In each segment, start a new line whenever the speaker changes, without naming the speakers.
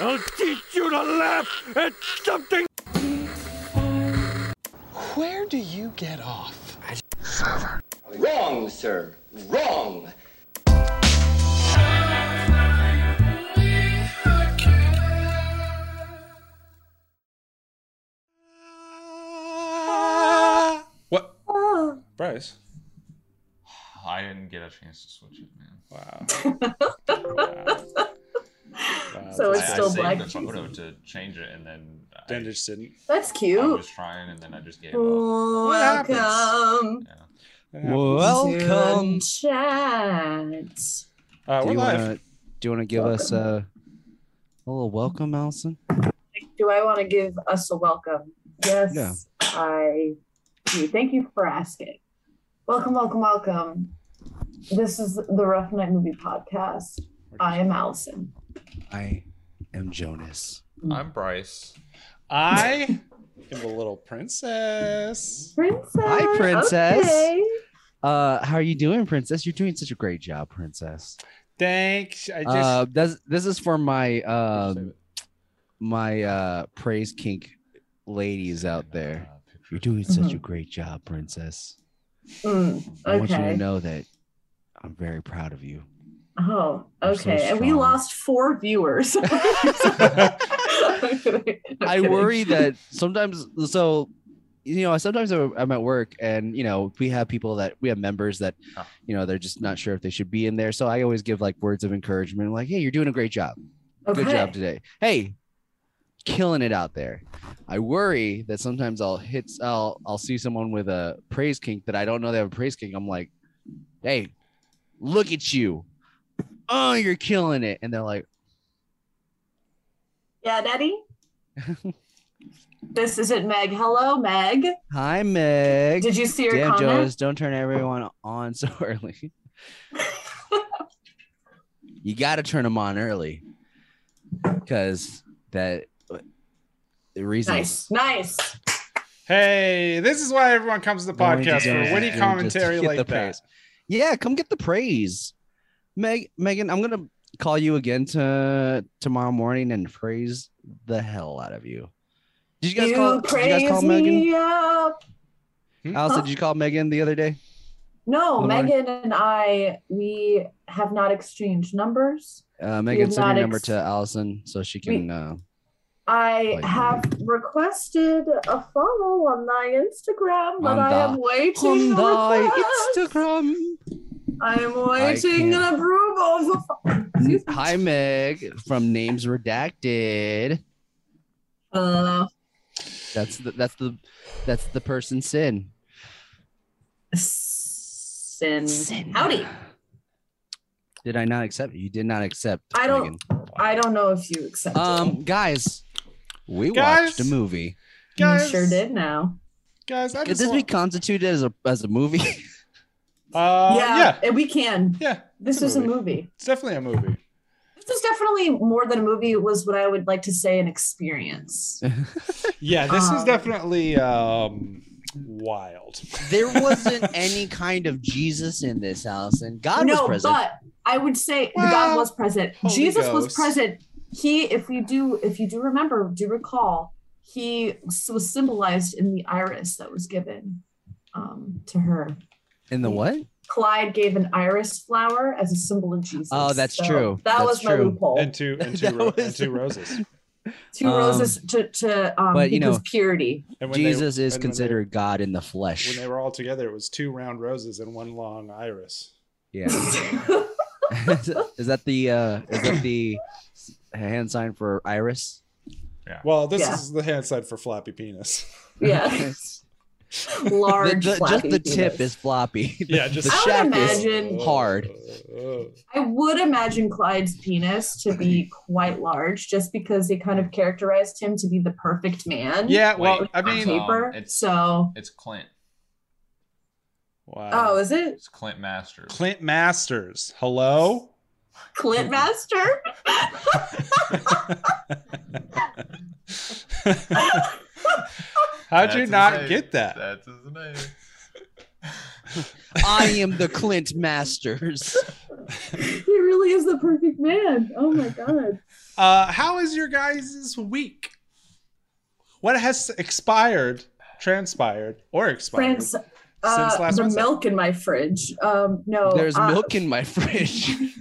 I'll teach you to laugh at something.
Where do you get off?
Wrong, sir. Wrong.
What? Bryce.
I didn't get a chance to switch it, man.
Wow.
So it's
I,
still
I saved
black
the
cheese.
photo to change it, and then
Then
I,
just didn't.
That's
I
cute.
was trying, and then I just gave up.
happens?
Welcome
Yeah.
to
Welcome.
chat.
Uh,
Do
we're
you
live.
wanna do you wanna give us a, a little welcome, Allison?
Do I want to give us a welcome? Yes,
Yeah.
I do. Thank you for asking. Welcome, welcome, welcome. This is the Rough Night Movie Podcast. I am Allison.
I am Jonas.
I'm Bryce.
I am the little princess.
Princess.
Hi, princess.
Okay.
Uh, how are you doing, Princess? You're doing such a great job, Princess.
Thanks. I just.
Uh, does this is for my
Save
um
it.
my uh praise kink ladies out there.
Uh,
You're doing
Mm-hmm.
such a great job, Princess.
Mm,
I want you to
okay.
know that I'm very proud of you.
Oh,
You're so
okay. and we
strong.
lost four viewers. I'm kidding. I'm
I
kidding.
worry that sometimes, so you know, sometimes I'm I'm at work and you know we have people that we have members that
Ah.
you know they're just not sure if they should be in there. So I always give like words of encouragement, like, "Hey, you're doing a great job. Good
Okay.
job today. Hey, killing it out there." I worry that sometimes I'll hit, I'll I'll see someone with a praise kink that I don't know they have a praise kink. I'm like, "Hey, look at you." Oh, you're killing it. And they're like,
Yeah, Daddy. this isn't Meg. Hello, Meg.
Hi, Meg.
Did you see your
Damn,
comment?
Jonas, don't turn everyone on so early. you got to turn them on early because that the reason.
Nice, nice.
Hey, this is why everyone comes to the
Going to
podcast
Jonas
for witty
and just
commentary
get
like
the
that.
praise. Yeah, come get the praise, Meg. Megan, I'm gonna call you again to tomorrow morning and praise the hell out of you. Did you guys call? Did you guys call
praise
Megan?
me up.
Allison, did you call Megan the other day?
No,
Hello,
Megan and I, we have not exchanged numbers.
Uh, Megan,
did
send your
not
number
ex-
to Allison so she
We-
can. uh,
I
Like-
have requested a follow on thy Instagram,
On
but I am
thy-
waiting. the request.
Instagram.
I am
I
waiting
can't.
an approval. for- Excuse me.
Hi, Meg from Names Redacted.
Uh,
That's the that's the that's the person sin.
sin. Howdy.
Did I not accept? You did not accept.
I don't- I don't know if you accept.
Megan. Um, guys, we watched
Guys?
a movie.
Guys,
you sure did now.
Guys, I
Could
just
this be
want-
constituted as a as a movie?
uh, yeah.
and we can.
Yeah.
This
It's
is
a
a movie.
It's definitely a movie.
This is definitely more than a movie. It was what I would like to say an experience.
Yeah, this is
Um,
definitely um wild.
there wasn't any kind of Jesus in this, Allison. God was
no,
present.
but I would say
Well,
God was present.
Holy
Jesus was
Ghost.
present. He, if you do, if you do remember, do recall, he s- was symbolized in the iris that was given um, to her.
in the what?
Clyde gave an iris flower as a symbol of Jesus.
Oh, that's true.
That
That's
was my
true.
loophole.
And two and two
That
ro- and
was-
two roses.
Two
um,
roses to to um,
but, you
because
know,
purity.
And when they-
Jesus is
and when they-
considered God in the flesh.
when they were all together, it was two round roses and one long iris.
yeah. is that the uh is that the hand sign for iris
Well, this
Yeah.
is the hand side for flappy penis.
yeah,
The-
large.
the- just
flappy
the tip
penis.
is floppy
Yeah, just
The
I would
shaft
is
imagine- hard.
I would imagine Clyde's penis to be quite large, just because they kind of characterized him to be the perfect man.
Yeah, well,
Wait.
I
on
mean,
Um,
paper.
it's-
so,
It's Clint.
wow.
oh, is it
It's Clint Masters.
Clint Masters. Hello.
Clint Master?
How'd
That's
you
his
not
name.
get that?
That's his name.
i am the clint masters
he really is the perfect man. Oh my god.
Uh, how is your guys' week? What has expired, transpired, or expired?
Prince, uh,
Since last
the
Wednesday.
milk in my fridge. Um, no,
There's
uh,
milk in my fridge.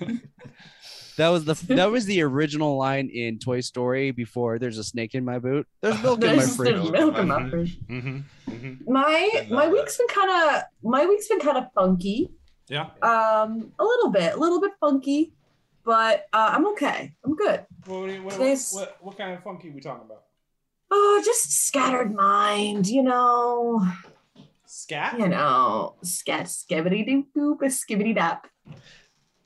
that was the that was the original line in Toy Story before there's a snake in my boot. There's milk in my
There's
fridge.
the milk in my fridge.
Mhm, mhm.
My
And,
my
uh,
week's been kind of my week's been kind of funky.
Yeah.
Um, a little bit, a little bit funky, but uh, I'm okay. I'm good.
What, what, what-
Today's-
what- what kind of funky we talking about?
Oh, just scattered mind, you know,
Scat?
you know, scat skibbity doo doop, skibbity dap.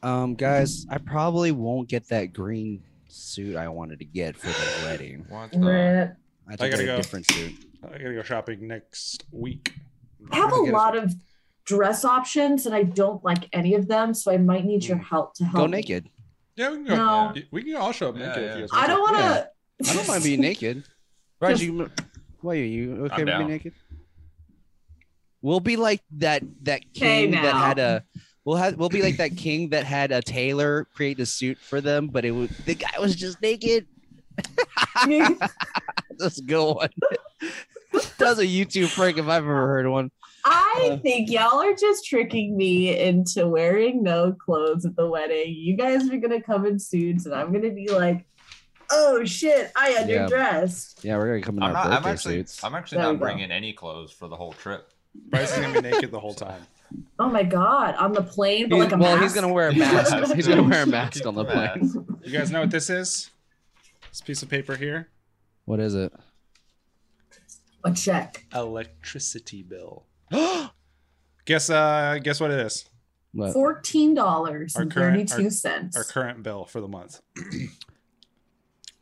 Um, guys, I probably won't get that green suit I wanted to get for the wedding.
What the?
Uh,
Rip.
I,
I
think
gotta
a
go.
different suit.
I gotta go shopping next week.
I have a
Gotta get
lot of dress options, and I don't like any of them, so I might need your help to help.
Mm. Go
me.
naked.
Yeah, we can go.
No.
We can all show up
Yeah,
naked
yeah.
if you guys
I don't want
Yeah.
to.
I don't mind being naked. Roger,
Just-
you, why are
I'm
you okay with being
down.
naked? We'll be like that that
Hey,
king that
now.
had a we'll have we'll be like that king that had a tailor create the suit for them, but it was the guy was just naked. That's a good one. That's a YouTube prank if I've ever heard one. Uh,
I think y'all are just tricking me into wearing no clothes at the wedding. You guys are gonna come in suits, and I'm gonna be like, "Oh shit, I
Yeah.
underdressed."
Yeah, we're gonna come in
I'm
our
not. I'm
birthday
actually.
suits.
I'm actually
There we
not
go.
bringing any clothes for the whole trip.
Bryce is gonna be naked the whole time.
Oh my god, on the plane, but
He-
like a
well,
mask.
he's gonna wear a mask. he's gonna wear a mask on the
Mask.
plane.
You guys know what this is? This piece of paper here?
What is it?
a check.
Electricity bill. guess uh guess what it is?
What?
Fourteen dollars
Our
and
current-
thirty-two cents.
Our current bill for the month.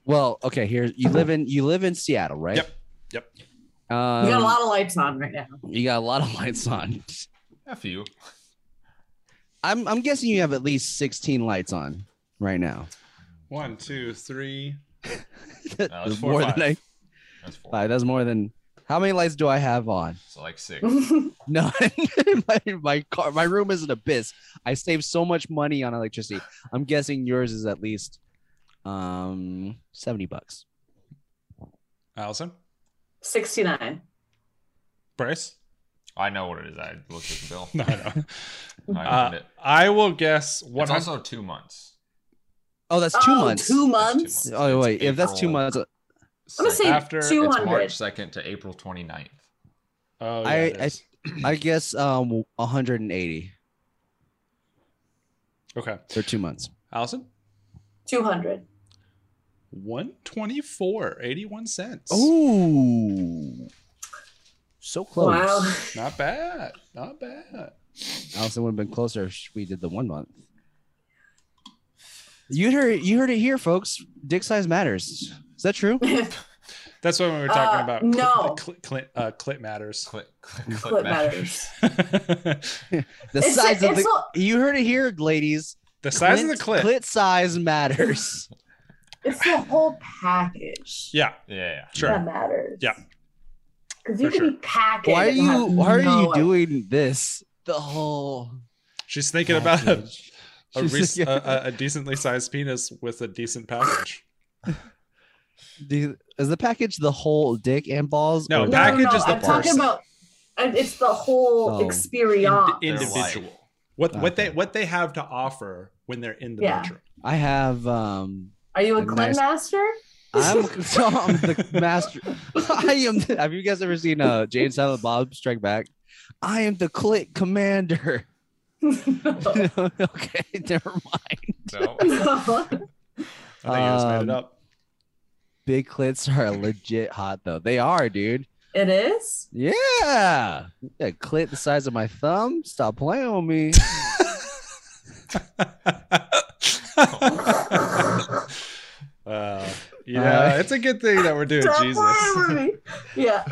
Well, okay. Here you live in you live in Seattle, right?
Yep. Yep.
Um,
we got a lot of lights on right now.
You got a lot of lights on.
F you.
I'm I'm guessing you have at least 16 lights on right now.
One, two, three.
That's
four,
more
five.
than I
That's four.
five. That's more than how many lights do I have on?
So like six.
None. my, my car my room is an abyss. I save so much money on electricity. I'm guessing yours is at least um 70 bucks.
Allison?
Sixty-nine.
Bryce?
I know what it is. I looked at the bill.
No, no.
I opened
Uh,
it.
I will guess
It's
one hundred
also two months.
Oh, that's two
Oh,
months.
That's two
Two months.
months.
Oh
It's
wait, if that's two
April
months,
I'm gonna
2nd.
say
After- it's
two
It's March
hundred.
2nd to April 29th.
Oh,
I-
it
I-
is.
I guess um 180
okay.
for two months.
Allison?
Two hundred.
124, 81 cents.
Ooh. So close.
Wow.
Not bad. Not bad.
Allison would have been closer if we did the one month. You heard you heard it here, folks. Dick size matters. Is that true?
That's what we were talking
Uh,
about.
no.
Cl- cl- uh, clit matters.
Click, click,
Clip
click
matters.
the
The
It's-
size of
it's
the
all-
you heard it here, ladies.
size of the clit.
Clit size matters.
It's the whole package
Yeah,
Yeah.
sure.
that matters.
Yeah.
Because you
For
can
sure.
be packing.
Why are
and have
you why are
uh, no
you doing this? The whole
She's thinking about a,
package.
a,
She's
rec-
like,
a, a- a decently sized penis with a decent package.
do you- is the package the whole dick and balls?
No,
or
No,
the-
package
no, no,
is the
I'm
person.
talking about. and It's the whole
Oh.
experience.
In-
Their life.
individual. What what they
Okay.
what they have to offer when they're in the
Yeah.
bedroom.
I have um
are you a
Nice.
clean master?
I'm, so I'm the master. I am. the- have you guys ever seen uh, Jane Silent Bob Strike Back? I am the click commander. okay, never mind.
No.
I think you just made it
Um,
up.
Big clits are legit hot though. They are, dude.
it is.
Yeah, a clit the size of my thumb. Stop playing with me. Um,
Uh, yeah,
Uh,
it's a good thing that we're doing
Stop
Oh, Jesus.
playing with me. Yeah.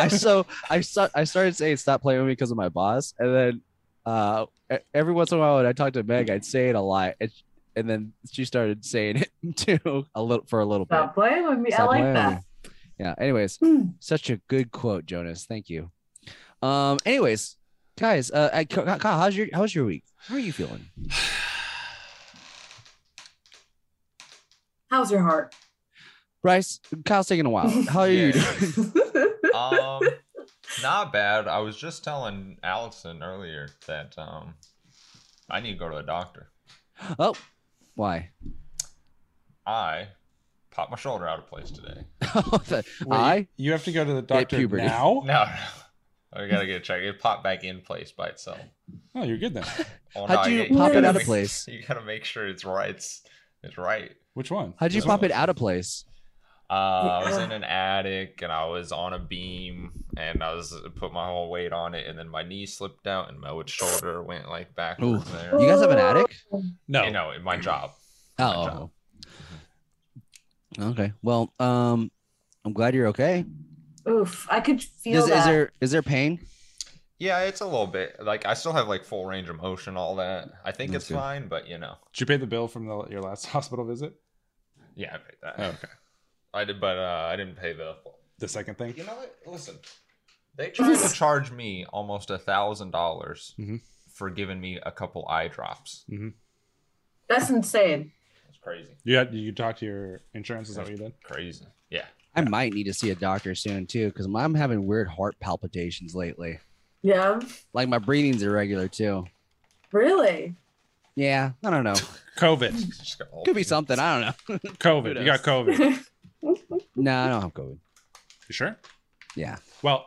I so I sta- I started saying stop playing with me because of my boss, and then uh, e- every once in a while when I talked to Meg, I'd say it a lot, and, sh- and then she started saying it too a little for a little bit.
Stop playing with me. I
Stop
like
playing
that.
with me. Yeah. Anyways,
Mm.
such a good quote, Jonas. Thank you. Um. Anyways, guys, uh, I, Kyle, how's your how's your week? How are you feeling?
How's your heart?
Bryce, Kyle's taking a while. How are you
Yeah.
doing?
Um, not bad. I was just telling Allison earlier that um, I need to go to the doctor.
Oh, why?
I popped my shoulder out of place today.
Wait,
I
You have to go to the doctor
puberty.
now.
No, no. I gotta get it checked. It popped back in place by itself.
Oh, you're good then.
Oh,
How'd you
get-
pop it
gotta
out of
make-
place?
You gotta make sure it's right. It's, it's right.
Which one?
how'd you
This
pop
one.
it out of place?
Uh, I was in an attic and I was on a beam and I was put my whole weight on it and then my knee slipped out and my shoulder went like backwards
Oof.
there.
You guys have an
Oh.
attic?
No.
You know, in my job.
Oh. Okay. Well, um, I'm glad you're okay.
Oof, I could feel
Is,
that.
is there is there pain?
Yeah, it's a little bit. Like I still have like full range of motion, all that. I think
That's
it's
good.
fine, but you know,
Did you pay the bill from the, your last hospital visit?
yeah, I paid that.
Oh, okay.
I did, but uh, I didn't pay the.
The second thing.
You know what? Listen, they tried to charge me almost a thousand dollars
Mm-hmm.
Mhm.
for giving me a couple eye drops.
That's insane.
That's crazy.
You had you talked to your insurance. Is that what you did?
Crazy. Yeah.
I might need to see a doctor soon too, because I'm having weird heart palpitations lately.
Yeah,
Like my breathing's irregular too.
really.
Yeah, I don't know.
COVID.
Just got all-
Could be something. I don't know.
COVID. You got COVID.
No, I don't have COVID.
You sure?
Yeah.
Well,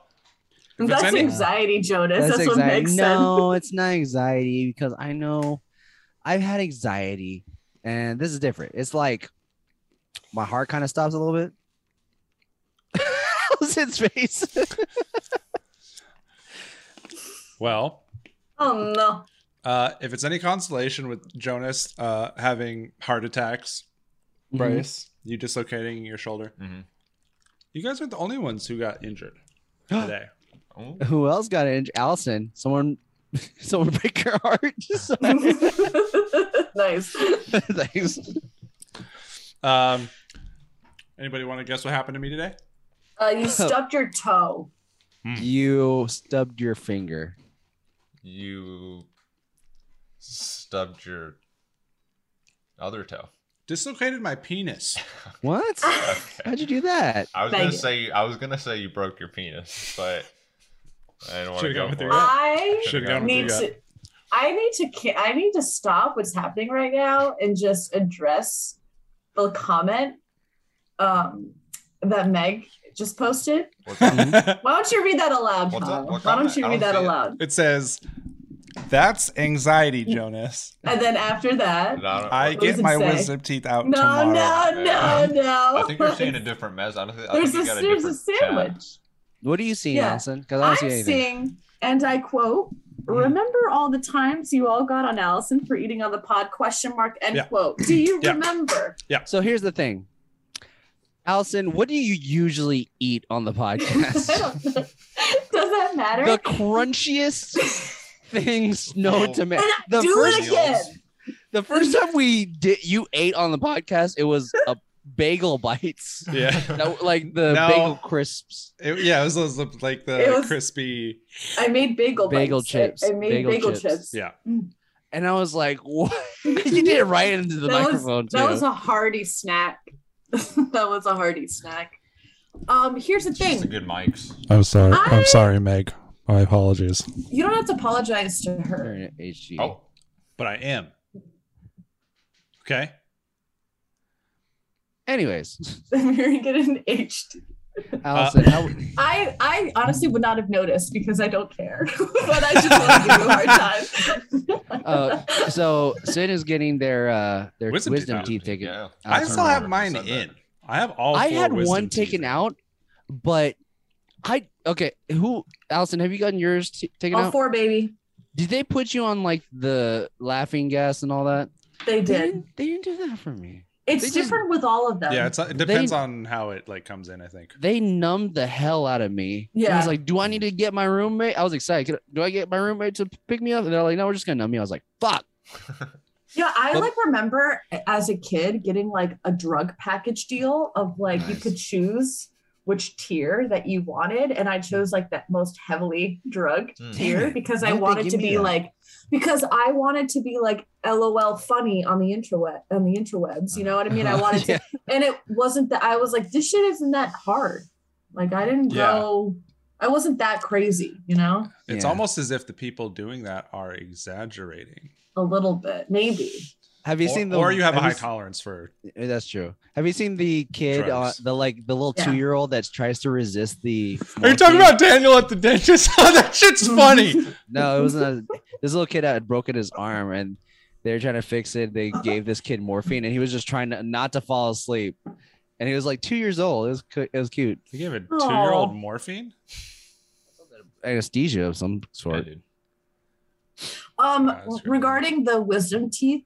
If it's
That's
any-
anxiety, Jonas. That's, what
anxiety.
makes sense.
no, it's not anxiety because I know I've had anxiety, and this is different. It's like my heart kind of stops a little bit. was his face.
well.
Oh no.
Uh, if it's any consolation with Jonas uh, having heart attacks, Mm-hmm. Bryce, you dislocating your shoulder,
Mhm.
you guys aren't the only ones who got injured today.
Ooh.
Who else got injured? Allison. Someone. Someone break her heart. Just-
nice.
Thanks.
Um, anybody want to guess what happened to me today?
Uh, you stubbed your toe.
You stubbed your finger.
You stubbed your other toe.
Dislocated my penis.
What?
Okay.
How'd you do that?
I was
Thank
gonna
you.
say I was gonna say you broke your penis, but I didn't want to
Should've
go
gone with
for
your-
it.
I
Should've
Should've
gone
gone
with
with
need
your
to. I need to. ca- I need to stop what's happening right now and just address the comment um, that Meg just posted.
What's up?
Mm-hmm.
Why don't you read that aloud,
What's
Kyle?
up? What
Why don't
comment?
you
I
read
don't
that
see it.
aloud?
It says, "That's anxiety, Jonas.
And then after that,
No, I don't-
I
does
get
it
my
say?
wisdom teeth out
no,
tomorrow."
no, no, no.
I think you're seeing a different mess. I don't think, I
There's
think
a-
you got a
there's a
different tab.
sandwich.
What are you seeing,
Yeah.
Allison? Because I
I'm
don't see anything.
seeing, and I quote, remember all the times you all got on Allison for eating on the pod question mark end
Yeah.
quote. Do you
Yeah.
remember?
So here's the thing. Allison, what do you usually eat on the
I
podcast?
don't know. Does that matter?
the crunchiest things known to man.
And
The
Do
first,
it again.
the first time we did you ate on the podcast, it was a bagel bites.
Yeah.
That- like the
No.
bagel crisps.
It- yeah, it was, those, like the
It was-
crispy.
I made bagel
Bagel
bites. I-
chips.
I, made
Bagel
bagel,
chips.
chips.
Yeah.
And I was like, what? you did it right into the
That was-
microphone too.
That was a hearty snack. that was a hearty snack. Um, here's the
It's just a
thing.
good mics.
I'm sorry.
I- I'm
sorry, Meg. My apologies.
You don't have to apologize to her.
Alright, HG.
Oh,
But I am. Okay.
Anyways,
You're getting aged.
Uh.
Allison, how,
I I honestly would not have noticed because I don't care. but I just want to give you a hard time.
uh, so Sin is getting their uh, their
Wisdom
wisdom,
teeth out.
teeth taken.
Yeah.
I
Allison
still have
remember
mine
who said that.
in. I have all.
I
four
had
wisdom
one
teeth.
taken out, but I okay. Who, Allison? Have you gotten yours t- taken
All
out?
four, baby.
Did they put you on like the laughing gas and all that?
They
They
did.
didn't, they didn't do that for me.
It's
They just-
different with all of them.
Yeah, it's, uh, it depends
They-
on how it like comes in. I think.
They numbed the hell out of me. I was
Yeah.
like, do I need to get my roommate? I was excited. "Could- Do I get my roommate to pick me up? And they're like, no, we're just gonna numb you. I was like, fuck.
Yeah, I
Well-
like remember as a kid getting like a drug package deal of like you
Nice. Hmm.
could choose which tier that you wanted, and I chose like that most heavily drugged
Mm.
tier
Damn
because
Why
I
did they
wanted
give
to
me
be
that?
like because I wanted to be like LOL funny on the interweb on the interwebs. You know what I mean? I
Uh-huh.
wanted to, and it wasn't that I was like this shit isn't that hard. Like I didn't
Yeah.
go, I wasn't that crazy. You know,
It's
Yeah.
almost as if the people doing that are exaggerating.
a little bit maybe.
Have you
or,
seen the?
or you have a high
you
tolerance for
s- That's true. Have you seen the kid, on,
Drugs.
the like the little
Yeah.
two year old that tries to resist the?
Are you talking
morphine?
about Daniel at the dentist? Oh, that shit's funny.
No, it wasn't. A, this little kid had broken his arm, and they were trying to fix it. They gave this kid morphine, and he was just trying to, not to fall asleep. And he was like two years old. It was cu- it was cute.
They gave a two
Aw.
year old morphine?
Anesthesia of some sort.
dude.
Um,
Yeah, that's true.
regarding the wisdom teeth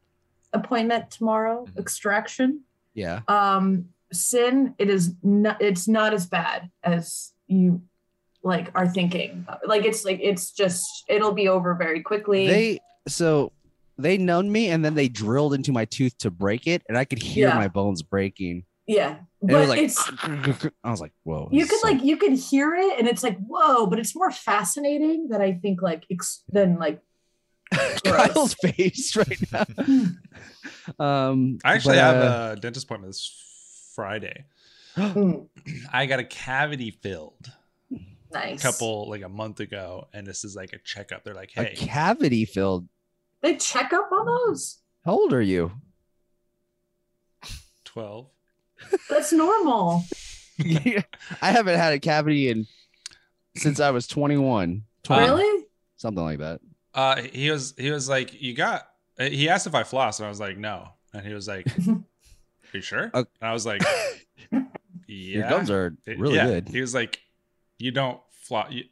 appointment tomorrow,
Mm-hmm.
Mhm.
extraction.
Yeah.
Um, sin. It is not. It's not as bad as you like are thinking. Like it's like it's just it'll be over very quickly.
They so they numbed me, and then they drilled into my tooth to break it, and I could hear
Yeah.
my bones breaking.
yeah,
And it was
but
like
it's
I was like, whoa.
you
this
could
is
like you could hear it and it's like whoa, but it's more fascinating than I think like ex- than like
Kyle's face right now. um,
I actually
but,
have
uh,
a dentist appointment this Friday.
mm,
I got a cavity filled a
nice
couple like a month ago, and this is like a checkup. They're like,
a
hey,
cavity filled.
They check up on those.
How old are you?
12.
That's normal.
I haven't had a cavity in since I was 21,
Um,
really?
something like that.
Uh, he was he was like, you got. uh, He asked if I floss, and I was like, no. And he was like, are you sure?
Uh,
and I was like, yeah.
Your gums are
It-
really
yeah.
good.
He was like, "You don't floss." You-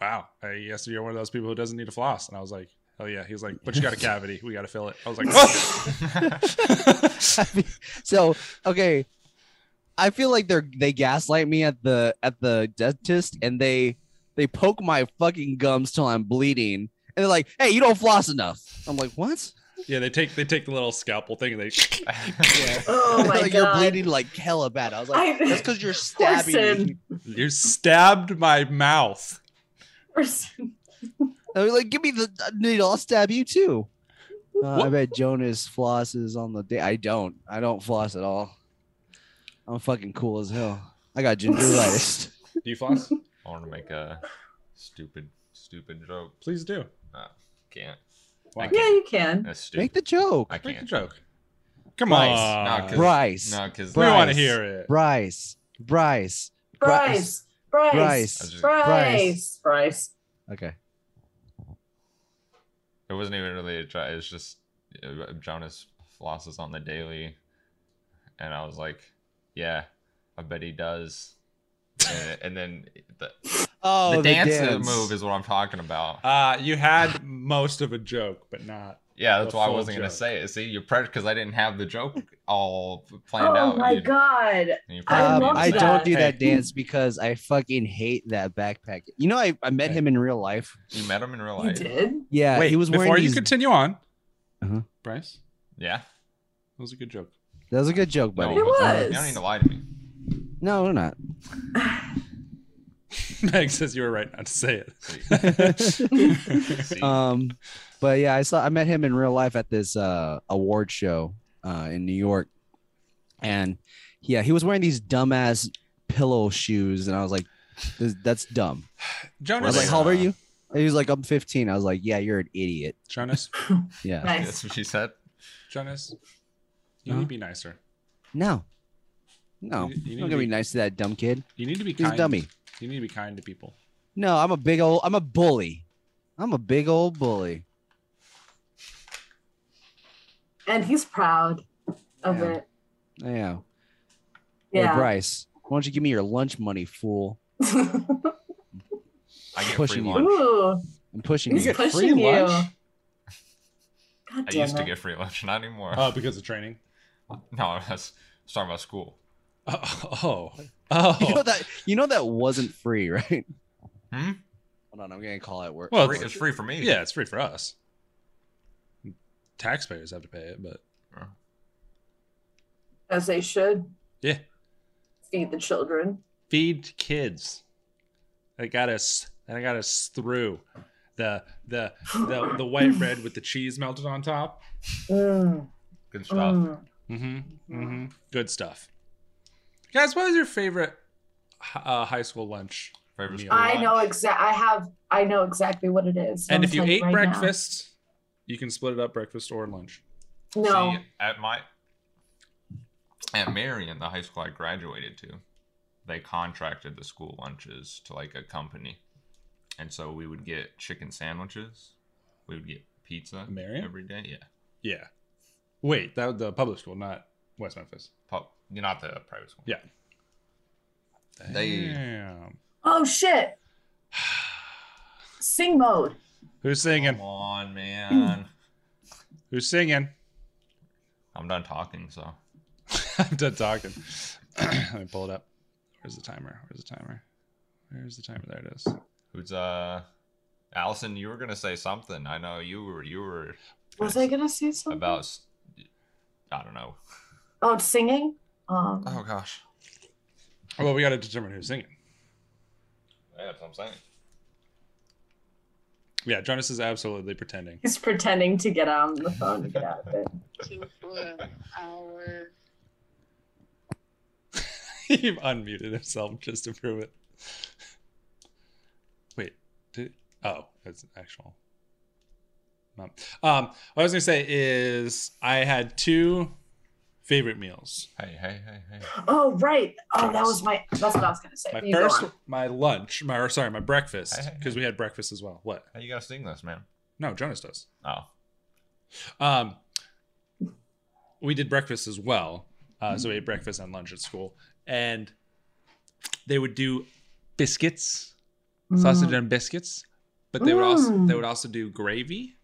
wow, I guess you're one of those people who doesn't need a floss. And I was like, "Hell yeah!" He was like, "But you got a cavity. We got to fill it." I was like,
I mean, so okay, I feel like they're they gaslight me at the at the dentist and they they poke my fucking gums till I'm bleeding and they're like, "Hey, you don't floss enough." I'm like, "What?"
"Yeah." They take they take the little scalpel thing and they
Oh my
like you're
god.
bleeding like hell a bad. I was like,
I-
"That's because you're stabbing."
Corson.
me."
you stabbed my mouth.
Corson.
I was like, give me the needle. I'll stab you too. Uh, I
What?
bet Jonas flosses on the day. I don't. I don't floss at all. I'm fucking cool as hell. I got gingivitis.
Do you floss?
I want to make a stupid, stupid joke.
Please do.
Can't.
Why?
Yeah, you can.
That's stupid.
Make the joke,
I
Make a
can't.
joke. Come
Nice.
on,
No, 'cause-
Bryce.
No, because
we want to
Bryce.
hear it.
Bryce. Bryce.
Bryce. Bryce.
Bryce.
Bryce. Bryce.
Bryce. Okay.
it wasn't even really a try. It's just uh, Jonas flosses on the daily, and I was like, yeah, I bet he does. and, and then the,
Oh,
the, dance, move is what I'm talking about.
Uh, you had most of a joke, but not.
Yeah, that's
the
why I
full
wasn't gonna
joke.
say it. See, you're prejudiced because I didn't have the joke all planned out.
Oh
and
my
you-
god.
and you
I
Um,
prejudiced
love
me.
I don't do that
Hey.
dance because I fucking hate that backpack. You know, I, I met him in real life.
You met him in real
You
life.
did?
Yeah,
Wait,
Uh, he was wearing
before you
these-
continue on,
Uh-huh.
Bryce.
Yeah.
That was a good joke.
That was a good joke, buddy. Uh,
No,
It was.
You don't need to lie to me.
No, we're not.
Meg says you were right not to say
See,
it.
see.
um but yeah i saw i met him in real life at this uh award show uh in new york and yeah he was wearing these dumbass pillow shoes and i was like this, that's dumb i
Jonas,
was like how old are you he was like i'm 15 i was like yeah you're an idiot
Jonas,
yeah
That's
Nice.
what she said.
Jonas, you
Huh?
need to be nicer.
no no
You- you need
i'm
to
gonna be
be-
nice to that dumb kid
You need to be
he's
kind.
a dummy
You need to be kind to people.
no i'm a big old i'm a bully i'm a big old bully
And he's proud of
Yeah.
it.
yeah, yeah.
Yeah.
bryce why don't you give me your lunch money fool
I get free
Pushing you.
lunch.
Ooh,
i'm pushing
he's
you
get free
pushing you.
lunch?
God
I
damn
used
it.
to get free lunch, not anymore.
Oh, because of training.
no, that's was talking about school.
Oh, oh, oh.
You know that you know that wasn't free, right?
Hmm?
Hold on, I'm gonna call it work.
well,
Free,
it's-
it's free for me.
yeah, it's free for us. Taxpayers have to pay it, but
As they should.
Yeah.
Feed the children.
feed kids. That got us. That got us through the the the, the white bread with the cheese melted on top.
Mm,
Good stuff.
mm.
Mm-hmm. Mm-hmm. Good stuff. Guys, what was your favorite hi- uh, high school lunch?
Favorite school
I know
lunch.
exact. I have. I know exactly what it is.
and
I'm
if you
telling
ate
right now.
breakfast, you can split it up breakfast or lunch.
no,
See, at my at Marion, the high school I graduated to, they contracted the school lunches to like a company, and so we would get chicken sandwiches. We would get pizza
Marion?
every day. Yeah,
Yeah. Wait, that was the public school, not West Memphis.
Pub, not the private school.
Yeah.
They-
Damn.
Oh shit. Sing mode.
Who's
Come
singing?
on, man.
Who's singing?
I'm done talking. So
I'm done talking. Let me pull it up. Where's the timer? Where's the timer? Where's the timer? There it is.
who's uh, Allison? You were gonna say something. I know you were. You were
Was I gonna say something
about. s- I don't know.
Oh, it's singing. Um,
Oh gosh.
Well, we got to determine who's singing.
Yeah, that's what I'm saying.
Yeah, Jonas is absolutely pretending.
He's pretending to get on the phone to get out of it.
to for our
he unmuted himself just to prove it. Wait, did oh, that's an actual. no. Um, what I was gonna say is I had two favorite meals.
Hey, hey, hey, hey.
Oh right. Oh, that was my. That's what I was gonna say.
My
You go
first,
on.
my lunch, my or sorry, my breakfast,
Hey, hey, hey.
because we had breakfast as well. What?
Hey, you gotta sing this, man.
No, Jonas does.
Oh,
Um, we did breakfast as well. Uh, so we ate breakfast and lunch at school, and they would do biscuits,
Mm,
sausage and biscuits, but they would also they would also do gravy.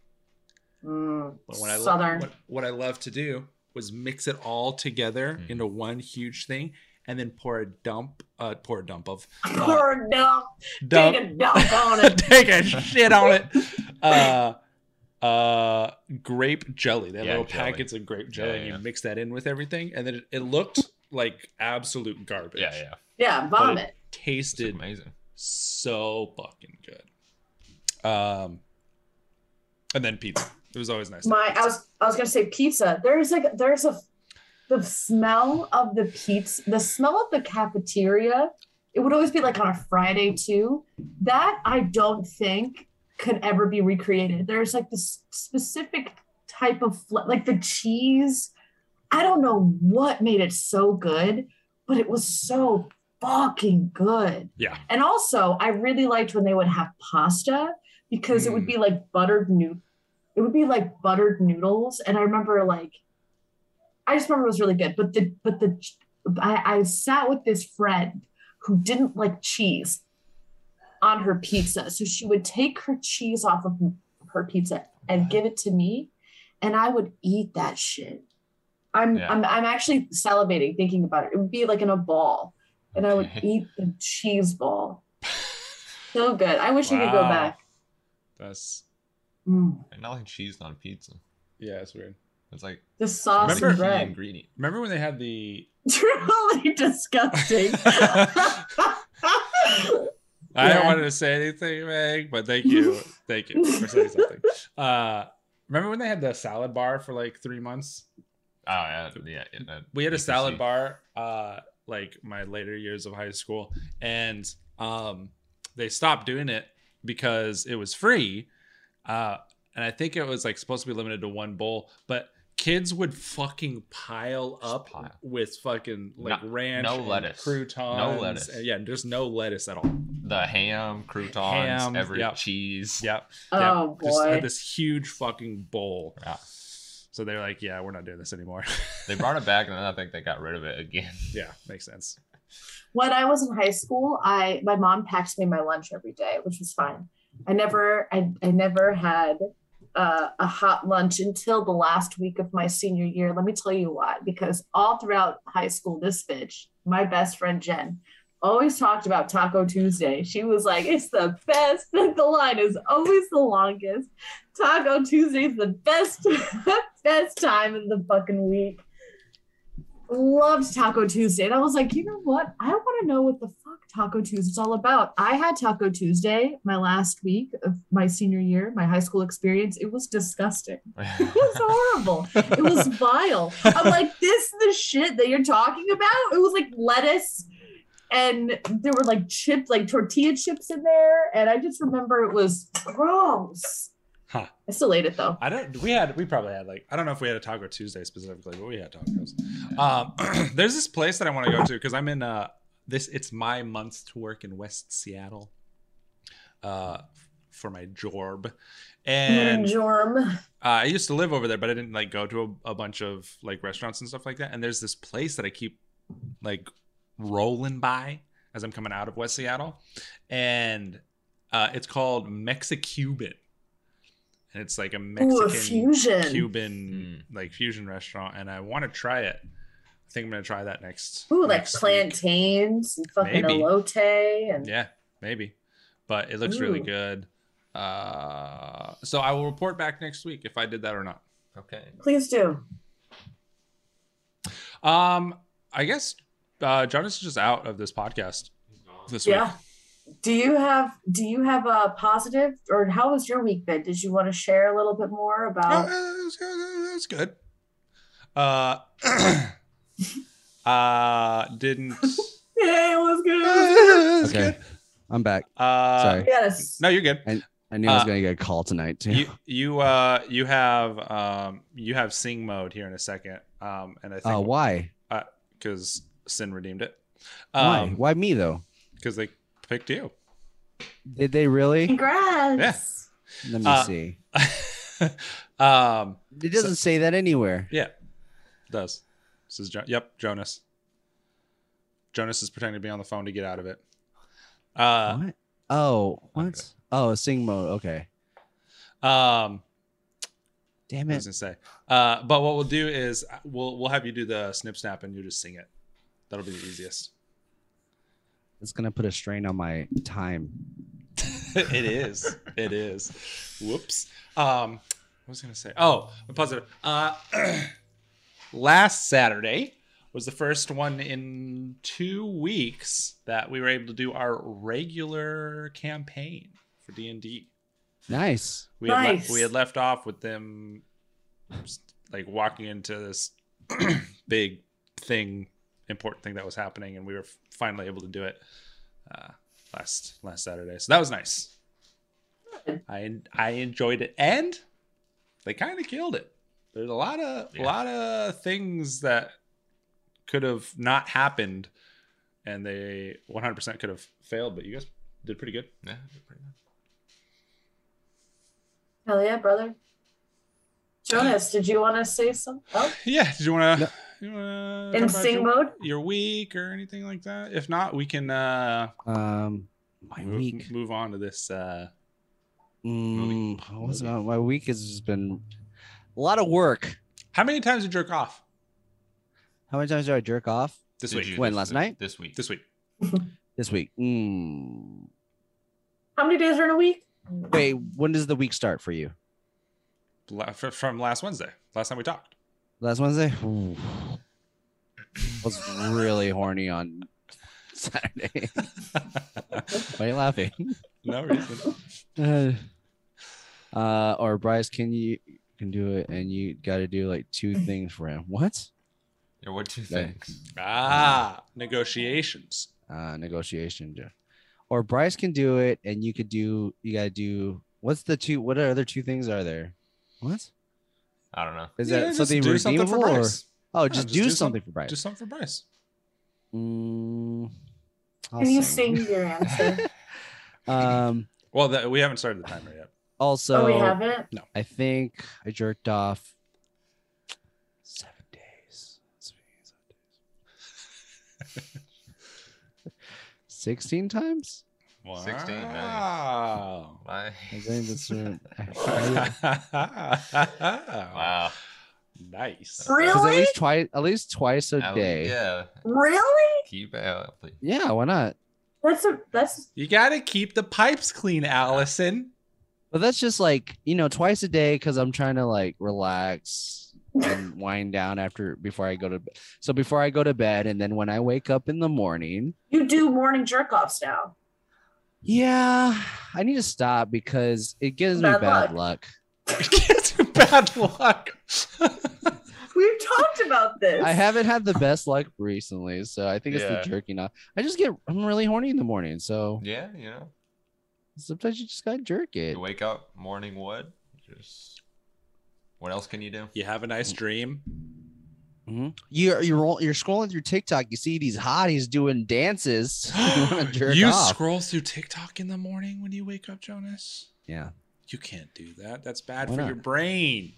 Mm,
But what I lo-
Southern.
what, what I love to do was mix it all together into one huge thing, and then pour a dump, uh, pour a dump of uh,
Poor dump.
dump,
Take a dump on it.
take a shit on it. Uh, uh, grape jelly. They have
Yeah,
little
jelly.
packets of grape jelly,
Yeah,
and you
yeah.
mix that in with everything, and then it, it looked like absolute garbage.
yeah, yeah.
Yeah, vomit.
It's
Tasted
amazing.
so fucking good. Um, and then pizza. It was always nice. to
My.
have
I
pizza.
was. I was gonna say pizza. There's like. There's a. The smell of the pizza. The smell of the cafeteria. It would always be like on a Friday too. That I don't think could ever be recreated. There's like this specific type of fl- like the cheese. I don't know what made it so good, but it was so fucking good.
Yeah.
And also, I really liked when they would have pasta because it would be like buttered noodle. It would be like buttered noodles, and I remember like, I just remember it was really good. But the but the I, I sat with this friend who didn't like cheese on her pizza. So she would take her cheese off of her pizza and give it to me, and I would eat that shit. I'm
Yeah.
I'm I'm actually salivating thinking about it. It would be like in a ball, and I would
Okay.
eat the cheese ball. so good. I wish you could go
Wow.
back.
That's
Mm.
And not like cheese on pizza.
yeah, it's weird.
It's like
The sauce
Remember-
and
the
bread.
ingredient.
Remember when they had the?
Truly disgusting.
I don't
Yeah.
wanted to say anything, Meg, but thank you, thank you for saying something. Uh, remember when they had the salad bar for like three months?
Oh yeah, yeah. yeah that
we had a
you can
salad
see.
bar uh like my later years of high school and um they stopped doing it because it was free uh and i think it was like supposed to be limited to one bowl but kids would fucking pile
Just
up
pile.
with fucking like
No-
ranch
no
and
lettuce.
croutons
No lettuce.
and yeah there's no lettuce at all
The ham, croutons,
Ham,
every
yep.
cheese.
yep
oh
yep. just
boy.
had this huge fucking bowl
Yeah.
so they're like yeah we're not doing this anymore
They brought it back, and then I think they got rid of it again.
yeah makes sense
when I was in high school, I my mom packed me my lunch every day, which was fine. I never I, I never had uh, a hot lunch until the last week of my senior year. Let me tell you why, because all throughout high school, this bitch, my best friend Jen, always talked about Taco Tuesday. She was like, "It's the best. the line is always the longest. Taco Tuesday's the best best time of the fucking week." loved Taco Tuesday. And I was like, you know what? I want to know what the fuck Taco Tuesday's all about. I had Taco Tuesday my last week of my senior year, my high school experience. It was disgusting. It was horrible. It was vile. I'm like, this is the shit that you're talking about? It was like lettuce and there were like chips, like tortilla chips in there. And I just remember it was gross.
Huh.
I still ate it though.
I don't. We had. We probably had like. I don't know if we had a taco Tuesday specifically, but we had tacos. Um, there's this place that I want to go to because I'm in. Uh, this it's my month to work in West Seattle. Uh, for my job, and
Jorm.
uh, I used to live over there, but I didn't like go to a, a bunch of like restaurants and stuff like that. And there's this place that I keep like rolling by as I'm coming out of West Seattle, and uh, it's called Mexicuban, and it's like a Mexican
Ooh, a fusion.
Cuban like fusion restaurant, and I want to try it. I think I'm gonna try that next.
Ooh, like
next week.
plantains and fucking
Maybe.
elote and
Yeah, maybe. But it looks really
Ooh.
good. Uh, so I will report back next week if I did that or not.
okay.
please do.
Um, I guess uh, Jonas is just out of this podcast this week.
Yeah. Do you have do you have a positive or how was your week been? Did you want to share a little bit more
No,
about
it was good. It was good. Uh, uh, didn't.
Yeah, it was good.
it was
Okay.
good.
I'm back.
Uh,
Sorry.
Yes.
No, you're good.
I knew I was
Uh,
gonna get a call tonight too.
You you uh you have um you have sing mode here in a second. Um, and I
uh,
think
why?
because Sin redeemed it.
Why?
Um,
Why me though?
because they picked you.
Did they really?
Congrats.
Let me
Uh,
see.
um,
It doesn't say that anywhere.
yeah, does this is jo- yep Jonas. Jonas is pretending to be on the phone to get out of it. Uh,
what? Oh, what? Oh, sing mode. Okay.
um,
Damn
I was
it.
gonna say. Uh, but what we'll do is we'll we'll have you do the snip snap and you just sing it. That'll be the easiest.
It's gonna put a strain on my time.
it is. It is. Whoops. Um, what was I gonna say? Oh, I'm positive. Uh, last Saturday was the first one in two weeks that we were able to do our regular campaign for D and D.
Nice.
We had le-
Nice.
we had left off with them just, like walking into this big thing, important thing that was happening, and we were finally able to do it uh, last last Saturday. So that was nice. I I enjoyed it, and they kind of killed it. There's a lot of
Yeah.
a lot of things that could have not happened, and they 100% could have failed. But you guys did pretty good.
Yeah, you're pretty good.
Hell yeah, brother. Jonas, did you want to say something? Oh,
Yeah. Did you want to? You wanna
in
talk about
sing
your-
mode?
your week or anything like that. If not, we can uh
Um, my
move,
week.
move on to this uh
Mm, what's about my week has just been a lot of work.
how many times did you jerk off
How many times did I jerk off
this
Did
week?
you
When,
this-
last night?
This week.
This week.
this week? Mm.
How many days are in a week?
Wait, when does the week start for you?
La- fr- from last Wednesday. Last time we talked.
Last Wednesday? Ooh. was really horny on Saturday. Why are you laughing?
no reason.
Uh, uh, or Bryce, can you can do it? And you got to do like two things for him. What?
Yeah, what do you
Yeah.
think?
Ah, negotiations.
Uh, negotiation. Jeff. Or Bryce can do it, and you could do. You got to do. What's the two? What are other two things are there? What
I don't know.
is
Yeah,
that?
just
Something
do
redeemable?
something for
or-
Bryce.
oh, just,
just
do,
do some-
something for Bryce.
Do something for Bryce.
Mm, I'll
Can you sing your answer?
um.
Well, that, we haven't started the timer yet.
Also,
oh, we haven't?
I think I jerked off seven days. Sixteen times?
16, nice.
Wow.
Why?
I think that's right.
wow.
Wow.
Nice.
'Cause At
Really?
least twice. At least twice a
At le-
day. Yeah.
Yeah.
Really?
Keep it healthy.
Why not?
That's a that's
You gotta keep the pipes clean, Allison.
But that's just like you know, twice a day because I'm trying to like relax, and wind down after before I go to bed. So before I go to bed, and then when I wake up in the morning,
You do morning jerk offs now.
yeah, I need to stop because it gives me
Bad
bad
luck.
luck.
it's bad luck.
We've talked about this.
I haven't had the best luck recently, so I think it's
Yeah.
the jerking off. I just get I'm really horny in the morning, so
Yeah, you know,
sometimes you just gotta jerk it.
you wake up morning wood. Just what else can you do?
you have a nice dream.
Mhm. You're you're roll- you're scrolling through TikTok. You see these hotties doing dances. you want to jerk
you
off.
scroll through TikTok in the morning when you wake up, Jonas.
yeah.
You can't do that. That's bad
Why
for
not?
your brain.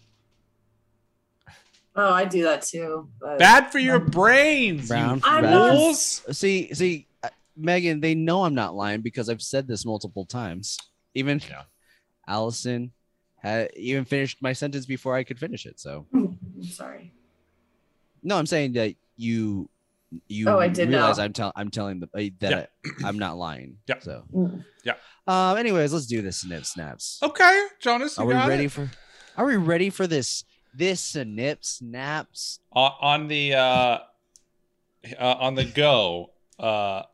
oh, I do that too. But
Bad for your brains.
Brown.
Brown.
I'm
brown.
not-
Fools.
See, see, uh, Megan, they know I'm not lying because I've said this multiple times. Even
Yeah.
Allison had even finished my sentence before I could finish it. So
I'm sorry.
no, I'm saying that you you
Oh, I did
realize
know.
I'm telling I'm telling the uh, that
Yeah.
I, am not lying.
Yeah.
So
Mm.
Yeah.
Um. Anyways, let's do this snip snaps.
Okay, Jonas. You
Are we
got
ready
it.
for? Are we ready for this? This snip snaps.
on, on the uh, uh, on the go? Uh,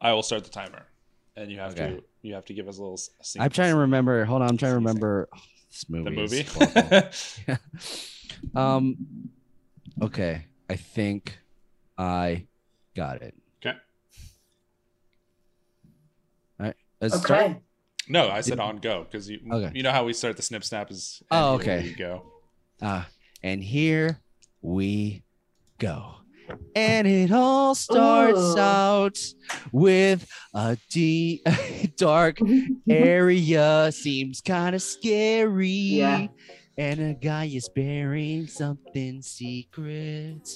I will start the timer, and you have
Okay.
to you have to give us a little. s-
I'm trying to
sequence.
remember. Hold on, I'm trying to
Sneezing.
remember oh, this movie.
the
is
movie.
awful. um okay i think i got it
Okay.
all right let's
Okay.
start
no, I said on go because you
Okay.
you know how we start the snip snap is.
Oh,
and here
okay.
we go.
uh, and here we go and it all starts
Ooh.
out with a de- dark area seems kind of scary
Yeah.
and a guy is bearing something secret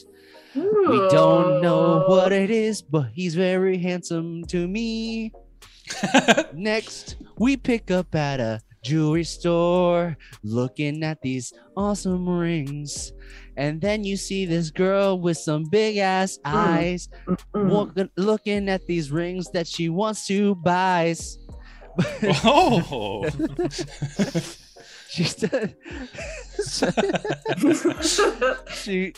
We
Ooh.
don't know what it is, but he's very handsome to me. Next, we pick up at a jewelry store looking at these awesome rings. And then you see this girl with some big ass eyes
Mm.
walking, looking at these rings that she wants to buy.
oh,
She said, she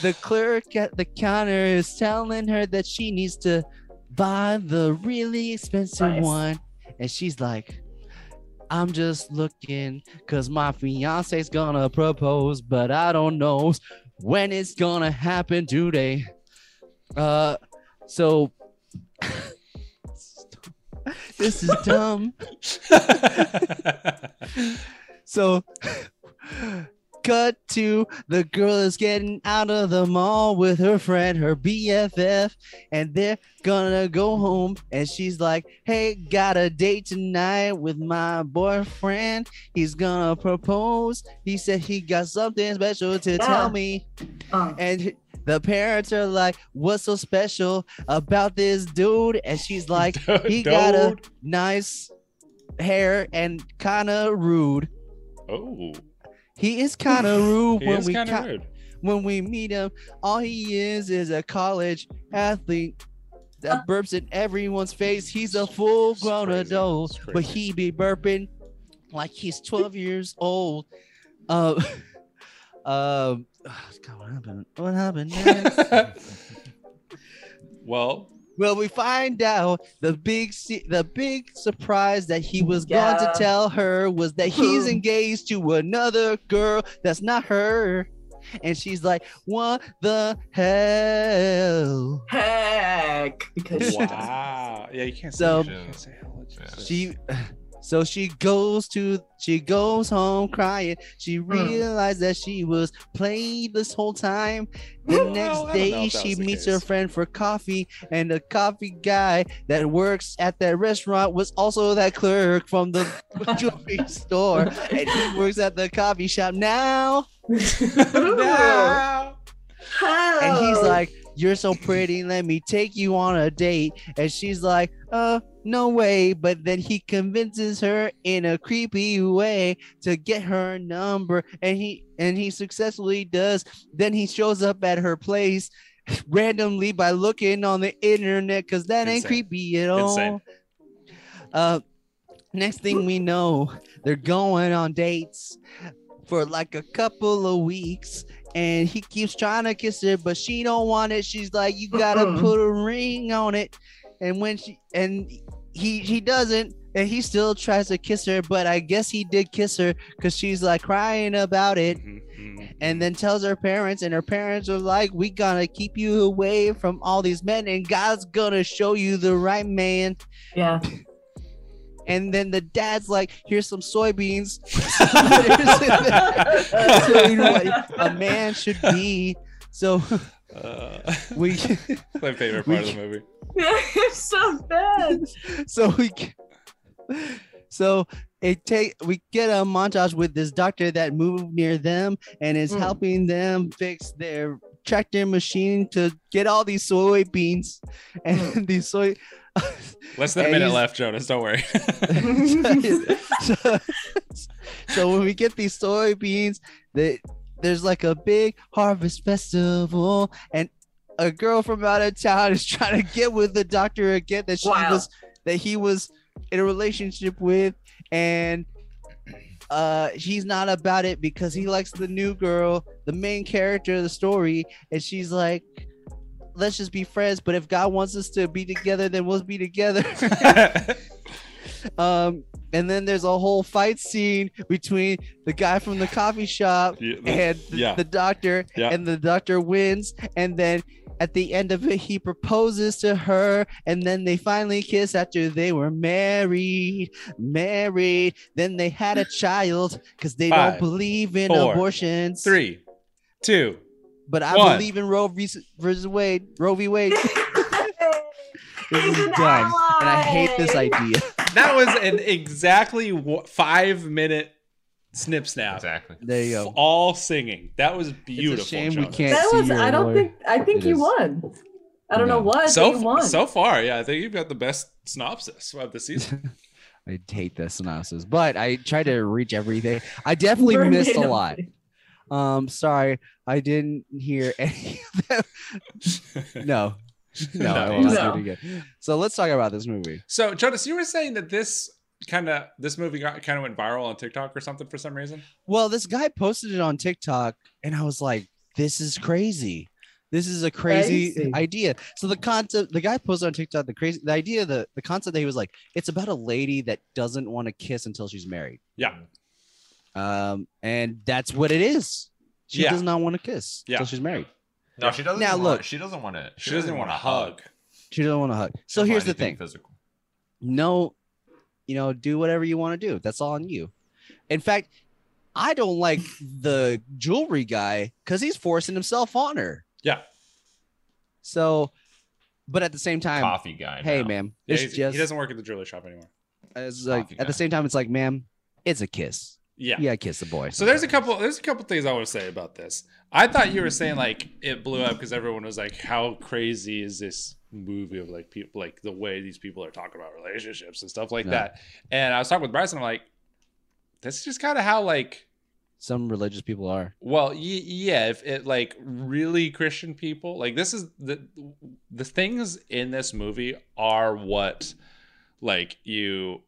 the clerk at the counter is telling her that she needs to buy the really expensive
Nice.
one and she's like i'm just looking because my fiance's gonna propose but i don't know when it's gonna happen today uh so this is dumb so cut to the girl is getting out of the mall with her friend, her BFF, and they're gonna go home. And she's like, Hey, got a date tonight with my boyfriend. He's gonna propose. He said he got something special to
Yeah.
tell me.
Oh.
And the parents are like, What's so special about this dude? And she's like, He got a
Dude.
nice hair and kind of rude.
Oh,
He is kind of rude
he
when
is
we
kind
ca-
of rude.
when we meet him. All he is is a college athlete that burps in everyone's face. He's a full grown
It's crazy.
adult,
It's
but
crazy.
he be burping like he's 12 years old. Uh, um, God, what happened? What happened? next?
well,
Well, we find out the big se- the big surprise that he was going to
Yeah.
tell her was that he's
Hmm.
engaged to another girl that's not her. And she's like, "What the hell?"
Heck. Because
wow. Yeah, you can't say,
So-
you can't say hell. It's just-
She so she goes to she goes home crying. She
Hmm.
realized that she was played this whole time. The
Well, I
next
don't know
day,
if that
she
was the
meets
case.
her friend for coffee, and the coffee guy that works at that restaurant was also that clerk from the jewelry store, and he works at the coffee shop now.
No.
And he's like, "You're so pretty. Let me take you on a date." And she's like, "Uh, no way." But then he convinces her in a creepy way to get her number, and he and he successfully does. Then he shows up at her place randomly by looking on the internet because that ain't
Insane.
creepy at all.
Insane.
Uh, next thing we know, they're going on dates for like a couple of weeks and he keeps trying to kiss her, but she don't want it. She's like, "You gotta
Mm-mm.
put a ring on it," and when she and he he doesn't, and he still tries to kiss her, but I guess he did kiss her because she's like crying about it, and then tells her parents, and her parents are like, "We gonna keep you away from all these men, and God's gonna show you the right man."
Yeah.
And then the dad's like, "Here's some soybeans." There's in there. Saying what a man should be. So
Uh,
we,
my favorite
We-
part of the movie.
it's so bad.
so we, so it take we get a montage with this doctor that moved near them and is
Mm.
helping them fix their tractor machine to get all these soybeans and these soy.
Less than a
And
minute
he's-
left, Jonas. Don't worry.
so, so when we get these soybeans, that there's like a big harvest festival, and a girl from out of town is trying to get with the doctor again that she
Wow.
was that he was in a relationship with, and uh she's not about it because he likes the new girl, the main character of the story, and she's like. Let's just be friends, but if God wants us to be together, then we'll be together. Um, and then there's a whole fight scene between the guy from the coffee shop
yeah.
and the,
Yeah.
the doctor,
Yeah.
and the doctor wins. And then at the end of it, he proposes to her, and then they finally kiss after they were married. Married. Then they had a child because they do
Five,
don't believe in
four,
abortions.
Three, two.
But I
one.
believe in Roe v. versus Wade. Roe v. Wade. this
He's
is
an
dumb, and I hate this
ally.
idea.
That was an exactly wa- five minute snip snap.
Exactly.
There you go.
F- All singing. That was beautiful.
it's a shame we
Jonas.
can't
that
see
was.
your
I don't
lawyer.
think. I think
It
you
is.
won. I don't know
No.
what but
So
you won.
so far, yeah, I think you've got the best synopsis of the season.
I hate the synopsis, but I try to reach everything. I definitely missed a lot. Um, sorry, I didn't hear any of them. No, no, I will not do it again. So let's talk about this movie.
so Jonas, you were saying that this kind of this movie got kind of went viral on TikTok or something for some reason.
Well, this guy posted it on TikTok, and I was like, "This is crazy. This is a crazy,
Crazy.
idea." So the concept, the guy posted on TikTok, the crazy, the idea, the the concept that he was like, "It's about a lady that doesn't want to kiss until she's married."
Yeah.
Um, and that's what it is. She
Yeah.
does not want to kiss
Yeah.
until she's married.
No, she doesn't.
Now,
want,
look.
she doesn't want to.
She, doesn't want to hug.
She doesn't want to hug. So here's the thing.
Physical.
No, you know, do whatever you want to do. That's all on you. In fact, I don't like the jewelry guy because he's forcing himself on her.
Yeah.
So, but at the same time,
Coffee guy.
hey,
now.
ma'am,
Yeah,
it's
he's-
just
he doesn't work at the jewelry shop anymore.
it's like
Coffee
at the
guy.
same time, it's like, ma'am, it's a kiss.
Yeah.
Yeah, kiss the boy.
So there's a couple there's a couple things I want to say about this. I thought you were saying like it blew up because everyone was like, how crazy is this movie of like people like the way these people are talking about relationships and stuff like
No.
that. And I was talking with Bryson, I'm like, that's just kind of how like
some religious people are.
well, y- yeah, if it like really Christian people, like this is the the things in this movie are what like you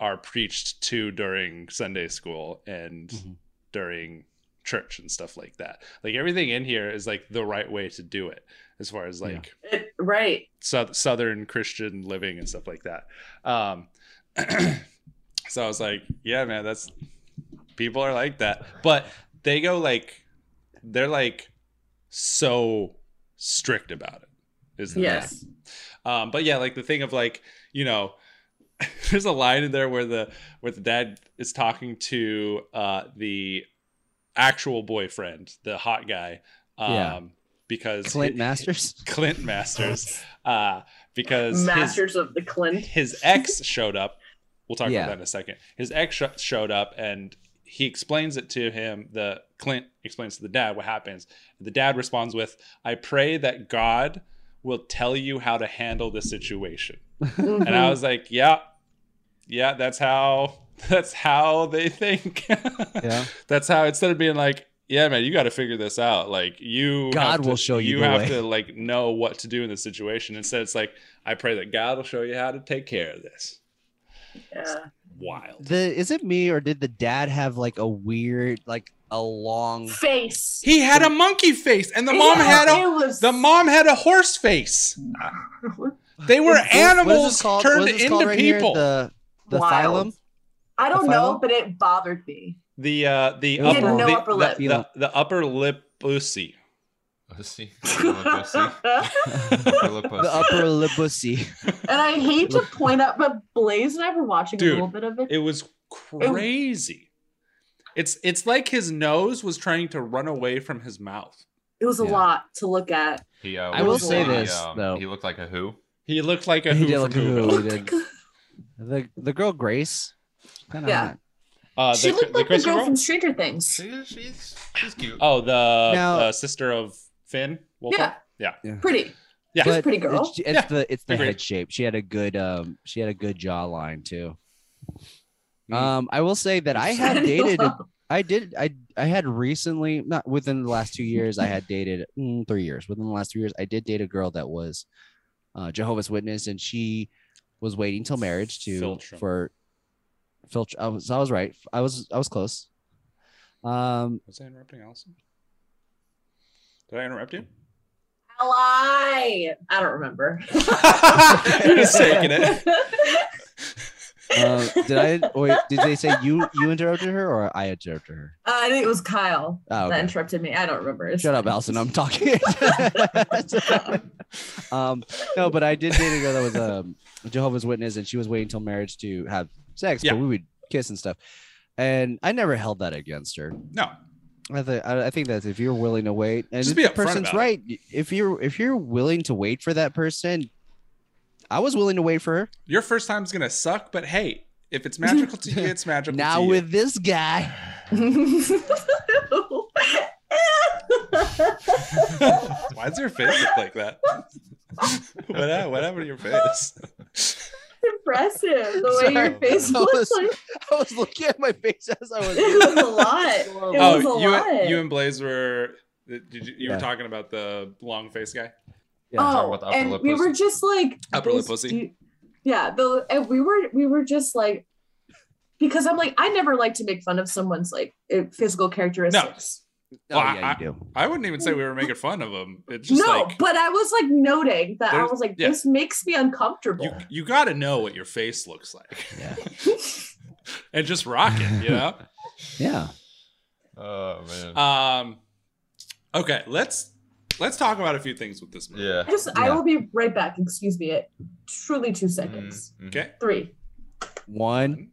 are preached to during Sunday school and
Mhm.
during church and stuff like that. Like everything in here is like the right way to do it as far as
Yeah.
like
Right.
sou- southern christian living and stuff like that um so i was like yeah man that's people are like that but they go like they're like so strict about it is the thing.
Yes.
Um, but yeah, like the thing of like, you know, there's a line in there where the where the dad is talking to uh the actual boyfriend, the hot guy. Um
Yeah.
because
Clint Masters.
Clint Masters. Uh because his,
Masters of the Clint.
his ex showed up. We'll talk
Yeah.
about that in a second. His ex sh- showed up and he explains it to him. The Clint explains to the dad what happens. The dad responds with, "I pray that God will tell you how to handle this situation." And
Mm-hmm.
I was like, "Yeah, yeah, that's how that's how they think.
Yeah.
that's how instead of being like." Yeah, man, you got to figure this out. Like you,
God
have to-
will show you
You
the
have
way.
to like know what to do in this situation. Instead, it's like I pray that God will show you how to take care of this.
Yeah.
Wild.
the is it me or did the dad have like a weird like a long.
Face.
He had a monkey face, and the mom
Yeah,
had a
it was-
the mom had a horse face. They were
What is this
animals
called? What
turned
is this called
into
right here?
people.
The, the
Wild.
phylum.
I don't
the
know,
phylum?
but it bothered me.
The uh the
Yeah,
upper,
no
the,
upper
the-
lip.
The, the upper lip pussy.
Pussy.
Oh,
Pussy.
The upper libussy.
And I hate to point out, but Blaze and I were watching
Dude,
a little bit of it.
It was crazy. It's it's like his nose was trying to run away from his mouth.
It was a
Yeah.
lot to look at.
He, uh,
I
what
will
did he
say
He,
this, though.
He looked like a who?
He looked like a who
He did
from
look like a
Whoville.
who. We did. The the girl Grace. Kinda
Yeah.
hot.
Uh,
she
the,
looked
the
like the
Christopher
girl from
Robin?
Stranger Things.
She, she's, she's cute.
Oh, the
Now-
uh, sister of Finn. Wolfhard?
Yeah.
Yeah.
Pretty.
Yeah.
She's a
But
pretty girl.
It's, it's
Yeah.
the it's the
Agreed.
head shape. She had a good um she had a good jawline too.
Mm.
Um, I will say that I have dated a I did. I I had recently, not within the last two years, I had dated mm, three years. Within the last two years, I did date a girl that was uh, Jehovah's Witness, and she was waiting till marriage to
Filtrum.
for filter. I was I was right. I was I was close. Um,
Was I interrupting Allison? Did I interrupt you?
Ally. I don't remember.
You're just taking it.
uh, did I? Wait, did they say you you interrupted her or I interrupted her?
I think it was Kyle
Oh,
that
okay.
interrupted me. I don't remember. It's
Shut up,
fine.
Allison. I'm talking. um, no, but I did date a girl that was a Jehovah's Witness, and she was waiting till marriage to have sex,
Yeah.
but we would kiss and stuff. And I never held that against her.
No.
I, th- I I think that's if you're willing to wait, and
Just
if
be
the
upfront
person's
about it.
right, if you're if you're willing to wait for that person, I was willing to wait for her.
Your first time's gonna suck, but hey, if it's magical to you, it's magical.
now
to
with this guy,
you. why does your face look like that? what, hap- what happened to your face?
Impressive the way your
Sorry.
face
I
looks
was-
like.
I was looking at my face as I was.
It was a lot. It
oh,
was a
you
lot.
and, you and Blaze were did you, you
Yeah.
were talking about the long face guy.
talking
oh,
about the upper
and
lip
we were
pussy.
just like
Upper lip
this-
pussy.
do you- yeah, the and we were we were just like because I'm like I never like to make fun of someone's like eh, physical characteristics.
Oh, yeah, you do.
I wouldn't even say we were making fun of him. It's
No,
just like
but I was like noting that I
There's-
was like
yeah.
this makes me uncomfortable.
you you got to know what your face looks like.
Yeah.
and just rock it, you know.
Yeah.
Oh, man.
Um, okay, let's let's talk about a few things with this movie.
yeah.
I just I
Yeah.
will be right back. Excuse me. It truly
Mm-hmm.
two seconds.
Mhm, mhm.
Okay,
Three.
One,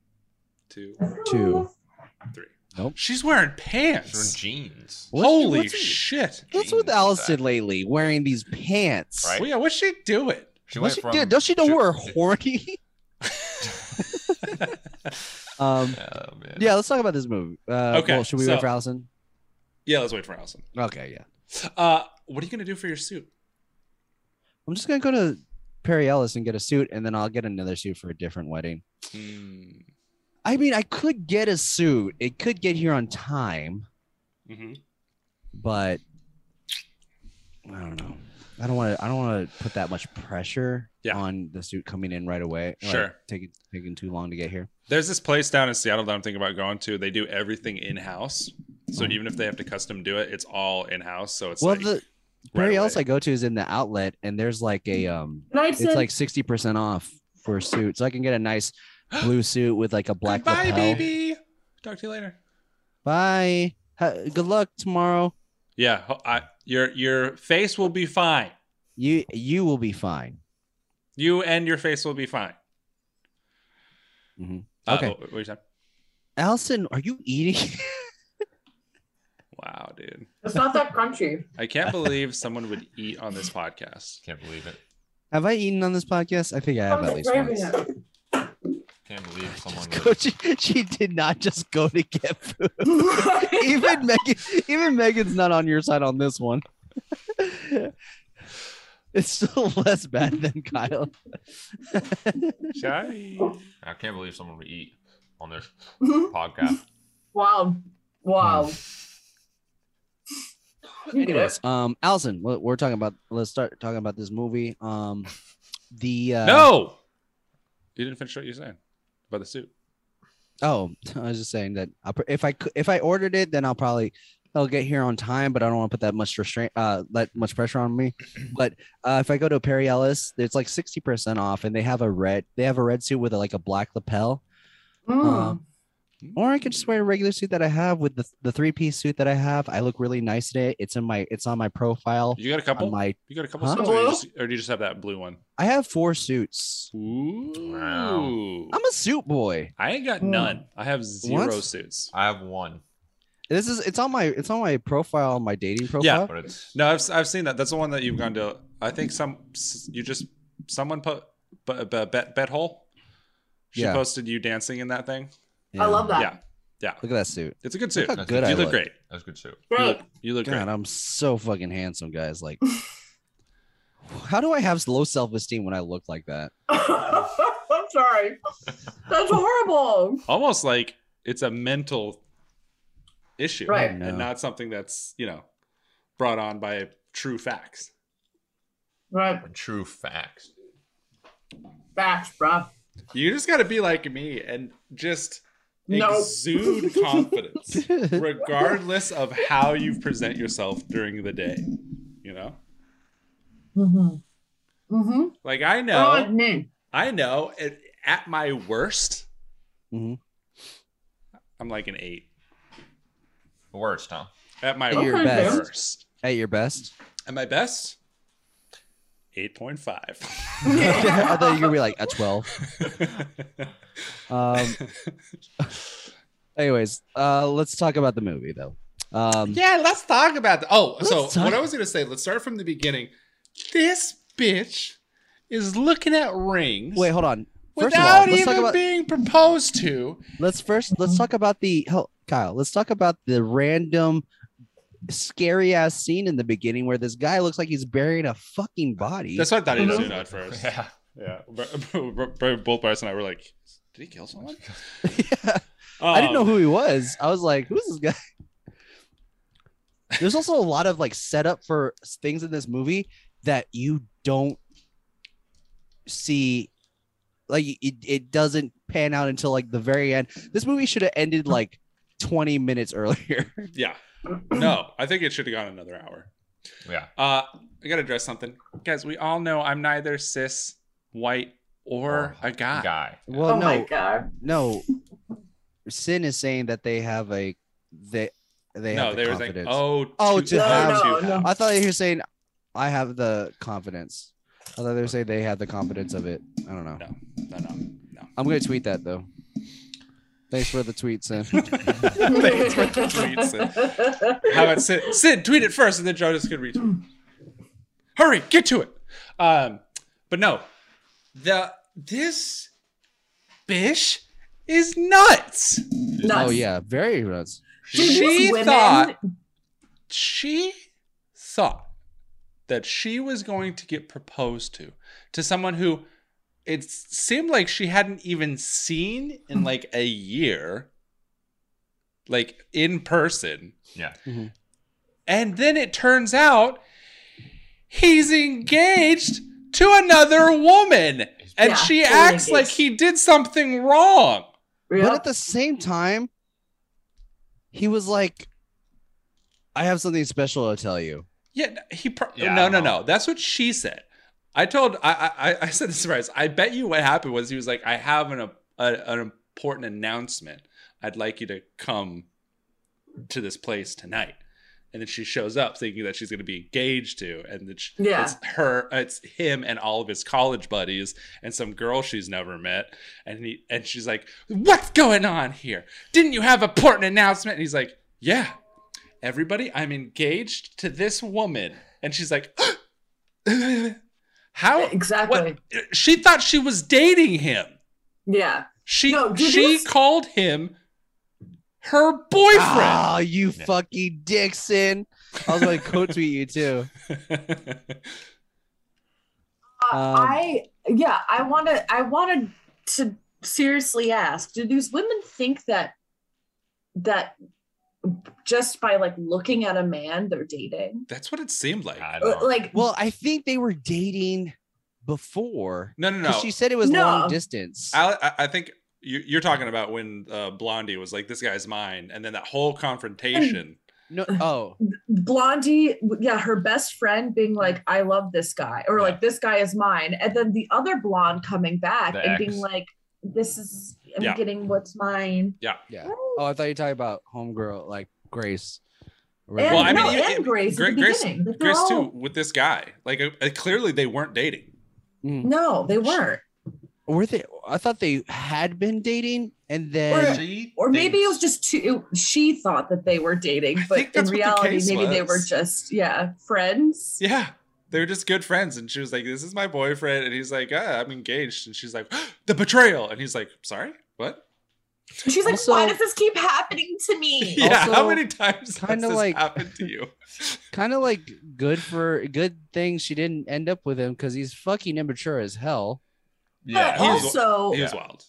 two,
two.
three.
Nope.
She's wearing
She's wearing
pants.
jeans.
What-
Holy
what's-
shit!
What's
jeans
with
and
Allison
that.
lately? Wearing these pants.
Right?
Well, yeah, what's she doing?
She
What
went
she
from.
did? Don't she know
she-
we're horny? um.
Oh, man.
Yeah. Let's talk about this movie. Uh,
Okay,
well, should we
so-
wait for Allison?
Yeah, let's wait for Allison.
Okay. Yeah.
Uh, what are you gonna do for your suit?
I'm just gonna go to Perry Ellis and get a suit, and then I'll get another suit for a different wedding. Hmm.
Mm.
I mean, I could get a suit. It could get here on time, Mm-hmm.
hmm
but I don't know. I don't want to. I don't want to put that much pressure
Yeah.
on the suit coming in right away. like,
Sure.
taking taking too long to get here.
There's this place down in Seattle that I'm thinking about going to. They do everything in house, so even if they have to custom do it, it's all in house. So it's
well,
like,
Hmm. the
right
Perry Ellis
away. Hmm.
I go to is in the outlet, and there's like a um.
And I
it's
said
like 60% off for a suit. So I can get a nice blue suit with like a black
Goodbye,
lapel.
baby. Talk to you later.
Bye. Ha- good luck tomorrow.
Yeah, ho- I, your your face will be fine.
You you will be fine.
You and your face will be fine.
Mhm.
Uh,
Okay.
what- what were you saying?
Allison, are you eating?
Wow, dude.
it's not that crunchy.
I can't believe someone would eat on this podcast.
Can't believe it.
have I eaten on this podcast? I think I have
I'm
at least
craving
once.
it.
Can't believe someone
Go-
would.
She, she did not just go to get food. Even Megan, even Megan's not on your side on this one. it's still less bad than Kyle. Uh,
I can't believe someone would eat on this podcast.
wow. Wow. You get it.
Anyways, um, Allison, we're we're talking about. Let's start talking about this movie. Um, the uh,
no, you didn't finish what you were saying about the suit.
Oh, I was just saying that I'll, pr- if I cou- if I ordered it, then I'll probably I'll get here on time, but I don't want to put that much restraint, uh, that much pressure on me. But uh, if I go to Perry Ellis, it's like sixty percent off, and they have a red they have a red suit with a, like a black lapel.
Mm.
Um, or I could just wear a regular suit that I have with the, the three piece suit that I have. I look really nice today. It's in my it's on my profile.
You got a
On
couple?
my
You got a couple
Huh?
suits, or, you just, or do you just have that blue one?
I have four suits.
Ooh.
I'm a suit boy.
I ain't got
Hmm.
none. I have zero
What?
suits.
I have one,
This is it's on my it's on my profile, my dating profile.
but it's
No, I've, I've seen that. That's the one that you've gone to. I think some s- you just someone put but but bet bet hole. She
Yeah.
posted you dancing in that thing.
Yeah.
I love that.
Yeah, yeah.
Look at that suit.
It's a good suit.
Look how
You
good I
look,
look.
great.
that's good too.
You
Great.
look, you look
God,
great.
I'm so fucking handsome, guys. Like, how do I have low self esteem when I look like that?
I'm sorry. That's horrible.
Almost like it's a mental issue,
Right.
No.
And not something that's you know brought on by true facts.
Right.
True facts.
Facts, bruh.
You just got to be like me and just
Nope.
exude confidence,
Mm-hmm.
regardless of how you present yourself during the day. You know,
Mm-hmm. Mm-hmm.
like I know.
Oh, no.
I know. At, at my worst,
Mhm.
I'm like an eight.
The worst, huh?
At my
At your
Okay,
best.
worst.
At your best?
At my best, 8.5.
I thought you were gonna be like a twelve. Um, anyways, uh, let's talk about the movie though. Um,
yeah, let's talk about that. Oh, so
Let's talk-
what I was going to say, let's start from the beginning. This bitch is looking at rings.
Wait, hold on. First of all,
Without
let's
even
talk about
being proposed to,
let's first let's talk about the hell, Kyle. Let's talk about the random scary ass scene in the beginning where this guy looks like he's burying a fucking body.
that's what I thought he was
Mhm.
doing at first.
Yeah.
Yeah, yeah. both Bryce and I were like, "Did he kill someone?"
yeah. I didn't know
Um,
who he was. I was like, who's this guy? There's also a lot of like setup for s- things in this movie that you don't see. Like it, it doesn't pan out until like the very end. This movie should have ended like 20 minutes earlier.
Yeah. No, I think it should have gone another hour.
Yeah.
Uh, I gotta address something, guys. We all know I'm neither cis, white, or
Oh,
Or
a guy.
Guy.
Well,
Oh
no,
my god.
no. Sin is saying that they have a they they
no,
have the
they were like,
confidence.
oh,
Oh,
to,
to
oh,
have-
to
No, no,
have.
I thought you were saying I have the confidence. I thought they were saying they had the confidence of it. I don't know.
no, no, no.
I'm gonna tweet that though. Thanks for the tweet, Sam.
Thanks for the tweets. And how about Sid? Sid, tweet it first, and then Joe just could retweet. Hurry, get to it. Um, but no, the this bitch is nuts.
oh
Nuts.
yeah, very nuts.
Dude,
She
these women-
thought- she thought that she was going to get proposed to to someone who it seemed like she hadn't even seen in like a year like in person
Yeah.
Mm-hmm.
Mhm.
and then it turns out he's engaged to another woman and
Yeah,
she
totally
acts like
engaged.
he did something wrong
But
Yep.
at the same time, he was like, "I have something special to tell you."
Yeah, he. Pro-
Yeah, I
no,
don't
no,
know.
no. That's what she said. I told. I, I. I- I said this surprise. I bet you what happened was he was like, "I have an a, an important announcement. I'd like you to come to this place tonight." And then she shows up thinking that she's going to be engaged to, and that she,
Yeah.
it's her, it's him, and all of his college buddies, and some girl she's never met. And he and she's like, "What's going on here? Didn't you have a important announcement?" And he's like, "Yeah, everybody, I'm engaged to this woman. And she's like, how?
Exactly.
What? She thought she was dating him.
Yeah.
She
No, did
she
this-
called him her boyfriend.
Ah, you fucking Dixon! I was gonna quote tweet you too.
Uh,
Um,
I yeah, I want to I wanted to seriously ask, do these women think that that just by like looking at a man they're dating?
That's what it seemed like.
Ah.
I
Uh,
don't know.
Like
Well, I think they were dating before.
No, no, no.
'cause She said it was
No.
long distance.
Ale- I, I think You, you're talking about when uh, Blondie was like, "This guy's mine," and then that whole confrontation.
No, oh,
Blondie, yeah, her best friend being like, I love this guy, or like, this guy is mine. And then the other blonde coming back
The
and
ex.
being like, this is, I'm
Yeah.
getting what's mine.
yeah. Oh, I thought you were talking about homegirl like Grace. Or
And,
whatever.
Well, I mean,
no,
it-
and Grace
Gra-
at the
Grace-
beginning. Like, they're
Chris too
all-
with this guy. Like uh, clearly they weren't dating.
Mm.
No, they weren't.
were they? I thought they had been dating, and then
She
Or maybe it was
thinks-
just too, it, she thought that they were dating,
I
but
think
in
that's what the
reality,
case
maybe they were
was.
just, yeah, friends.
Yeah, they were just good friends, and she was like, "This is my boyfriend," and he's like, ah, "I'm engaged," and she's like, "The betrayal," and he's like, "Sorry, what?"
And She's like,
Also-
why does this keep happening to me?
Yeah, how
Also,
many times has
kinda
this
like-
happened to you?
kind of like good for good thing she didn't end up with him because he's fucking immature as hell.
yeah.
but
he was-
also,
He was wild.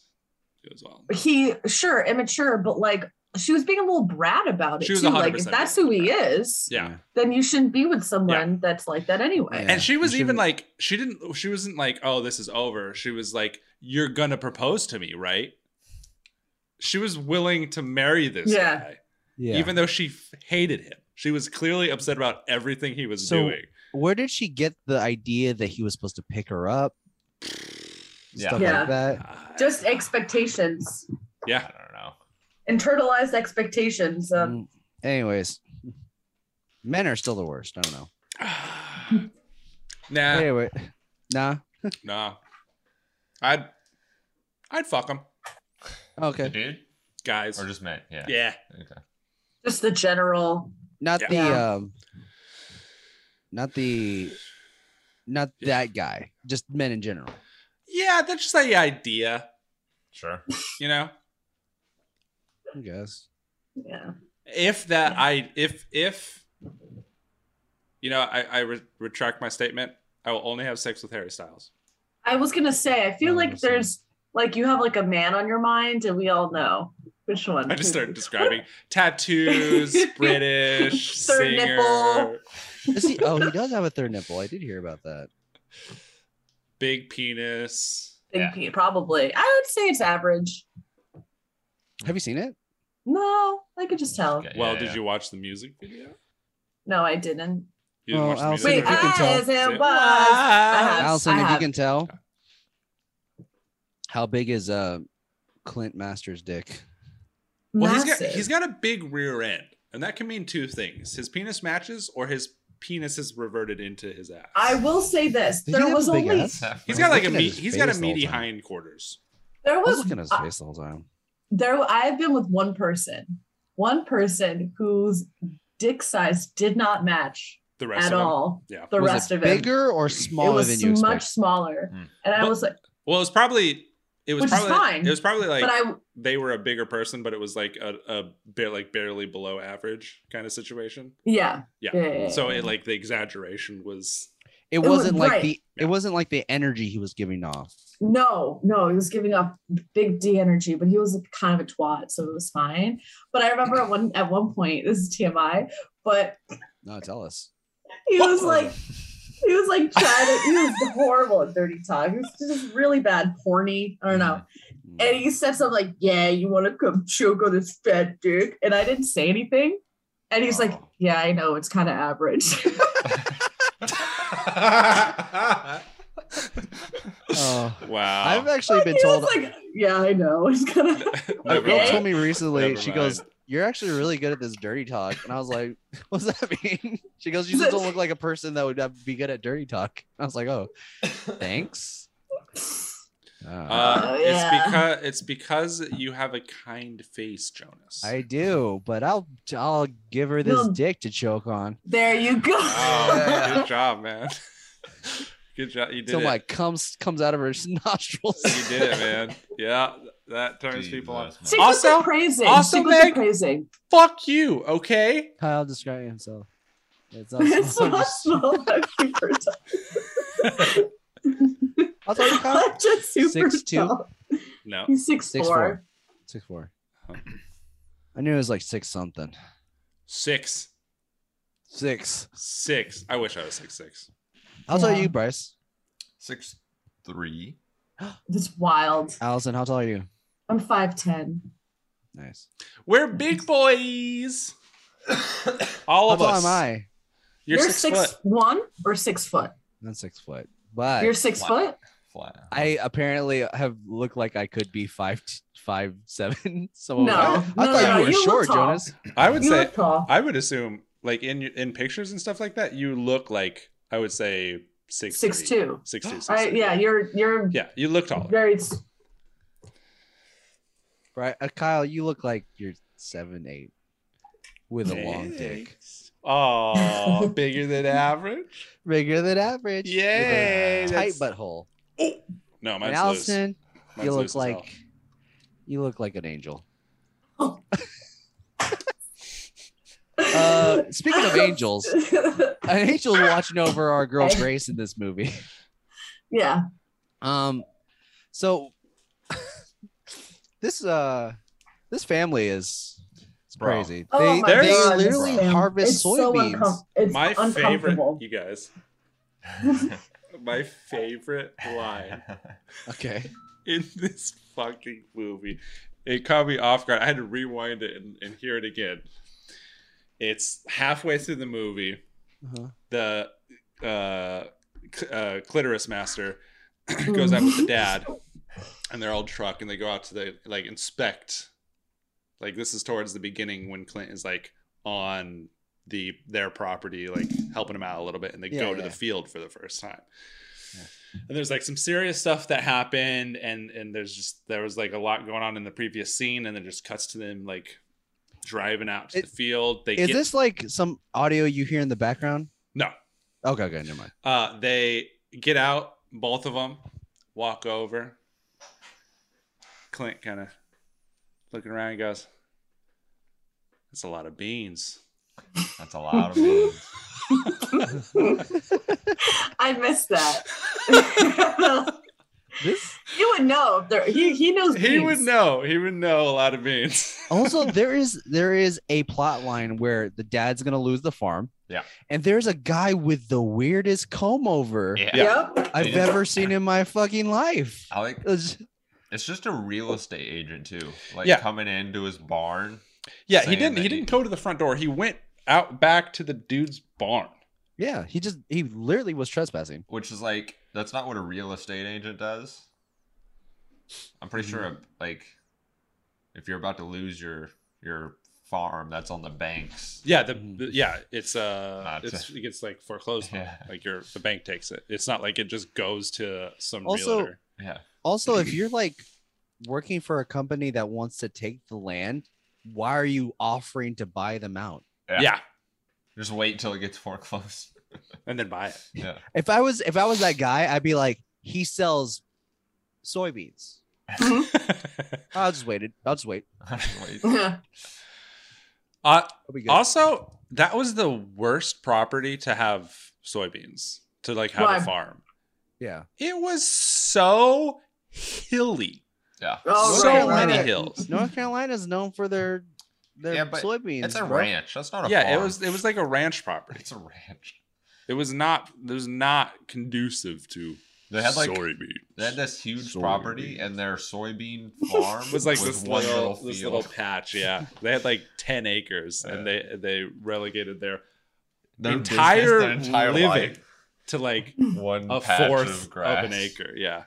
He was wild.
he sure immature, but like she was being a little brat about it
She was
too. Like if
100%
that's
being
who he is,
Yeah.
then you shouldn't be with someone that's like that anyway.
Yeah,
and she was
you
even
shouldn't-
like she didn't she wasn't like oh this is over she was like you're gonna propose to me right she was willing to marry this
Yeah.
guy
Yeah.
even though she f- hated him she was clearly upset about everything he was
So-
doing
Where did she get the idea that he was supposed to pick her up?
Yeah.
Stuff
Yeah.
like that.
Just expectations,
yeah
I don't know.
internalized expectations. Of,
Mm. Anyways, men are still the worst. I don't know.
nah
Anyway, nah.
nah i'd i'd fuck him
The
Okay.
dude
guys
or just men? Yeah.
yeah
Okay.
Just the general.
Not
Yeah.
the
Yeah.
um not the not that guy. Just men in general.
yeah that's just the idea
Sure.
you know
I guess.
Yeah.
if that i if if you know i i re- retract my statement i will only have sex with harry styles
I was gonna say, I feel
Oh, I
like
see.
there's like you have like a man on your mind, and we all know which one.
i just started describing tattoos british
Third
singer
nipple.
Is he- oh, he does have a third nipple. I did hear about that.
big penis
Big
Yeah.
P, probably. I would say it's average.
Have you seen it?
No, I could just tell.
Yeah,
well
yeah,
did
yeah.
you watch the music video
No, I didn't.
you didn't
Oh,
watch the
Allison,
music
Wait,
if you
video? Ah!
can tell-
I as
Yeah.
it was. I have,
Allison,
I
if you
have.
can tell. How big is uh Clint Masters dick?
well he's got
Massive.
he's got a big rear end and that can mean two things his penis matches or his penis is reverted into his ass
I will say this:
Did he
there
have
was
a big
only
ass?
he's got like a
Looking at
me-
his
he's got a
face the whole
meaty
time.
hindquarters
there
I was
was
looking at his
uh,
face the whole time.
there. I've been with one person, one person whose dick size did not match
the rest
at
of them.
all
Yeah.
the
was
rest
it
of it.
bigger or
It
smaller than
was
you
much
expect?
smaller,
Hmm.
and I
But-
was like,
Well, it's probably it was
Which is
probably
fine,
it was probably like
but I
they were a bigger person, but it was like a, a bit like barely below average kind of situation.
yeah
Yeah.
yeah.
So it like the exaggeration was
It
was-
wasn't like
right.
the
Yeah.
it wasn't like the energy he was giving off.
No, no, he was giving off big D energy, but he was kind of a twat, so it was fine. But I remember at one at one point, this is TMI, but
No, tell us.
he was like, he was like trying to, he was horrible at dirty talk. He was just really bad, horny. I don't know.
Mm-hmm.
And he said something like, "Yeah, you want to come choke on this fat dick?" And I didn't say anything. And he's like,
Oh.
"Yeah, I know, it's kind of average."
Oh,
wow.
I've actually been
he
told.
was like, "Yeah, I know, it's kind of."
A
Never
girl
okay.
told
mind.
me recently.
Never
She
mind.
goes, "You're actually really good at this dirty talk," and I was like, "What's that mean?" She goes, "You just don't look like a person that would have- be good at dirty talk." I was like, "Oh, thanks." Uh,
Uh,
Oh,
It's
yeah.
because it's because you have a kind face, Jonas.
I do, but I'll I'll give her this
No.
dick to choke on
There you go.
Oh, good job, man. Good job. You did
until
it.
my comes comes out of her nostrils.
You did it, man. Yeah, that turns people on.
Jesus,
Stick
man.
with
Also-
the praising.
also,
Stick with the
Meg-
praising.
Fuck you. Okay.
Kyle describing himself. It's not
It's
small.
not small. I'm super tall.
I'll tell you, Kyle.
I'm just super
Six two?
tall.
No.
He's six,
Six
four.
four. Six four.
Oh.
I knew it was like six something.
Six.
Six.
Six. I wish I was six six.
I'll tell
Yeah.
you, Bryce.
Six three.
That's wild.
Allison, how tall are you?
I'm 5'10.
Nice.
We're big boys. All
How
of
tall
us.
am I?
You're, six, foot.
one or six foot.
I'm six foot, but
You're six
Wow.
foot.
Flat.
I apparently have looked like I could be five t- five seven. Someone
No,
Oh, I,
no,
I
no,
thought
no,
you were
you look
short,
tall.
Jonas.
I would
you
say
look tall.
I would assume like in in pictures and stuff like that, you look like I would say six
Six
three.
two.
Six two, six
I,
three.
yeah, you're you're
yeah, you look taller.
very. s-
Right, uh, Kyle, you look like you're seven eight with a long dick,
Oh, bigger than average.
bigger than average. with a
Yay,
tight
that's-
butthole.
No,
And
mine's loose.
Allison,
Mine's
you
loose
look
as hell.
like you look like an angel. Uh, speaking of angels, an angel watching over our girl Grace in this movie.
yeah.
Um, so this uh this family is it's
Bro.
crazy.
Oh
they
my
they
There's-
God, this
literally
thing.
harvest
It's so
soybeans.
uncom- it's
my favorite.
uncomfortable.
You guys, my favorite line
okay,
in this fucking movie. It caught me off guard. I had to rewind it and, and hear it again. It's halfway through the movie.
Uh-huh.
the uh, c- uh, clitoris master
Oh,
goes out with the dad and their old truck and they go out to the like inspect like this is towards the beginning when clint is like on the their property like helping him out a little bit and they
Yeah,
go to
yeah.
the field for the first time and there's like some serious stuff that happened and and there's just there was like a lot going on in the previous scene and then just cuts to them like driving out to
It-
the field they
is
get
this like some audio you hear in the background?
no
Okay, okay, never mind.
Uh, they get out, both of them, walk over. Clint kind of looking around and goes, That's a lot of beans.
That's a lot of moves.
I missed that.
This
he would know. if there- He he knows.
He would
beans.
know. He would know a lot of beans.
Oh,
also there is there is a plot line where the dad's gonna lose the farm.
Yeah.
and there's a guy with the weirdest comb over
Yeah.
Yep.
I've ever seen in my fucking life.
I like
It was-
it's just a real estate agent too. Like
Yeah.
coming into his barn.
yeah, he
Saying
didn't.
that
He
he-
didn't go to the front door. He went out back to the dude's barn.
yeah, he just he literally was trespassing.
which is like that's not what a real estate agent does. I'm pretty sure
Mm-hmm.
like if you're about to lose your your farm that's on the banks.
Yeah, the, the- yeah, it's uh,
Hmm. Not
it's, it gets like foreclosed. on.
Yeah.
Like your the bank takes it. It's not like it just goes to some
Also-
realtor.
Yeah.
Also, if you're like working for a company that wants to take the land, why are you offering to buy them out?
Yeah.
yeah,
Just wait till it gets foreclosed.
and then buy it.
Yeah.
If I was if I was that guy, I'd be like, he sells soybeans. I'll just wait. It. I'll just wait.
Wait.
Yeah.
Uh,
I'll be good.
Also, that was the worst property to have soybeans to like have
Why?
a farm.
yeah.
It was so hilly,
Yeah.
Oh,
so
right, right,
many
right.
hills.
North Carolina is known for their their
Yeah, but
soybeans.
It's a
bro.
ranch. That's not a
Yeah, it
farm.
was it was like a ranch property.
it's a ranch.
It was not it was not conducive to
They had like
soybeans.
they had this huge property and their soybean farm
It was like this
one
little,
little
this
field.
little patch, yeah. They had like ten acres, and they they relegated their
Their business,
entire,
their entire
living
life,
to like
one
a
patch
fourth
of,
of,
grass.
an acre, yeah.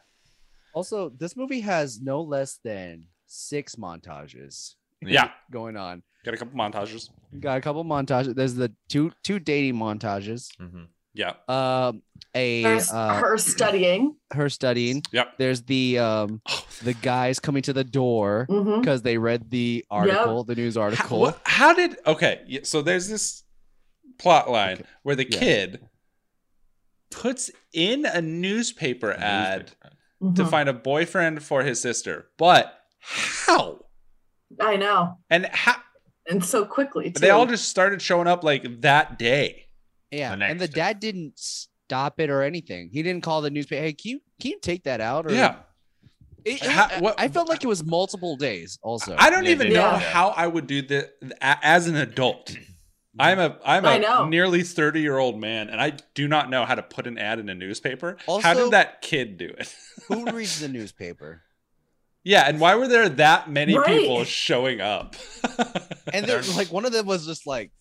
Also, this movie has no less than six montages
Yeah,
going on.
got a couple montages.
Got a couple montages. There's the two two dating montages.
Mm-hmm.
Yeah,
Um, a
There's
uh,
her studying.
her studying.
Yep. Oh,
There's the um the guys coming to the door
hmm
because they read the article, the news
How,
article.
what, how did okay? yeah, So there's this plot line where the
yeah.
kid puts in a newspaper ad
mm-hmm.
to find a boyfriend for his sister, but how
I know,
and how
and so quickly. Too.
they all just started showing up like that day.
yeah,
The
and the
next-
dad didn't stop it or anything. He didn't call the newspaper. Hey, can you can you take that out? Or,
Yeah,
It- it-
How-
I-
what-
I felt like it was multiple days. Also,
I don't
Yeah,
even
they-
know
Yeah.
how I would do this as an adult. I'm a I'm
I know.
a nearly 30 year old man, and I do not know how to put an ad in a newspaper. how
Also-
did that kid do it?
who reads the newspaper?
Yeah, and why were there that many
Right.
people showing up?
And then like one of them was just like,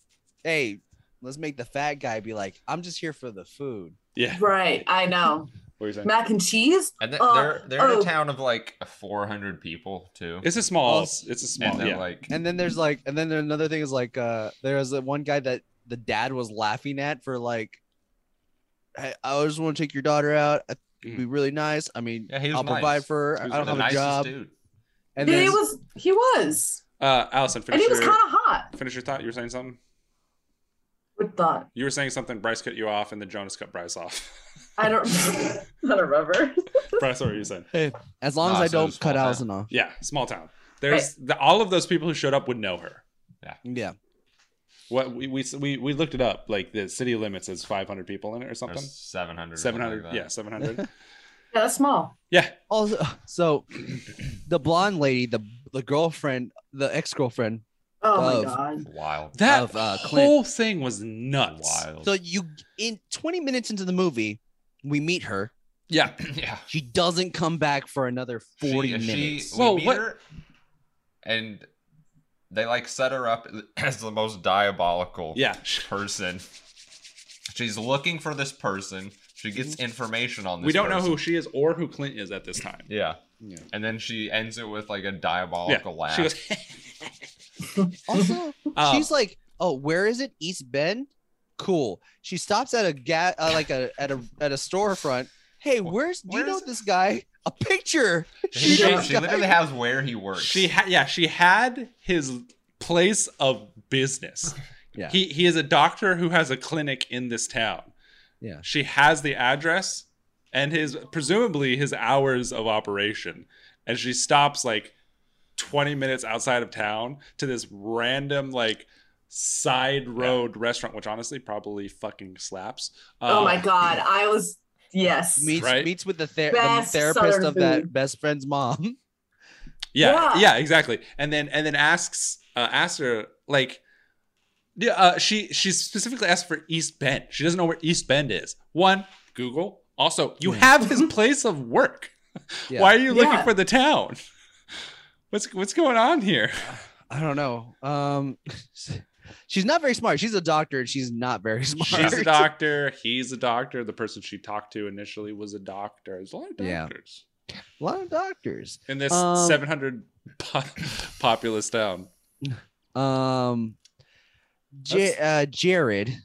"Hey, let's make the fat guy be like, I'm just here for the food."
yeah.
Right, I know.
What are you saying?
Mac and cheese?
And th-
Uh,
they're they're in
oh.
a town of like 400 people too.
It's a small. It's a small.
and they're
yeah.
like,
And then there's like, and then there- another thing is like, uh, there was that one guy that the dad was laughing at for like, hey, I just want to take your daughter out. It'd be really nice. I mean,
Mm. yeah, he was
I'll
nice.
provide for her.
He was
I don't
the
have a
nicest
job.
Dude.
And
Yeah,
then
he was. He was,
Uh, Allison,
and
finish
he
your
was kind of hot.
finish your thought. You were saying something.
With thought,
You were saying something. Bryce cut you off, and then Jonas cut Bryce off.
I don't. I don't remember.
Bryce, what were you saying?
as long as
Nah,
I
so
don't
it's
cut
small town.
Allison off.
Yeah, small town. There's the, all of those people who showed up would know her.
Yeah.
What we we we, we looked it up. Like the city limits is 500 people in it or
There's
something.
700. or something
700.
Like that.
yeah, 700.
Yeah, that's small.
yeah.
Also, so the blonde lady, the the girlfriend, the ex girlfriend.
Oh
Of-
my god.
Wild.
That
Of, uh, Clint.
whole thing was nuts.
Wild.
So you in 20 minutes into the movie, we meet her.
Yeah.
yeah.
She doesn't come back for another 40
she,
minutes.
She, we
Well,
meet
what-
her, and they like set her up as the most diabolical
Yeah.
person. She's looking for this person. She gets information on this.
Mm-hmm. We don't know who
person.
she is or who Clint is at this time.
Yeah.
Yeah.
And then she ends it with like a
Yeah.
diabolical laugh.
She goes,
also,
um,
she's like, "Oh, where is it? East Bend? Cool." She stops at a ga- uh, like a at a at a storefront. Hey, where's do you
where's-
know this guy? A picture.
she,
She-
she,
knows this guy.
literally has where he works.
She had yeah, she had his place of business.
Yeah.
He he is a doctor who has a clinic in this town.
Yeah.
She has the address and his presumably his hours of operation. And she stops like 20 minutes outside of town to this random like side road restaurant which honestly probably fucking slaps.
oh
Um,
my god. I was. Yes.
meets
Right.
meets with the, ther- the
Best
therapist
southern
of that
food.
best friend's mom.
Yeah, yeah,
Yeah.
exactly. And then and then asks uh, asks her like, yeah, uh, she she specifically asked for East Bend. She doesn't know where East Bend is. One, Google. Also, you
Yeah.
have his place of work.
Hmm. Yeah.
Why are you looking
Yeah.
for the town? What's what's going on here?
I don't know. Um, she's not very smart. She's a doctor, and she's not very smart.
She's a doctor. He's a doctor. The person she talked to initially was a doctor. There's a lot of
Yeah.
doctors
a lot of doctors.
in this
Um,
700 po- populous town.
Um, J- uh, Jared.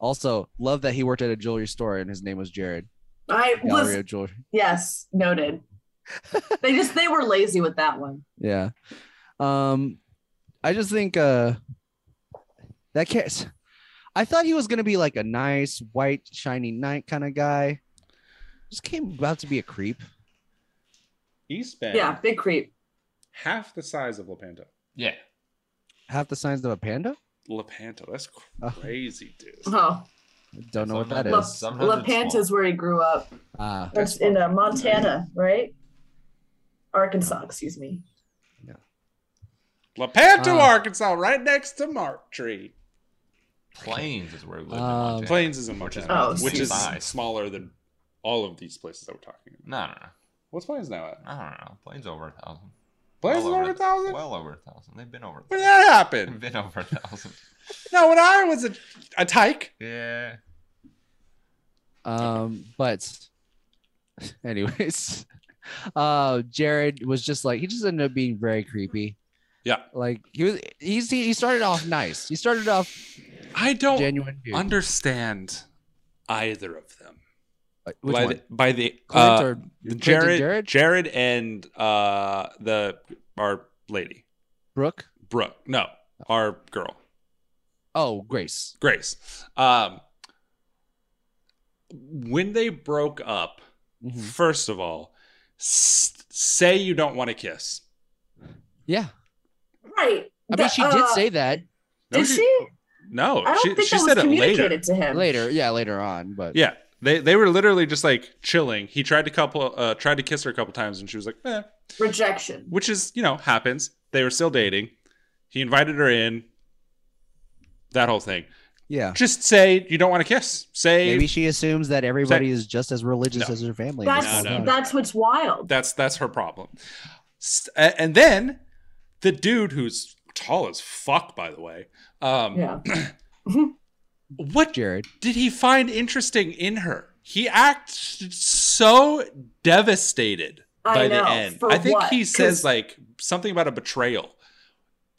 Also, love that he worked at a jewelry store and his name was Jared.
I
Gallery
was.
of Jewelry.
Yes. Noted. they just they were lazy with that one.
Yeah. Um, I just think uh that case. I thought he was gonna be like a nice white shiny knight kind of guy. Just came about to be a creep.
East Bend,
Yeah. Big creep.
half the size of Lepanto.
yeah.
Half the signs of a panda.
Lepanto, that's
Oh.
crazy, dude.
Oh.
I don't know what that
Sometimes-
is.
sometimes
La
it's
Panta's where he grew up.
Ah,
That's in uh, Montana, right? Arkansas, excuse me.
Lepanto,
Ah.
Arkansas, right next to Mark Tree.
Plains is where we lived.
Um,
in Montana,
Plains is in Montana,
Oh,
which
see.
is
size.
smaller than all of these places that we're talking about.
No, no, no.
What's Plains now at?
I don't know. Plains over a thousand.
Plains
Well
is over a thousand?
Well over a thousand. They've been over. A
When
thousand.
did that happen?
Been over a thousand.
No, when I was a, a tyke.
Yeah.
um, but anyways, uh, Jared was just like he just ended up being very creepy.
Yeah.
like he was. He's he he started off nice. He started off
I don't
genuine dude.
understand either of them.
Which
by
one?
The, by the
Clint
uh, the
or Clint and
Jared, Jared,
Jared?
and uh, the our lady
Brooke?
Brooke. No, our girl.
Oh, Grace.
Grace. Um, when they broke up,
Mhm.
first of all, s- say you don't want to kiss.
Yeah.
Right.
I mean,
That-
she did
uh,
say that
No,
Did she?
No,
I don't
she,
think
she
that
said
was
it
communicated
later.
to him.
later. Yeah, later on. But
Yeah, they they were literally just like chilling. He tried to couple, uh, tried to kiss her a couple times, and she was like, eh,
Rejection.
which is you know happens. They were still dating. He invited her in. That whole thing.
yeah.
Just say you don't want to kiss. Say
Maybe she assumes that everybody is just as religious
No.
as her family.
That's
No, no, no.
that's what's wild.
that's that's her problem. St- a- and then the dude who's tall as fuck, by the way. Um,
Yeah.
what
Jared.
did he find interesting in her? He acted so devastated
I
by
know,
the end.
for
I think
what?
he
'Cause-
says like something about a betrayal.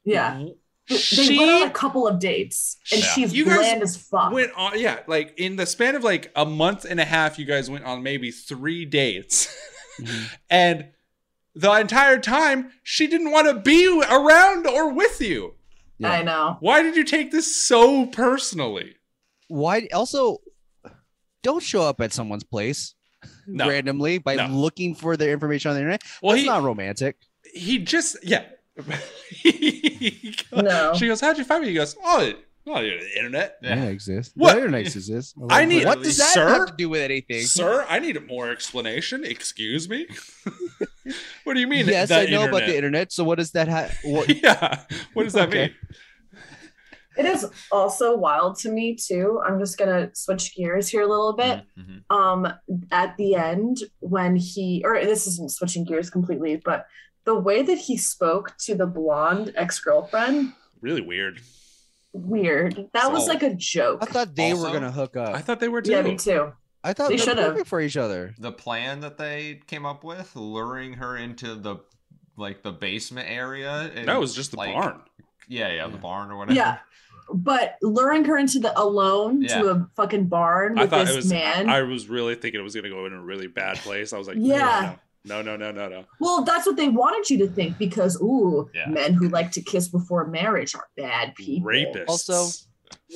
Yeah. They
She
went on a couple of dates and
Yeah.
she's
You guys
bland as fuck.
went on yeah, like in the span of like a month and a half you guys went on maybe 3 dates.
Mm-hmm.
and the entire time she didn't want to be around or with you.
Yeah.
I know.
Why did you take this so personally?
Why? Also, don't show up at someone's place
No.
randomly by
No.
looking for their information on the internet.
Well,
That's
he
not romantic.
he just yeah. He goes-
No.
She goes, "How'd you find me?" He goes, "Oh, oh, you're the internet,
Yeah,
Yeah.
it exists.
What?
The internet exists.
I need-
What does that
Sir?
have to do with anything?
sir. I need more explanation. Excuse me. what do you mean?
yes,
the
I know about
internet?
the internet. So what does that have? What,
yeah. What does that
Okay.
mean?
It is also wild to me too. I'm just gonna switch gears here a little bit.
Mhm.
um at the end when he or this isn't switching gears completely but the way that he spoke to the blonde ex-girlfriend
Really weird.
weird that was
So-
like a joke
I thought they were
Also,
gonna hook up. I,
I thought they were too.
yeah me too
thought
they
they were
should've.
perfect for each other.
The plan that they came up with, luring her into the like the basement area. And,
No, it was just the
like-
barn.
Yeah, yeah,
Yeah.
the barn or whatever.
Yeah. but luring her into the alone to
Yeah.
a fucking barn
I
with
thought
this
it was.
man
I was really thinking it was going to go in a really bad place. I was like,
Yeah.
No, no, no, no, no. no.
well that's what they wanted you to think because ooh
Yeah.
men who like to kiss before marriage are bad people
Rapists.
Also-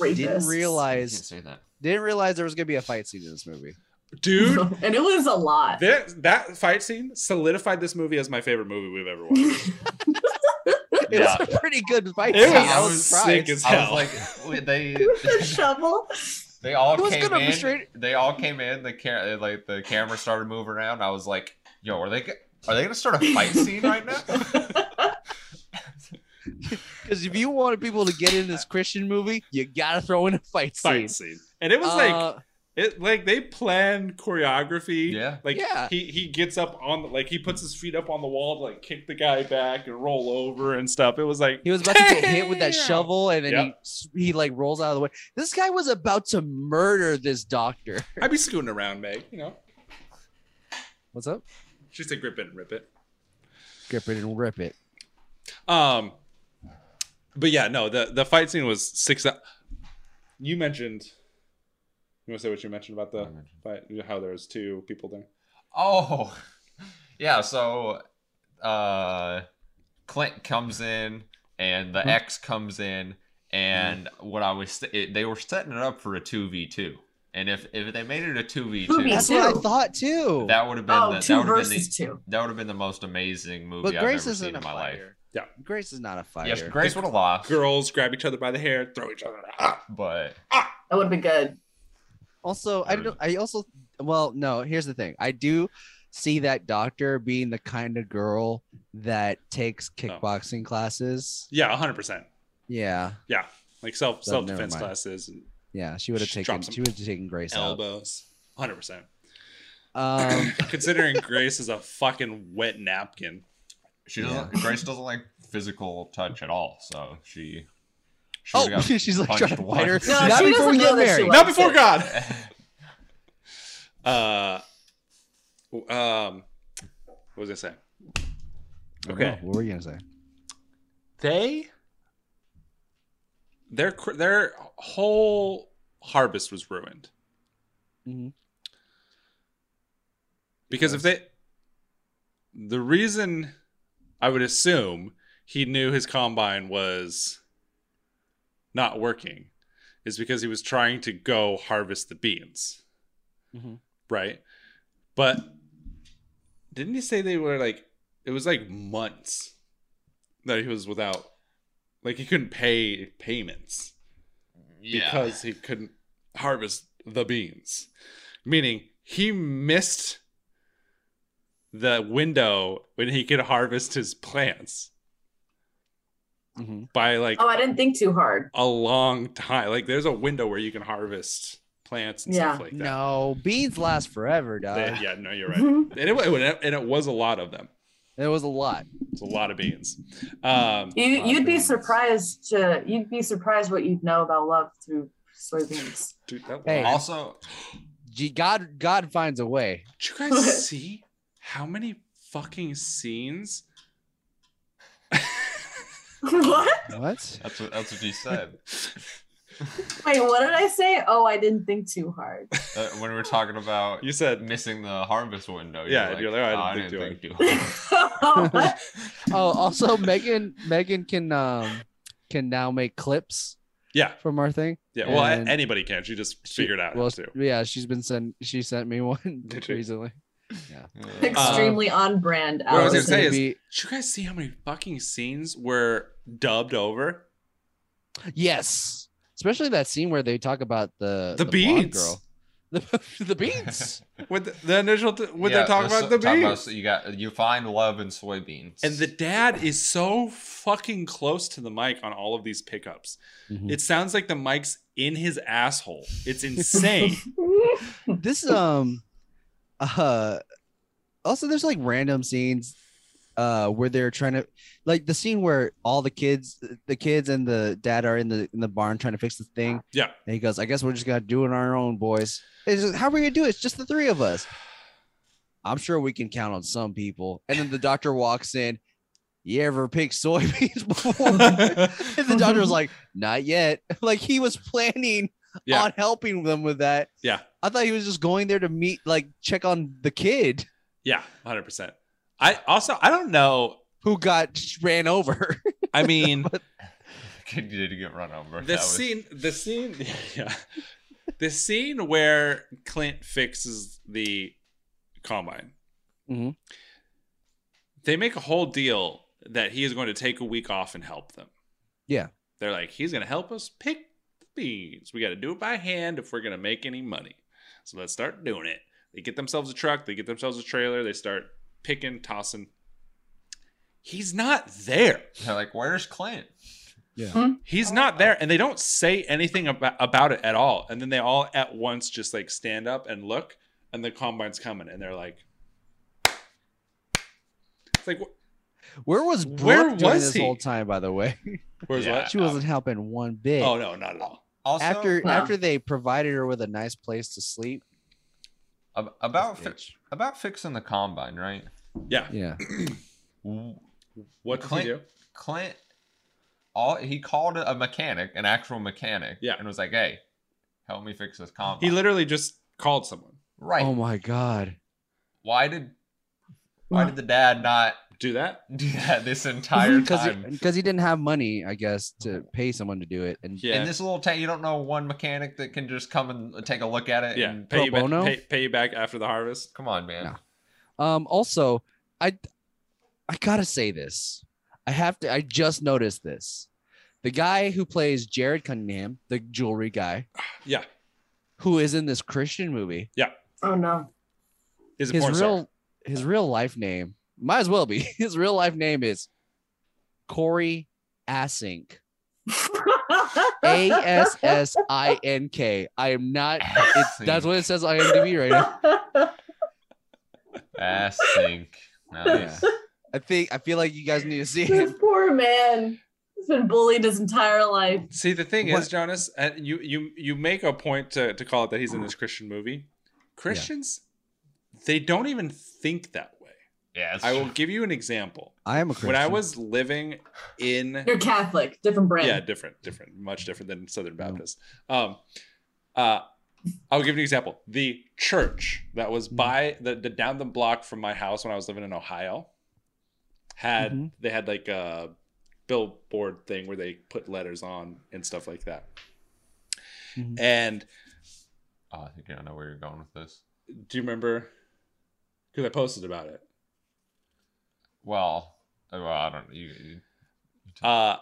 rapists
Didn't
You can't
realize.
say that.
Didn't realize there was gonna be a fight scene in this movie.
dude.
and it was a lot
That, that fight scene solidified this movie as my favorite movie we've ever watched.
It
Yeah.
was a pretty good fight
It
scene.
was
I was
sick
surprised.
as
I
hell.
was like, wait, they
the shovel
they all
Who's
came
gonna be
in.
straight-
They all came in. The camera, like the camera, started moving around. I was like, "Yo, are they g- are they gonna start a fight scene right now?"
Because if you wanted people to get in this Christian movie, you gotta throw in a fight scene.
fight scene, and it was like
Uh,
it like they planned choreography.
Yeah.
like
Yeah.
he he gets up on the, like he puts his feet up on the wall to like kick the guy back and roll over and stuff. It was like
he was about to get hit with that
Damn.
shovel, and then
Yep.
he s- he like rolls out of the way. This guy was about to murder this doctor.
I'd be scooting around, Meg. You know,
What's up?
she said grip it and rip it.
Grip it and rip it.
Um, but yeah, no, the the fight scene was six. You mentioned. You want to say what you mentioned about the fight? How there's two people there.
oh, yeah. So, uh, Clint comes in, and
Hmm.
the ex comes in, and what I was it, they were setting it up for a two v two, and if if they made it a two v
Two v
two,
That's what I
too.
thought too.
that would have been
oh
the,
two
that would have been
versus
the,
two
that would have been the most amazing movie
but
I've
Grace
ever seen
isn't
in
a
my life.
fighter.
Yeah.
Grace is not a fighter.
Yes, Grace would have lost,
Girls grab each other by the hair, throw each other. out.
but
that would have been good
Also, I
Or-
don't. I also. Well, no. Here's the thing. I do see that doctor being the kind of girl that takes
Oh.
kickboxing classes.
Yeah, hundred percent.
Yeah,
Yeah, like self
So
self
never
defense
mind.
classes, and
yeah. She would have
Just
taken.
drop some
She would have taken Grace
elbows, hundred percent.
out. Um,
Considering Grace is a fucking wet napkin.
She doesn't. Grace doesn't like physical touch at all, so she. she
oh,
would've got
she's like
punched
trying to fight her.
once.
No,
not
she
before we
doesn't
get
know that she
married.
likes
Not before
it.
God. Uh, w- um, what was I saying? Okay.
Oh, what were you gonna say?
They, their cr- their whole harvest was ruined
Mhm.
because if they, the reason, I would assume he knew his combine was not working, is because he was trying to go harvest the beans,
Mhm.
right? But didn't he say they were like it was like months that he was without like he couldn't pay payments
Yeah.
because he couldn't harvest the beans meaning he missed the window when he could harvest his plants
Mm-hmm.
Mhm.
by like
oh i didn't think too hard
a long time like there's a window where you can harvest plants and stuff
Yeah.
like that
No, beans last forever, dog. Mm-hmm.
They- yeah no you're right and it, wa- it, wa- and it was a lot of them
There was a lot.
It's a lot of beans. Um,
You, you'd be surprised to you'd be surprised what you'd know about love through soybeans.
Dude, that
Hey.
wine-
Also,
Gee, God, God finds a way.
Did you guys see how many fucking scenes?
what?
What?
that's what that's what he said
Wait, what did I say? Oh, I didn't think too hard.
uh, when we were talking about
You said
missing the harvest window.
Yeah, and you're like, "Oh, I didn't think
too
What?
Oh, also Megan, Megan can um can now make clips
yeah,
from our thing.
yeah. Well, a-
And
anybody can. She just
She-
figured out
well,
how to.
yeah, she's been sent. She sent me one
Did she?
recently.
hard. Uh,
Extremely on brand.
What I was
Allison.
gonna say is-
Maybe-
Did you guys see how many fucking scenes were dubbed over?
yes, especially that scene where they talk about the
The
blonde
beans.
girl, the, the beans.
With the, the initial, t- when
yeah,
they're talking
let's
about the
talk
beans,
so you got you find love in soybeans.
and the dad is so fucking close to the mic on all of these pickups.
Mm-hmm.
Mhm.
It sounds like the mic's in his asshole. It's insane.
this um uh also there's like random scenes uh where they're trying to like the scene where all the kids the kids and the dad are in the in the barn trying to fix the thing
Yeah.
and he goes i guess we're just gonna do it on our own boys it's just, how are we gonna do it it's just the three of us i'm sure we can count on some people and then the doctor walks in you ever picked soybeans before and the doctor's like not yet like he was planning
Yeah.
on helping them with that
yeah,
I thought he was just going there to meet, like, check on the kid
yeah, hundred percent. I also I don't know.
who got sh- ran over.
I mean,
kid did get run over.
the
That was-
scene the scene yeah the scene where clint fixes the combine
Mhm.
they make a whole deal that he is going to take a week off and help them
Yeah.
they're like he's going to help us pick the beans we got to do it by hand if we're going to make any money so let's start doing it they get themselves a truck they get themselves a trailer they start picking tossing he's not there
They're like, where's Clint? Oh.
He's not there, and they don't say anything about, about it at all. And then they all at once just like stand up and look, and the combine's coming, and they're like, "It's like wh-
Where was Brooke
Where
during
was
this
he?
whole time, by the way?
where's
Yeah.
what?"
She wasn't helping one bit.
Oh no, not at all.
Also,
after
Wow.
after they provided her with a nice place to sleep.
ab- about fi-
Bitch.
about fixing the combine, right?
Yeah.
Yeah.
What did
Clint-
he do?
Clint, all he called a mechanic, an actual mechanic,
Yeah.
and was like, hey, help me fix this combine.
He literally just called someone.
right.
Oh my god.
why did why did the dad not
Do that?
do that this entire time?
Because he didn't have money, I guess, to pay someone to do it. And
Yeah.
In this little town, you don't know one mechanic that can just come and take a look at it.
yeah.
And,
Pay you,
pro
back,
bono?
pay, pay you back after the harvest.
come on, man.
No. um, also, I I gotta say this. I have to. I just noticed this. The guy who plays Jared Cunningham, the jewelry guy,
Yeah.
who is in this Christian movie.
oh no.
Is it
His
porn
real
star?
his real life name might as well be his real life name is Corey Asink. A S S I N K. I am not. It's, that's what it says on IMDb right now.
Ass sink. Nice.
I think I feel like you guys need to see
this
it.
poor man. He's been bullied his entire life.
See, the thing is,
What-
Jonas, uh, you you you make a point to to call it that he's in this
Mm.
Christian movie. Christians, they don't even think that way.
Yeah, it's
I will
true.
give you an example.
I am a Christian.
When I was living in
You're Catholic, different brand.
yeah, different, different, much different than Southern Baptist. Um, uh, I'll give you an example. The church that was by the, the down the block from my house when I was living in Ohio had
Mhm.
they had like a billboard thing where they put letters on and stuff like that.
Mhm.
And
Oh, I think I know where you're going with this.
do you remember? Because I posted about it.
Well, uh, well, I don't. You, you,
Uh,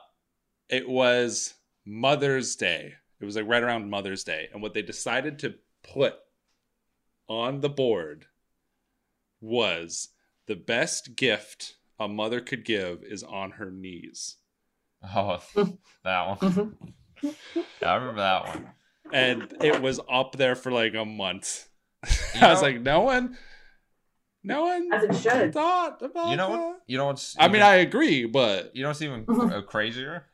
it was Mother's Day. It was like right around Mother's Day, and what they decided to put on the board was the best gift a mother could give is on her knees,
oh, that one.
Mm-hmm.
yeah, I remember that one.
and it was up there for like a month. I was
know-
like, no one, No one
As it should.
thought about
You know
that.
what? You know what's?
I mean, I agree, but
You know what's even
Mhm.
uh, crazier?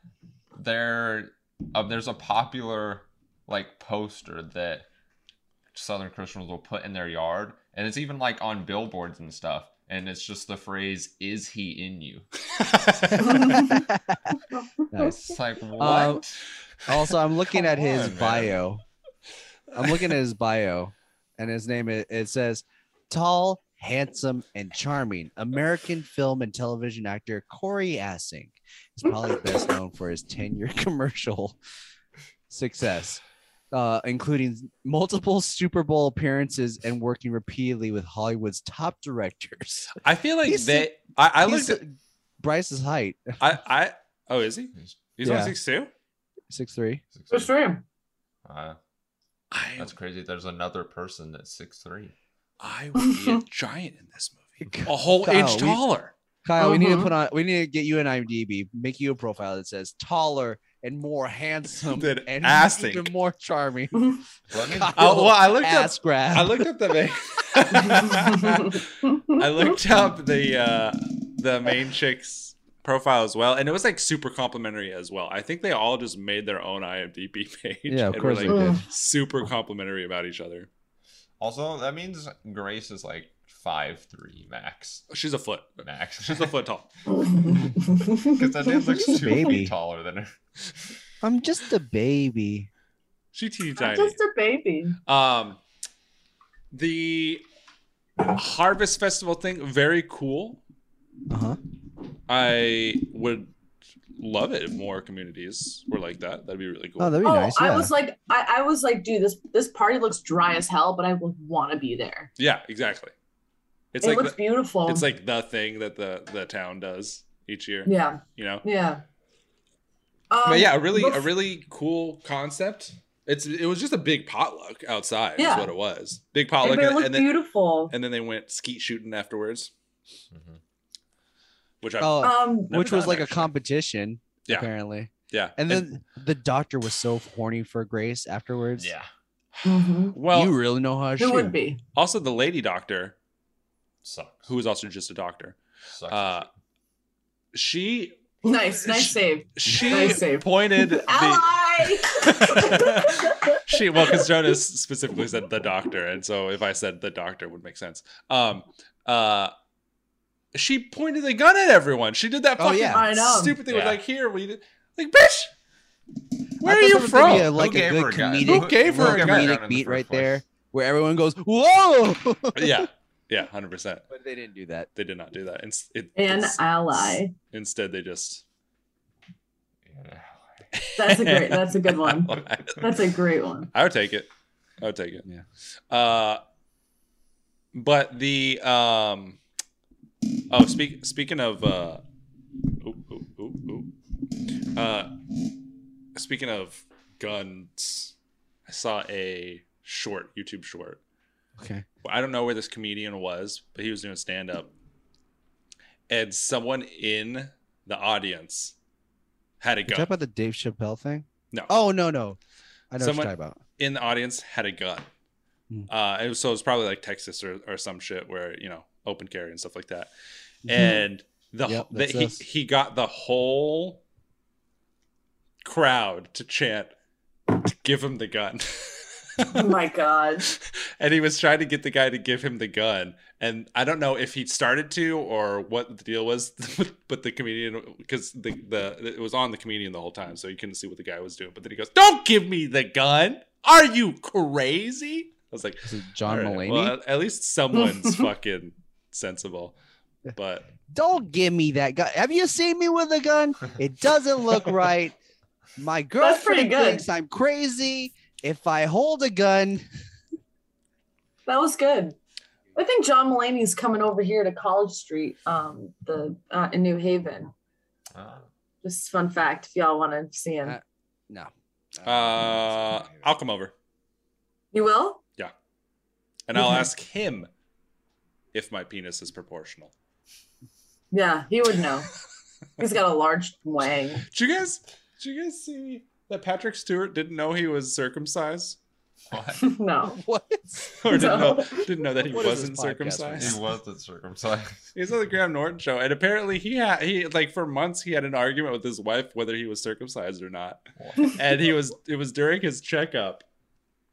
There, uh, there's a popular like poster that Southern Christians will put in their yard, and it's even like on billboards and stuff. And it's just the phrase "Is he in you?"
nice. Uh,
It's like what?
Also, I'm looking
Come
at his
on, man.
bio. I'm looking at his bio, and his name it, it says tall, handsome, and charming American film and television actor Corey Assink is probably best known for his 10-year commercial success. Uh, including multiple Super Bowl appearances and working repeatedly with Hollywood's top directors.
I feel like
He's-
they. I, I
He's
looked. At,
Bryce's height,
I, I. Oh, is he? He's
Yeah.
on six two.
six three.
It's true.
Uh,
I.
that's crazy. There's another person that's six three.
I would be a giant in this movie. A whole
Kyle,
inch
we-
taller.
Kyle, we need to
Mhm.
put on. We need to get you an IMDb, make you a profile that says taller and more handsome
Than
and
Asink.
even more charming.
Let me,
Kyle
Oh, well, I looked
ass
up.
grab.
I looked up the main. I looked up the uh, the main chick's profile as well, and it was like super complimentary as well. I think they all just made their own IMDb page.
yeah, of
and
course
were
we
like
did.
did.
super complimentary about each other.
also, that means Grace is like five three max.
She's a foot.
Max.
She's a foot tall.
Because that dude looks
She's a
two
baby.
feet taller than her.
I'm just a baby.
She teeny tiny.
I'm just a baby.
Um, the harvest festival thing, very cool.
Uh huh.
I would love it if more communities were like that. That'd be really cool.
Oh, that'd be
Oh,
nice. Yeah.
I was like, I, I was like, dude, this this party looks dry as hell, but I would want to be there.
yeah, exactly. It's
it
like
looks
the,
beautiful.
it's like the thing that the the town does each year.
yeah,
You know.
yeah. Um,
but yeah, a really a
bef-
really cool concept. It's it was just a big potluck outside. Is
Yeah.
what it was. Big potluck,
Everybody
and,
looked
and then
beautiful.
and then they went skeet shooting afterwards,
Mhm.
which I
Oh,
um,
never
which was
done,
like
actually.
a competition,
Yeah.
apparently.
yeah.
And then the doctor was so horny for Grace afterwards.
Yeah.
mhm.
well,
you really know how to
who
shoot.
would be?
also the lady doctor
Sucks.
who is also just a doctor
Sucks.
uh she
Nice, nice save,
she
Nice save.
pointed the
ally.
she well because jonas specifically said the doctor and so if i said the doctor it would make sense um uh she pointed the gun at everyone she did that
Oh,
fucking
yeah.
I know.
stupid thing with
Yeah.
like here we did like bitch where
I
are
thought
you
that was gonna
from
be a, like a good comedic,
Who gave her a gun?
comedic beat right there where everyone goes, "Whoa!"
yeah yeah 100%
but they didn't do that.
they did not do that Ins- it,
An
it's-
ally.
instead they just
That's a great. That's a good one. That's a great one.
I would take it. I would take it. Yeah. Uh, but the um, oh, speak, speaking of uh, ooh, ooh, ooh, ooh. uh, speaking of guns, I saw a short YouTube short.
Okay.
I don't know where this comedian was, but he was doing stand up, and someone in the audience had a
You talk
gun.
about the Dave Chappelle thing?
No.
Oh no no, I know
Someone-
what you're talking about.
in the audience had a gun.
Hmm.
Uh, it was, so it was probably like Texas or, or some shit where you know open carry and stuff like that.
Mhm.
And the,
Yep,
the
that's
he,
us.
he got the whole crowd to chant, to give him the gun.
Oh my god.
and he was trying to get the guy to give him the gun. And I don't know if he started to or what the deal was, but the comedian because the, the it was on the comedian the whole time, so you couldn't see what the guy was doing. But then he goes, "Don't give me the gun! Are you crazy?" I was like,
Is it John
"All right,
Mulaney?
Well, uh, at- at least someone's fucking sensible. But
Don't give me that gun. Have you seen me with a gun? It doesn't look right. My
That's pretty
girlfriend
good.
thinks I'm crazy. If I hold a gun,
That was good. I think John Mulaney's coming over here to College Street, um, the uh, in New Haven. Just fun fact, if y'all want to see him,
Uh, no.
uh, I'll come over
you will.
and I'll
Okay.
ask him if my penis is proportional.
Yeah, he would know. He's got a large wang.
Did you guys? Did you guys see that Patrick Stewart didn't know he was circumcised?
What?
no.
What?
or didn't
No.
know didn't know that he
What is this
wasn't
podcast right
circumcised.
He wasn't circumcised.
He's on the Graham Norton show, and apparently he had he like for months he had an argument with his wife whether he was circumcised or not. And he was it was during his checkup,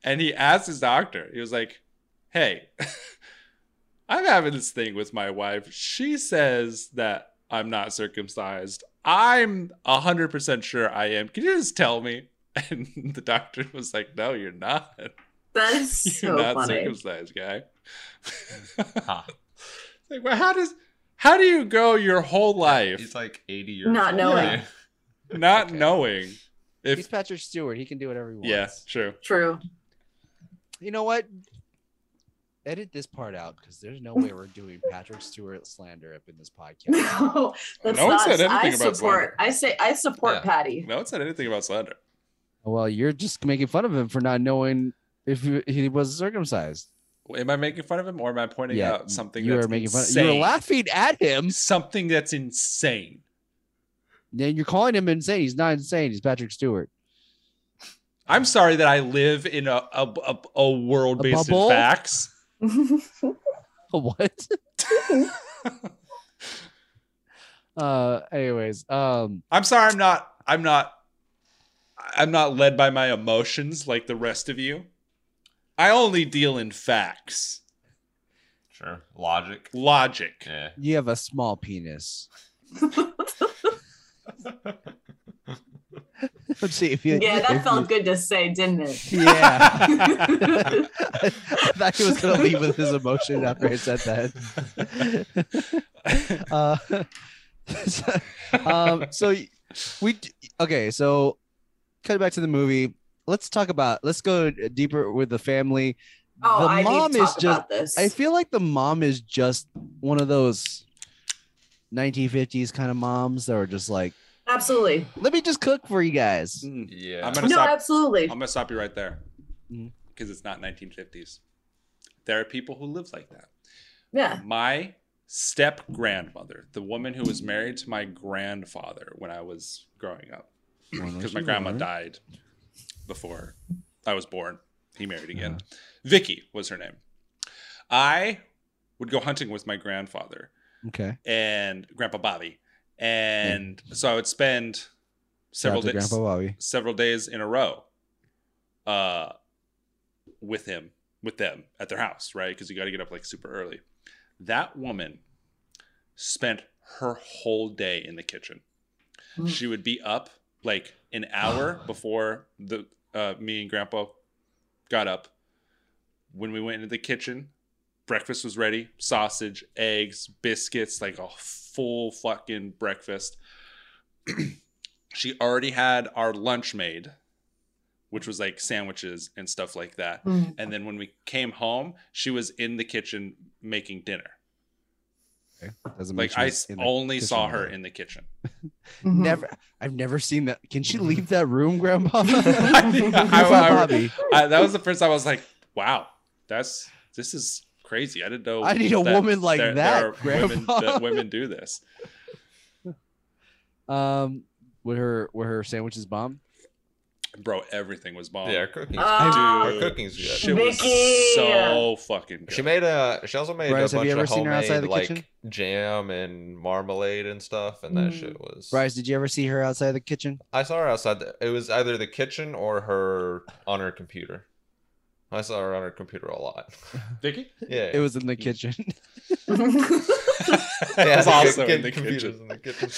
and he asked his doctor. He was like, "Hey, I'm having this thing with my wife. She says that I'm not circumcised. I'm hundred percent sure I am. Can you just tell me?" And the doctor was like, "No, you're not.
That is
You're
so
not
funny.
circumcised, guy."
Ha.
Like, well, how does how do you go your whole
He's
life
like 80 years
Not
old.
knowing.
Yeah.
not
Okay.
knowing
He's
if?
Patrick Stewart. He can do whatever he wants.
Yeah, true.
True.
You know what? Edit this part out because there's no way we're doing Patrick Stewart slander up in this podcast.
No, that's
No one
not.
said anything
I
about slander.
support. I say I support
Yeah.
Patty.
No one said anything about slander.
well, you're just making fun of him for not knowing if he- he was circumcised.
Am I making fun of him or am I pointing
Yeah,
out something
you
that's
are making
insane?
fun. You're laughing at him.
Something that's insane.
Then you're calling him insane. He's not insane. He's Patrick Stewart.
I'm sorry that I live in a a, a, a world
A
based in
bubble?
facts.
what? uh. Anyways. Um.
I'm sorry. I'm not. I'm not. I'm not led by my emotions like the rest of you. I only deal in facts,
Sure. Logic.
logic.
Yeah.
You have a small penis. Let's see if you.
yeah, that
if
felt good to say, didn't it?
you- Yeah. I thought he was gonna leave with his emotion after I said that. uh, so, um, so y- we d- okay. So cut it back to the movie. Let's talk about. Let's go deeper with the family.
oh,
the
I
mom
need to talk
is just.
about this.
I feel like the mom is just one of those 1950s kind of moms that were just like,
absolutely.
"Let me just cook for you guys."
Mm.
Yeah.
I'm gonna
No,
stop. Um,
absolutely.
I'm gonna stop you right there
Mhm.
because it's not 1950s. There are people who live like that.
yeah.
My step grandmother, the woman who was married to my grandfather when I was growing up, because my grandma died before I was born. He married again. Vicky was her name. I would go hunting with my grandfather
Okay.
and Grandpa Bobby, and so I would spend
Shout
several
out to
days
Grandpa Bobby.
several days in a row uh with him with them at their house right because you got to get up like super early that woman spent her whole day in the kitchen
Mm.
she would be up like an hour before the uh, me and grandpa got up when we went into the kitchen breakfast was ready sausage eggs biscuits like a full fucking breakfast she already had our lunch made, which was like sandwiches and stuff like that.
Mm.
And then when we came home, she was in the kitchen making dinner.
Doesn't
Like
mention
I
it
s-
in the
only
kitchen
saw her
already.
in the kitchen.
Mhm.
Never, I've never seen that. Can she leave that room, Grandpa?
I, I-
Grandpa
I-
Bobby,
I- that was the first time I was like, "Wow, that's this is crazy." I didn't know.
I need a woman like that,
women,
Grandpa.
that women do this.
um, were her were her sandwiches bomb?
Bro, everything was bomb.
Yeah, Uh, cooking.
Ah.
Her cooking's good.
Shit was
Vicky!
so fucking good.
She made a. She also made
Bryce,
a
have
bunch
you ever
of
seen her
homemade
outside the
like
kitchen?
jam and marmalade and stuff, and that
Mm.
shit was.
Bryce, did you ever see her outside the kitchen?
I saw her outside. The, it was either the kitchen or her on her computer. I saw her on her computer a lot.
Vicky?
Yeah,
It was in the kitchen.
yeah,
It was
the
also
kid
in the
computers
kitchen.
in the kitchen.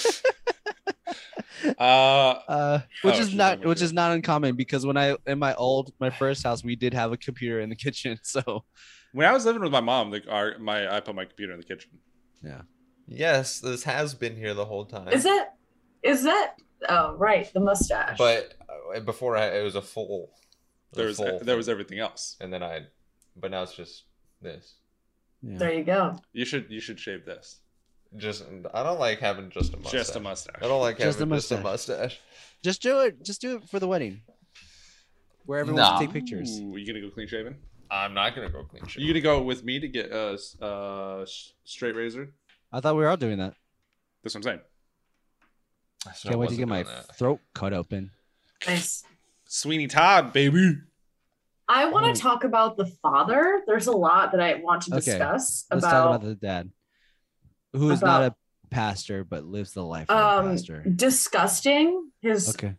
Uh,
Uh, which
Oh,
is
she's
not
over
which
here.
is not uncommon because when I in my old my first house we did have a computer in the kitchen so
when I was living with my mom, like our, my I put my computer in the kitchen.
Yes, this has been here the whole time.
is it? Is it? Oh, right. The mustache.
But uh, before I, it was a full. it
There
a
was
full
there was
thing.
everything else.
and then I, but now it's just this.
there you go.
You should you should shave this.
Just I don't like having just a mustache.
Just a mustache.
I don't like
Just
having
a
just a mustache.
just do it just do it for the wedding where everyone
Nah.
can take pictures
Ooh, you gonna go clean shaven?
I'm not gonna go clean shit.
You gonna go with me to get a uh, uh, sh- straight razor?
I thought we were all doing that
That's what I'm saying.
So I
can't wait to
wasn't
get my
doing that.
throat cut open
Nice.
Sweeney Todd, baby.
I want to talk about the father. There's a lot that I want to
Mm. Okay.
discuss
Let's
about,
talk about the dad, who is not a pastor but lives the life of a
um
pastor.
disgusting his
Okay,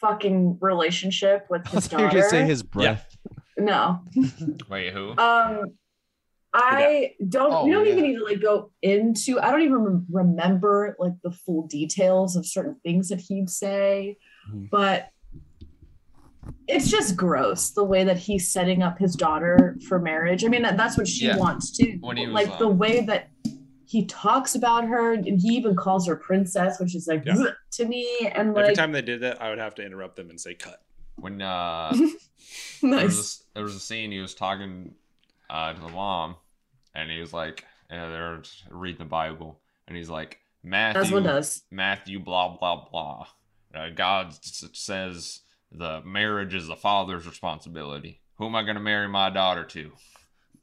fucking relationship with his
you're
daughter.
gonna say his breath.
no.
Wait, who?
Um, I don't.
Oh,
we don't
yeah.
even need to like go into. I don't even rem- remember like the full details of certain things that he'd say,
Mm-hmm.
but it's just gross the way that he's setting up his daughter for marriage. I mean, that- that's what she
Yeah.
wants too.
When he was,
like the
um,
way that he talks about her, and he even calls her princess, which is like
Yeah.
"Ugh," to me. And
Every
like,
time they did that, I would have to interrupt them and say cut.
When uh, there, was
nice.
this, there was a scene he was talking uh, to the mom, and he was like, and they're just reading the Bible, and he's like, Matthew,
That's what does.
Matthew, blah blah blah. Uh, God s- says the marriage is the father's responsibility. Who am I going to marry my daughter to?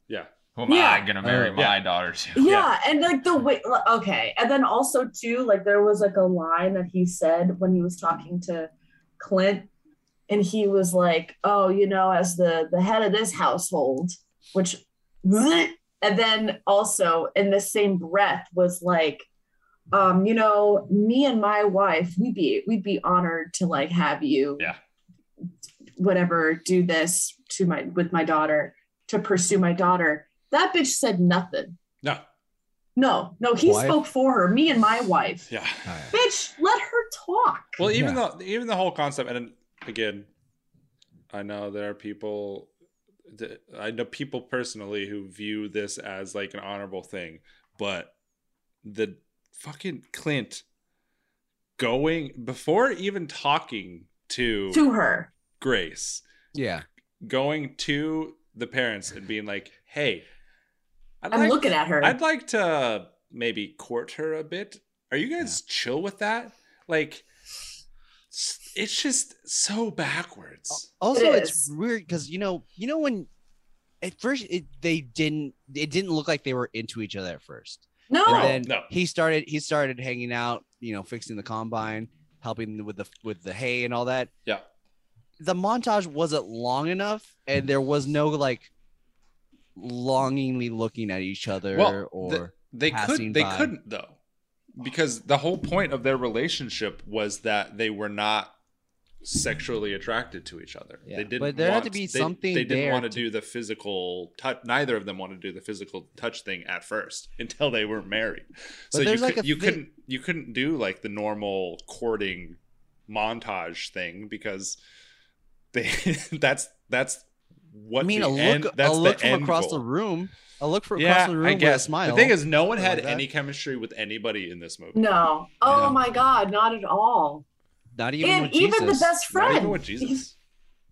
Yeah.
Who am I
Yeah.
going to marry
Yeah.
my daughter to?
yeah and like the way like, okay and then also too like there was like a line that he said when he was talking to clint and he was like oh you know as the the head of this household which and then also in the same breath was like um you know me and my wife we'd be we'd be honored to like have you
Yeah.
whatever do this to my with my daughter to pursue my daughter that bitch said nothing
No.
no, no, he
Wife?
spoke for her, me and my wife.
Yeah.
Bitch, let her talk.
Well, even though even the whole concept, and again, I know there are people. that- I know people personally who view this as like an honorable thing, but the fucking Clint going before even talking to,
To her.
Grace,
Yeah,
going to the parents and being like, "Hey, I'd
I'm
like-
looking at her.
I'd like to maybe court her a bit. Are you guys chill with that? Like, s- it's just so backwards.
Also,
It
it's
is.
weird because you know, you know when at first it, they didn't, it didn't look like they were into each other at first.
no.
And then
no.
he started, he started hanging out, you know, fixing the combine, helping with the with the hay and all that.
Yeah.
The montage wasn't long enough, and there was no like longingly looking at each other
Well,
or.
the- They
passing
could. They
by.
couldn't though, because the whole point of their relationship was that they were not sexually attracted to each other.
Yeah,
They didn't.
but there had
want-
to be
they-
something
They didn't
there
want to
to-
do the physical touch. Neither of them wanted to do the physical touch thing at first until they were married. so you,
there's like
could,
a
you
thing-
couldn't. You couldn't do like the normal courting montage thing because they. that's that's what
I mean,
the
a look,
end- that's
a
the
look from
end
across
goal.
the room, a look from
Yeah,
across the room
I
with a
guess.
smile.
The thing is, no one had
like that.
any chemistry with anybody in this movie.
No. Oh
Yeah.
my God, not at all.
not even
and
with
even
Jesus.
the best
Not
friend.
even with Jesus.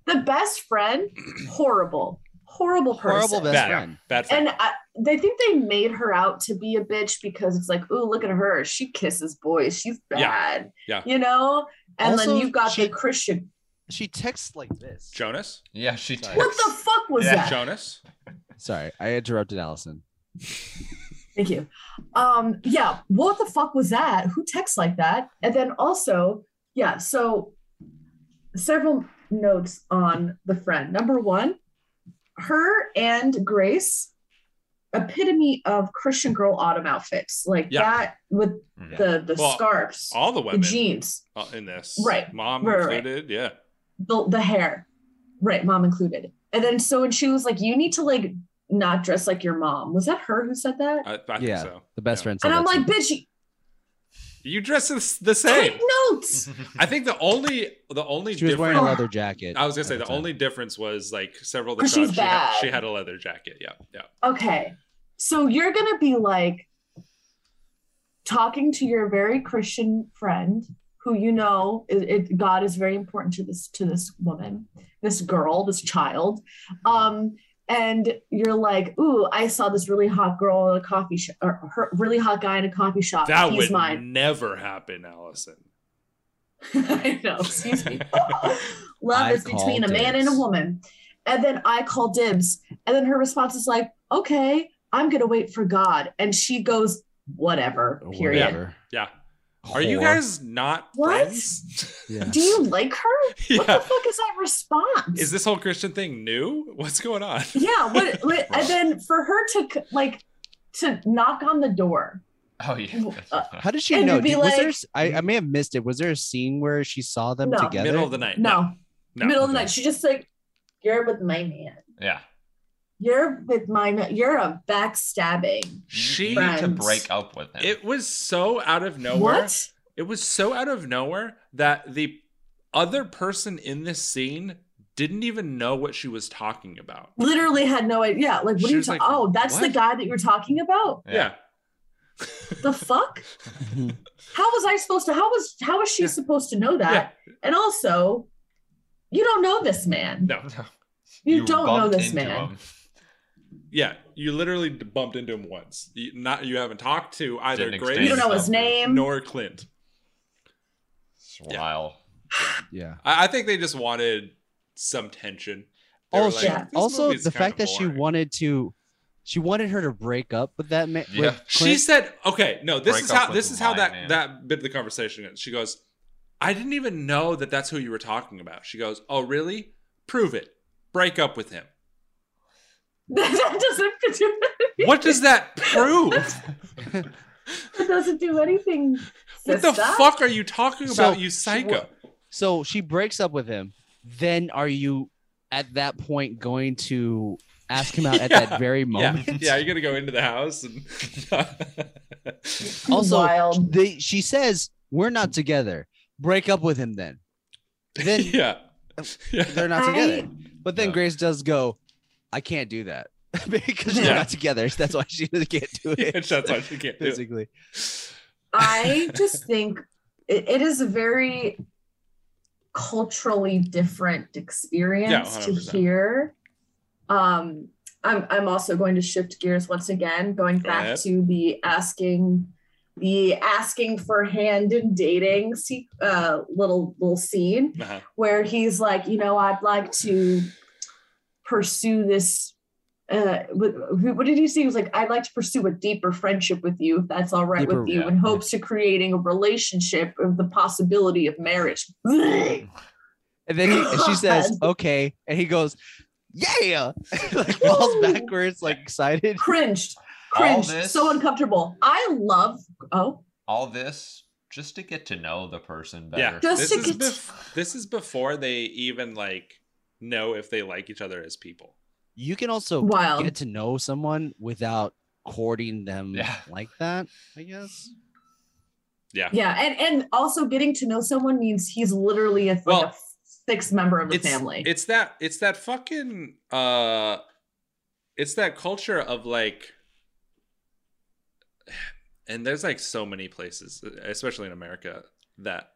The best friend, horrible. Horrible person.
horrible best
Bad,
friend.
bad friend.
and I, they think they made her out to be a bitch because it's like, ooh, look at her. She kisses boys. She's
Yeah.
bad.
Yeah.
You know? And
Also,
then you've got
she-
the Christian.
She texts like this.
Jonas.
Yeah, she.
Sorry.
What the fuck was
Yeah.
that?
Jonas.
Sorry, I interrupted Allison.
Thank you. Um, yeah, what the fuck was that? Who texts like that? And then also, yeah, so several notes on the friend. Number one, her and Grace, epitome of Christian girl autumn outfits. Like
Yeah. Mm-hmm.
that with
Yeah.
the the
Well,
scarves,
All the
the
women
jeans,
uh, in this.
Right.
Mom
Right, right.
included. Yeah.
the the hair. Right, mom included. And then so and she was like, you need to like not dress like your mom. Was that her who said that?
I,
Yeah,
I think Uh, so.
the best
Yeah.
friend. said
and I'm
that to
like,
me.
bitch, you-
You dress the- the same.
take notes.
I think the only the only
she was wearing a
difference-
leather jacket.
I was gonna say
at
the
time.
only difference was like several of the
But she's
shots she had,
bad.
she had a leather jacket. Yeah. Yeah.
okay so you're gonna be like talking to your very christian friend who you know it, it- god is very important to this to this woman this girl this child um and you're like ooh i saw this really hot girl in a coffee shop or her really hot guy in a coffee shop
That
Uh, he's
would
mine
never happen, Allison.
I know. Excuse me. Love
I
is between a
call
man and a
dibs.
woman. And then I call dibs. And then her response is like, okay, I'm going to wait for God. And she goes, whatever, period.
Whatever.
Yeah. Are you
Whore.
guys not
What?
friends?
Yeah.
Do you like her? What the
yeah.
fuck is that response?
Is this whole Christian thing new? What's going on?
yeah. What, what? And then for her to c- like to knock on the door.
Oh yeah.
How did she
And
know?
it'd be
Did- was
like-
there, s- I, I may have missed it. Was there a scene where she saw them
No.
together?
Middle of the night.
No,
No.
middle of the night. She just like, you're with my man.
yeah.
You're with my man. You're a backstabbing.
She.
You need to
Friends.
break up with him.
It was so out of nowhere.
What?
It was so out of nowhere that the other person in this scene didn't even know what she was talking about.
Literally had no idea. Yeah, Like, what
She
are you
was
talking?
like,
oh, that's the
what?
guy that you're talking about.
Yeah.
The fuck? how was I supposed to? How was how was she
Yeah.
supposed to know that? And also, you don't know this man.
No.
you, don't know
bumped
this
into
man.
him.
Yeah. You literally bumped into him once. You, not you haven't talked to either
Didn't
Grace
You don't know his
Yourself.
name.
nor Clint.
It's wild.
Yeah.
I, I think they just wanted some tension. They were
Also,
like,
Yeah.
"This
also
movie's
the
kinda
fact that she
boring."
wanted to, she wanted her to break up with that man.
Yeah.
She said, "Okay, no. This
Break
is
up
how
with
this is how
my
that
man.
that bit of the conversation is." She goes, "I didn't even know that that's who you were talking about." She goes, "Oh, really? Prove it. Break up with him."
that doesn't do
What does that prove?
that doesn't do anything.
what the
sister.
fuck are you talking
So,
about, you
she
psycho?
wa- So she breaks up with him. Then are you at that point going to ask him out at
Yeah.
that very
Yeah,
moment?
yeah. You're gonna go into the house and
Also,
Wild.
Um, They, she says we're not together. Break up with him then. Then
yeah, yeah.
they're not
I-
together. But then
Yeah.
Grace does go, I can't do that because they're
Yeah.
not together. That's why she can't do it.
That's why she can't do it.
Basically,
I just think it, it is a very culturally different experience to
100%.
hear. Um, I'm I'm also going to shift gears once again, going
Go
back
ahead.
to the asking the asking for hand in dating se- uh, little little scene
Uh-huh.
where he's like, you know, I'd like to pursue this. Uh, what, what did he say? He was like, I'd like to pursue a deeper friendship with you, if that's all right
Deeper-
with you,
yeah.
in hopes of creating a relationship of the possibility of marriage.
and then he, and she says,
God.
"Okay," and he goes, "Yeah!" like falls
Woo.
backwards, like excited.
Cringed,
All
cringed,
this-
so uncomfortable. I love. Oh,
All this just to get to know the person
Yeah,
better.
Just
this,
to
is
get-
bef- this is before they even like know if they like each other as people.
You can also
Wild.
Oh, get to know someone without courting them
Yeah.
like that. I guess.
Yeah,
yeah, and and also getting to know someone means he's literally a, like
Well,
a sixth member of the
it's
family.
it's that it's that fucking uh, it's that culture of like, and there's like so many places, especially in America, that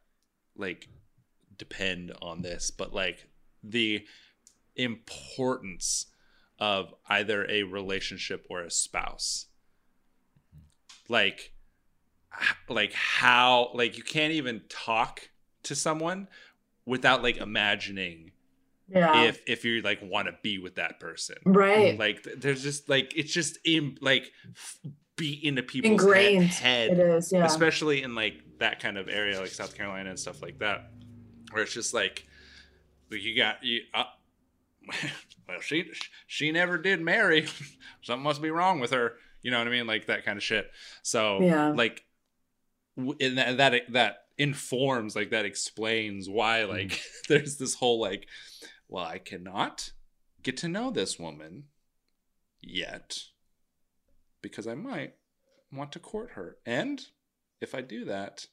like depend on this, but like the importance of either a relationship or a spouse. Like h- like how like you can't even talk to someone without like imagining
yeah,
if if you like want to be with that person.
Um, right.
Like th- there's just like it's just in like f- beat into people's
Ingrained,
head,
it is. Yeah,
especially in like that kind of area like south carolina and stuff like that where it's just like like, you got you uh, well she she never did marry something must be wrong with her you know what i mean like that kind of shit so
Yeah.
like w- and that that that informs like that explains why
Mm.
like there's this whole like well i cannot get to know this woman yet because I might want to court her. And if I do that,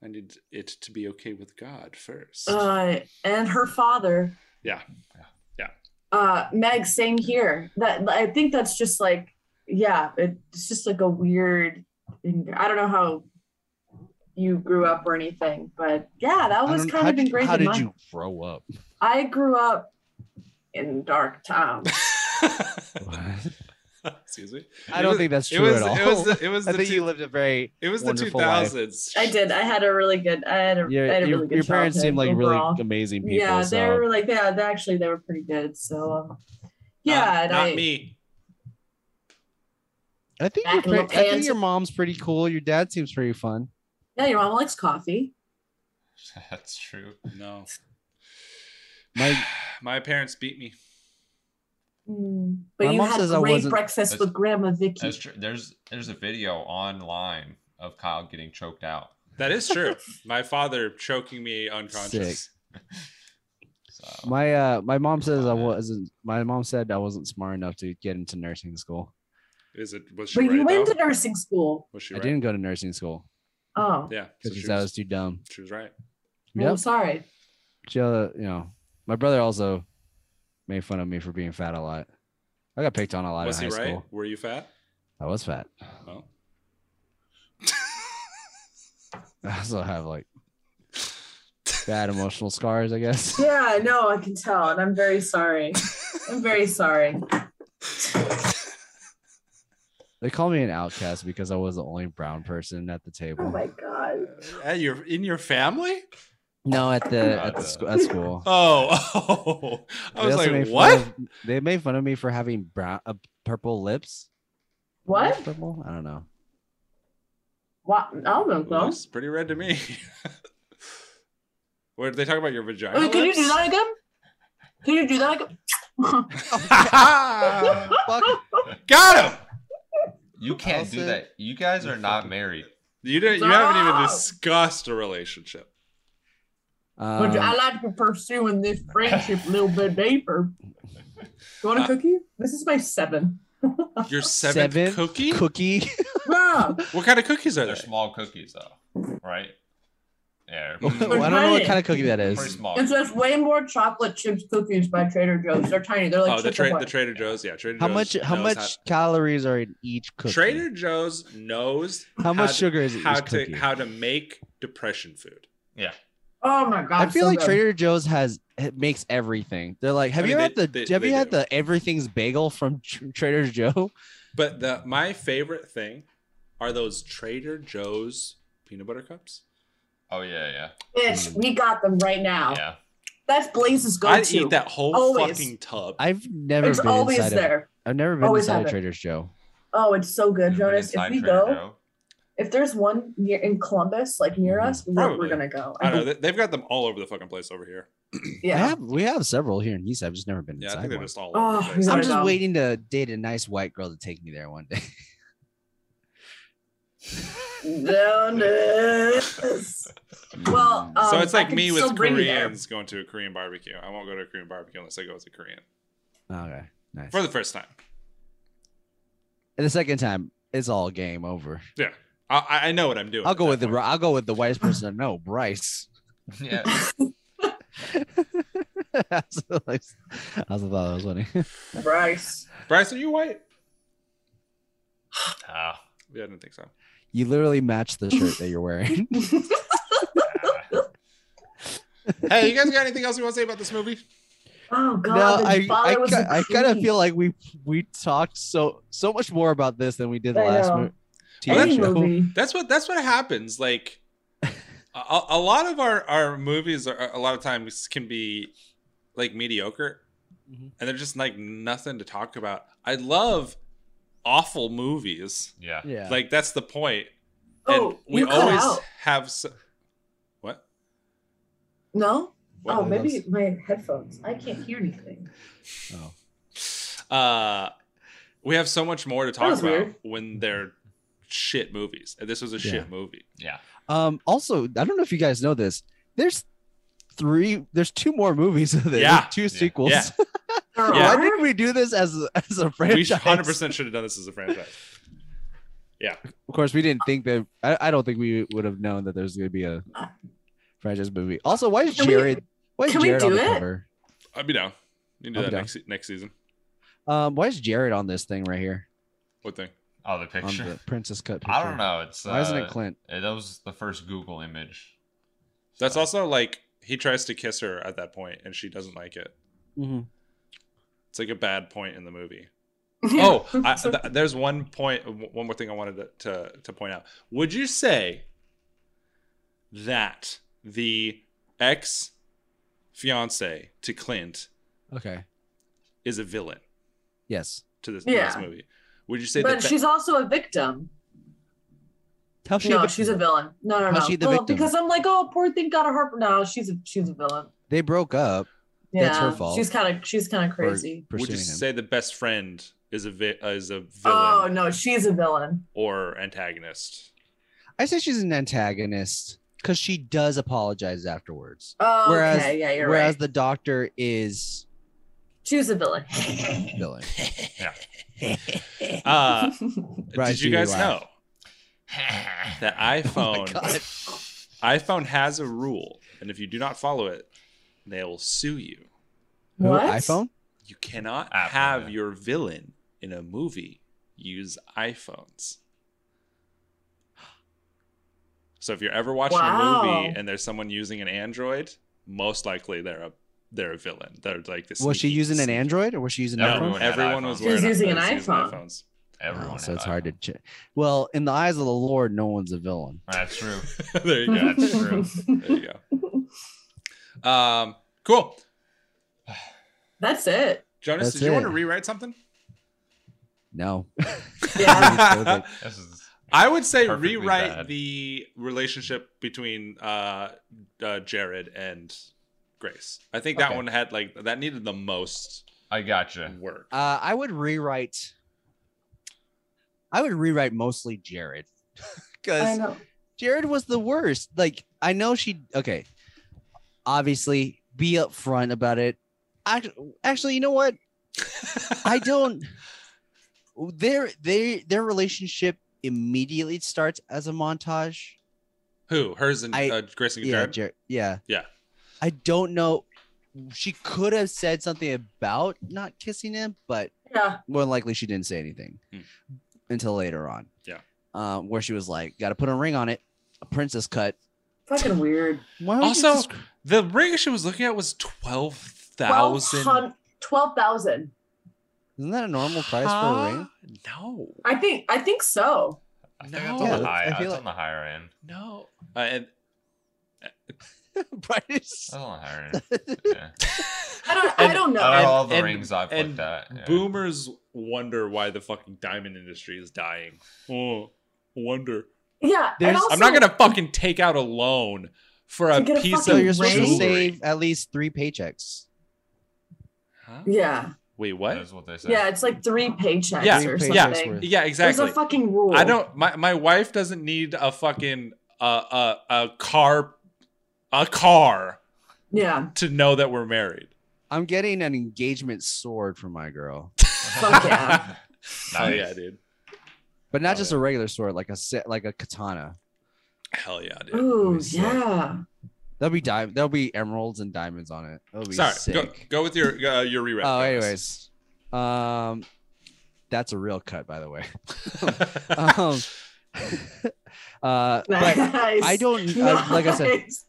I need it to be okay with God first.
uh, and her father.
yeah.
uh meg same here that i think that's just like yeah it's just like a weird thing i don't know how you grew up or anything but yeah that
I
was
don't-
kind
how
of
did,
ingrained
How
in
did
mine.
you grow up?
i grew up in dark times
Excuse me.
I
It
don't
was-
think that's
it
true
was,
at all.
It was the, it was
I
the,
think
two,
you lived a very
it was the
wonderful life.
2000s.
i did i had a really good i had a,
Your,
I had a
your,
really good
your parents seem like
childhood overall.
really amazing people.
yeah
so.
they were like yeah they actually they were pretty good so um, yeah
Not-
and
not
I,
me.
I think
Back
your
in
par-
the
I think
pants.
your mom's pretty cool. Your dad seems pretty fun.
Yeah, your mom likes coffee.
That's true.
No.
My
My parents beat me.
Mm. But
My
you
mom
had
says I
great
wasn't-
breakfast with Grandma Vicky.
That's true. There's there's a video online of Kyle getting choked out.
That is true. My father choking me unconscious.
So
my uh my mom says I wasn't. My mom said I wasn't smart enough to get into nursing school.
Is it was she
But
right?
you
though?
went to nursing school.
was she
I
right?
didn't go to nursing school
Oh,
Yeah. so
because
she,
I
was,
was too dumb.
she was right.
well, I'm sorry.
She, uh, you know, my brother also made fun of me for being fat a lot. I got picked on a lot
Was he
in high
right?
school.
Were you fat?
I was fat.
Well,
I also have like bad emotional scars, I guess.
Yeah, no, I can tell, and I'm very sorry. I'm very sorry.
They call me an outcast because I was the only brown person at the
Oh
table.
my god.
Uh, at your in your family?
no, at the at the sc- at school.
Oh, I
They
was
also made
like,
fun
what?
of- they made fun of me for having brown, uh, purple lips.
What?
Purple? I don't know.
What? I don't know. though.
Looks pretty red to me. What did they talk about your vagina?
Wait, Oh, can you do
lips?
that again? Can you do that again?
Got him.
you can't do that. You guys are not married.
You didn't. You haven't even
Stop.
discussed a relationship.
Would you- I
Um,
like to pursuing this friendship a little bit deeper. You want a
Uh,
cookie? This is my seven.
Your seventh
Seventh
cookie.
cookie.
Wow.
what kind of cookies are
They're
there?
small cookies though, right? Yeah.
Mm.
well, I don't know what kind of cookie that
Pretty
is.
small.
It says way more chocolate chips cookies by Trader Joe's. They're tiny. They're like
oh, the,
chicken
tra- the
wings.
Trader Joe's. Yeah, Trader
How
Joe's.
much? How
knows
much calories are in each cookie?
Trader Joe's knows
How much sugar is in
how
each cookie?
to how to make depression food.
Oh my god.
I feel
so
like
good.
Trader Joe's has it makes everything. They're like, have
I
you
mean,
had
they-
the
they-
have
they
you had
do.
the everything's bagel from Tr- Trader Joe?
But the my favorite thing are those Trader Joe's peanut butter cups.
Oh yeah, yeah,
Bitch,
Mm.
we got them right now.
yeah.
That's Blaze's go-to.
I would eat that whole
Always.
fucking tub.
I've never
It's
been
always
inside. of-
there.
I've never been
Always
inside
have
of
it.
Trader Joe.
Oh, it's so good,
Been
Jonas. If
inside
we
Trader
go,
Joe.
if there's one near in Columbus, like near us, we're,
Mm-hmm. Probably.
we're gonna go.
I don't know. they- They've got them all over the fucking place over here.
I
Yeah.
have we have several here in East. I've just never been
Yeah, I
inside.
think they're
one.
just all over
Oh,
the place.
yeah.
I'm
I
just
know.
waiting to date a nice white girl to take me there one day.
Down this. Well, um,
so it's
I
like
can
me with
still bring you there.
Koreans going to a Korean barbecue. I won't go to a Korean barbecue unless I go as a Korean
okay, nice.
for the first time.
and the second time, it's all game over.
Yeah, I- I, I know what I'm doing.
I'll
at
go
that
with the
point.
I'll go with the whitest person I know, Bryce.
Yeah.
I also thought that was funny.
Bryce.
Bryce. Are you white?
Ah,
Yeah, I didn't think so.
You literally match the shirt that you're wearing.
Hey, you guys got anything else you want to say about this movie?
Oh
no,
God, the
I I,
father was
ki-
a
I kind of
creep.
feel like we we talked so so much more about this than we did the
I
last
know.
mo-
Well,
TV
Any
show.
movie.
That's what that's what happens. Like a, a lot of our our movies are a lot of times can be like mediocre,
Mhm.
and they're just like nothing to talk about. I love awful movies.
yeah.
Yeah,
Like that's the point. and
Oh,
we
you cut
always
out.
have so- what?
No.
What?
Oh, maybe my headphones. I can't hear anything.
Uh, we have so much more to talk
Oh. was
about
weird.
when they're shit movies, and this was a
Yeah.
shit movie.
Yeah.
Um, also, I don't know if you guys know this. There's three. There's two more movies of this.
Yeah.
two
Yeah.
sequels.
Yeah.
Why
Yeah.
did we do this as a- as a
We
franchise?
hundred percent should have done this as a franchise.
Of course, we didn't think that. I, I don't think we would have known that there's going to be a franchise movie. Also, why is
Can we-
Jared? why is
can we
Jared on
do
the
it?
cover?
I'd be down. You can do
I'll be
that
down.
next se- next season.
Um, why is Jared on this thing right here
What thing?
Oh, the
on
picture.
the Princess Cut? Picture?
I don't know. It's uh,
Why isn't it Clint?
It, that was the first Google image.
That's
So-
also like he tries to kiss her at that point, and she doesn't like it.
Mm-hmm.
It's like a bad point in the movie. Oh, I, th- there's one point, one more thing I wanted to, to to point out. Would you say that the ex fiance to Clint
Okay.
is a villain
Yes.
to this, to
Yeah.
this movie? Would you say
but
that?
she's also a victim.
How's Oh, she? a
no,
vic-
she's a villain. No, no,
How's
no.
she the
Well,
victim?
because I'm like, oh, poor thing got a heart. No, she's a she's a villain.
they broke up
Yeah,
That's her fault.
She's kind of she's kind of
for
crazy.
Would
pursuing
you
him.
say the best friend is a vi- uh, is a
Oh
villain
no, she's a villain.
or antagonist?
I say she's an antagonist because she does apologize afterwards.
Oh,
Whereas-
okay, yeah, you're
Whereas
right.
the doctor is
She's a villain.
villain.
Uh,
Brian,
did you
do
guys
laugh. Oh
know that iPhone
God.
iPhone has a rule, and if you do not follow it, they will sue you.
Who,
what?
iPhone?
You cannot
Apple,
have
yeah.
your villain in a movie use iPhones. So if you're ever watching a
Wow.
movie and there's someone using an Android, most likely they're a they're a villain. They're like this.
Was she using an Android or was she using
No,
an iPhone?
everyone,
Everyone had
was
iPhones.
She was
wearing-
using an
was
iPhone.
iPhones.
Everyone.
Oh, so
had
it's hard to
iPhones.
check. Well, in the eyes of the Lord, no one's a villain.
That's true.
there you go.
That's true.
There you go. Um, cool.
That's it.
Jonas,
That's
did you want
it.
to rewrite something?
No.
Yeah.
This is
I would say
Perfectly
rewrite
bad.
the relationship between uh, uh, Jared and Grace. I think that
Okay.
one had like that needed the most
I gotcha.
work.
Uh, I would rewrite. I would rewrite mostly Jared,
I
because
know.
Jared was the worst. Like I know she okay. Obviously, be upfront about it. Act- Actually, you know what? I don't. Their they their relationship immediately starts as a montage.
Who? Hers and
I-
uh, Grace and
yeah,
Jared.
Jer- yeah,
Yeah.
I don't know. She could have said something about not kissing him, but
Yeah.
more than likely she didn't say anything
Hmm.
until later on.
Yeah.
um, where she was like, "Got to put a ring on it, a princess cut."
Fucking weird.
Why would you
Also,
just-
the ring she was looking at was twelve thousand.
12,000. 12,000.
isn't that a normal price for a ring?
No,
I think I think so.
I think
No.
it's
Yeah,
on the
that's-
high. uh,
I
It's
feel
on the higher end.
no. Uh, and
Price.
That's on the higher end. Yeah.
I don't
And-
I don't know.
Out of
And-
all the
and-
rings I've
and
looked at, yeah.
boomers wonder why the fucking diamond industry is dying. Oh, wonder.
yeah. And
There's-
also,
I'm not gonna fucking take out a loan for a
To get a
piece
So
fucking
of
you're supposed to
Ring?
jewelry.
save at least three paychecks.
Huh?
Yeah.
Wait, what?
That's what they say.
Yeah. It's like three paychecks
Yeah,
or
three paychecks
something.
worth.
Yeah, exactly.
There's a fucking rule.
I don't. My my wife doesn't need a fucking uh, a a car a car
Yeah.
to know that we're married.
I'm getting an engagement sword for my girl,
Fuck yeah.
Hell
Nice.
yeah, dude.
but not
Oh,
just a regular sword, like a set, like a katana.
Hell yeah, dude.
Ooh,
sick.
yeah.
There'll be di- There'll be emeralds and diamonds on it. That'll be
Sorry,
sick.
go, go with your uh, your rewrite.
Oh,
Jonas.
anyways, um, that's a real cut, by the way. um, uh, but
Nice.
I don't uh, like I said.
Nice.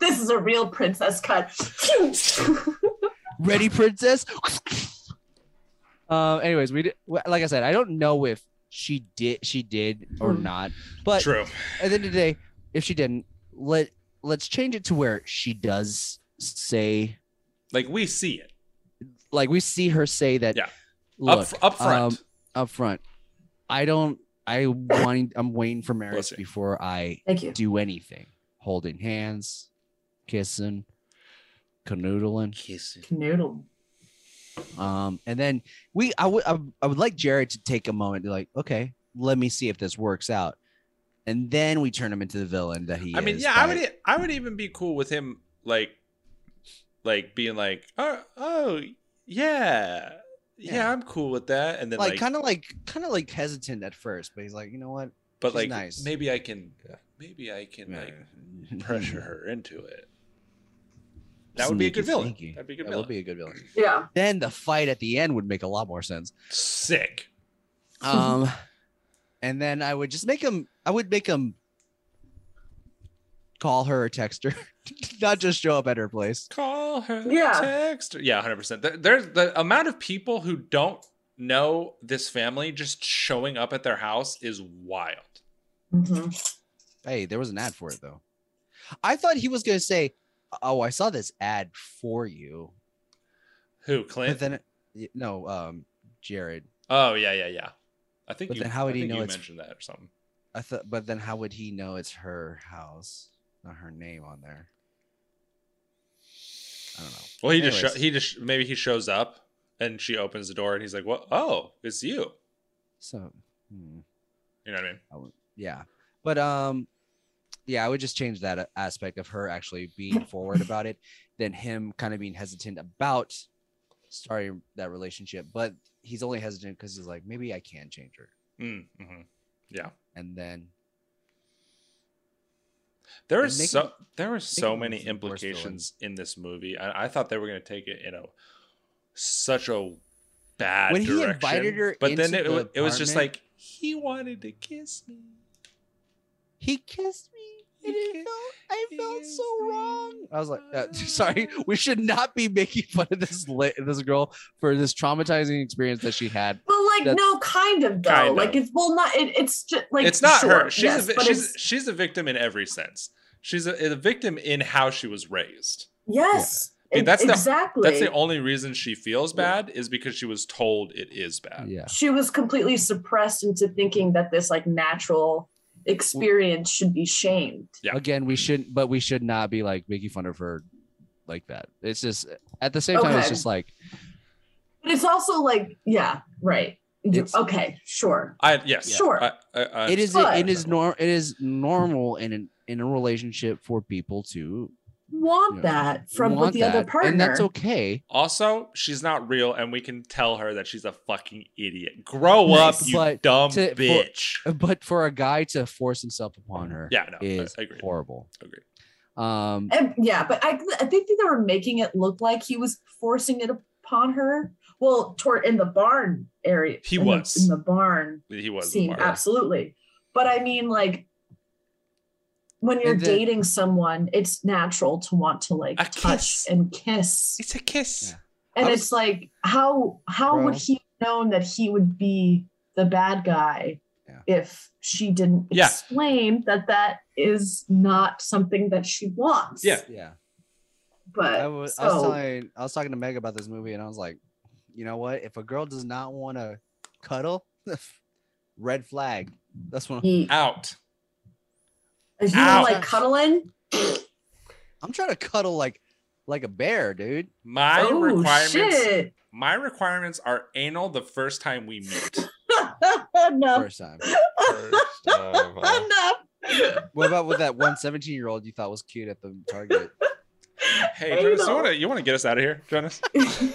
this is a real princess cut.
Ready, princess. um. Anyways, we did, like I said, I don't know if she did, she did or
Hmm.
not. But
True.
at the end of the day, if she didn't, let let's change it to where she does say,
Like we see it
like we see her say that.
Yeah.
Look,
up fr- up front.
um, up front. I don't. I want. I'm waiting for
Bless
marriage
you.
before I
Thank you.
do anything. Holding hands, kissing, canoodling.
Canoodle.
Um, and then we. I would. I, would- I would like Jared to take a moment to like. Okay, let me see if this works out. And then we turn him into the villain that he
I mean,
is
yeah, I
by-
would e, I would even be cool with him like like being like, "Oh, oh yeah. yeah.
Yeah.
I'm cool with that." And then
like
like,
kind of like kind of like hesitant at first, but he's like, you know what?
but
she's
like
nice.
maybe I can maybe I can like pressure her into it. That would be a good
Sneaky,
villain.
sneaky.
That'd be a good
That
villain.
would be a good villain.
Yeah.
Then the fight at the end would make a lot more sense.
Sick.
Um, and then I would just make him. I would make him call her or text her, not just show up at her place.
Call her.
Yeah.
Text. her. Yeah, 100%. There- There's the amount of people who don't know this family just showing up at their house is wild.
Mhm.
Hey, there was an ad for it though. I thought he was gonna say, "Oh, I saw this ad for you,"
Who,
but
Clint?
then y- no, um, Jared.
Oh yeah, yeah, yeah. I think.
But
you,
then how
I
would he
think
know
you
it's-
mentioned that or something?
I thought, but then how would he know it's her house, not her name on there? I don't know.
Well, he just
Anyways.
sho- he just maybe he shows up and she opens the door and he's like, "What? Oh, it's you."
So, hmm,
You know what I mean?
yeah, but um, yeah, I would just change that a- aspect of her actually being forward about it, than him kind of being hesitant about starting that relationship. But he's only hesitant because he's like, maybe I can change her,
Mm, hmm Yeah.
and then
There are
And making-
so there are so
making
many
this the worst villain.
implications in this movie. I, I thought they were going to take it in a such a bad
When he
direction.
invited her
but then
into
it,
the
wa- it was just like
apartment-
he wanted to kiss me.
he kissed me. And
He
it
ki-
felt, I
he
felt
kissed
so
me.
wrong. I was like, uh, sorry, we should not be making fun of this li- this girl for this traumatizing experience that she had.
But like
That's-
no, kind of though.
Kind of.
like it's well, not it, it's just like
it's not
sure,
her. She's
yes,
a, vi-
but
she's
it's-
she's a victim in every sense. She's a, a victim in how she was raised.
yes.
I mean, that's the-
exactly.
That's the only reason she feels bad is because she was told it is bad.
Yeah.
she was completely suppressed into thinking that this like natural experience should be shamed.
Yeah.
Again, we shouldn't, but we should not be like making fun of her like that. It's just at the same time, it's
Okay.
just like
But it's also like, yeah, right. You-
It's-
okay, sure.
I yes.
Sure.
I, I, I,
it is
fine.
it is norm it is normal in an in a relationship for people to
Want
Yeah.
that from
want
the
that,
other partner.
and that's okay.
Also, she's not real, and we can tell her that she's a fucking idiot. Grow
Nice.
up, you
But
dumb
to- for-
bitch.
But for a guy to force himself upon her,
yeah, no,
is
I, I agree.
horrible.
Agreed.
Um,
And- yeah, but I, I think that they were making it look like he was forcing it upon her. Well, toward in the barn area.
He
in the-
was.
in the barn
He was
scene,
Lamar.
absolutely. But I mean, like when you're
And then-
dating someone, it's natural to want to like
A
touch
kiss.
and kiss.
It's a kiss.
and
I
it's like how how
Bro.
would he have known that he would be the bad guy
Yeah.
if she didn't
Yeah.
explain that that is not something that she wants
Yeah.
yeah.
but
I was,
Uh, so,
I was telling, I was talking to Meg about this movie, and I was like, you know what? If a girl does not want to cuddle, red flag. That's what I'm,
he,
Out.
if you don't
Ow.
like cuddling
I'm trying to cuddle like, like a bear, dude.
My
oh
requirements.
shit
My requirements are anal the first time we meet.
no
First time.
First of all,
enough
What about with that one 17 year old you thought was cute at the Target?
Hey, Jonas, you
Anal.
want to you want to get us out of here, Jonas?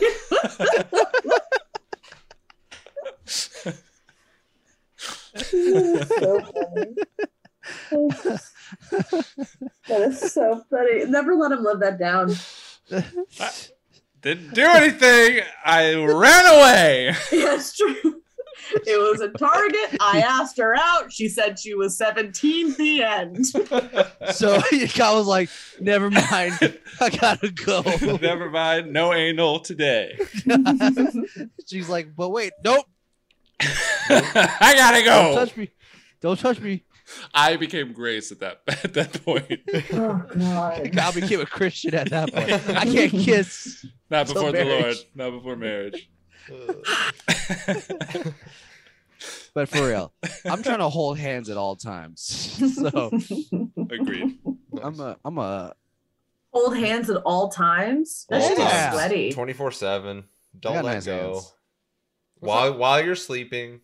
so funny. that is so funny. Never let him live that down.
Didn't do anything. I ran away.
That's true. It was a target. I asked her out. She said she was 17. The end.
so I was like, never mind. I gotta go.
Oh, Never mind. No anal today.
She's like, but wait, nope.
I gotta
Don't
go.
touch me. Don't touch me.
I became Grace at that at that point.
Oh god.
I became a Christian at that point. I can't kiss.
Not
So
before the Lord.
marriage.
Not before marriage.
But for real, I'm trying to hold hands at all times. So
Agreed.
I'm uh, a, I'm a,
Hold hands at all times. That
All
should
times.
be sweaty.
twenty four seven.
I
Don't
got
let
nice
go.
hands.
While while you're sleeping,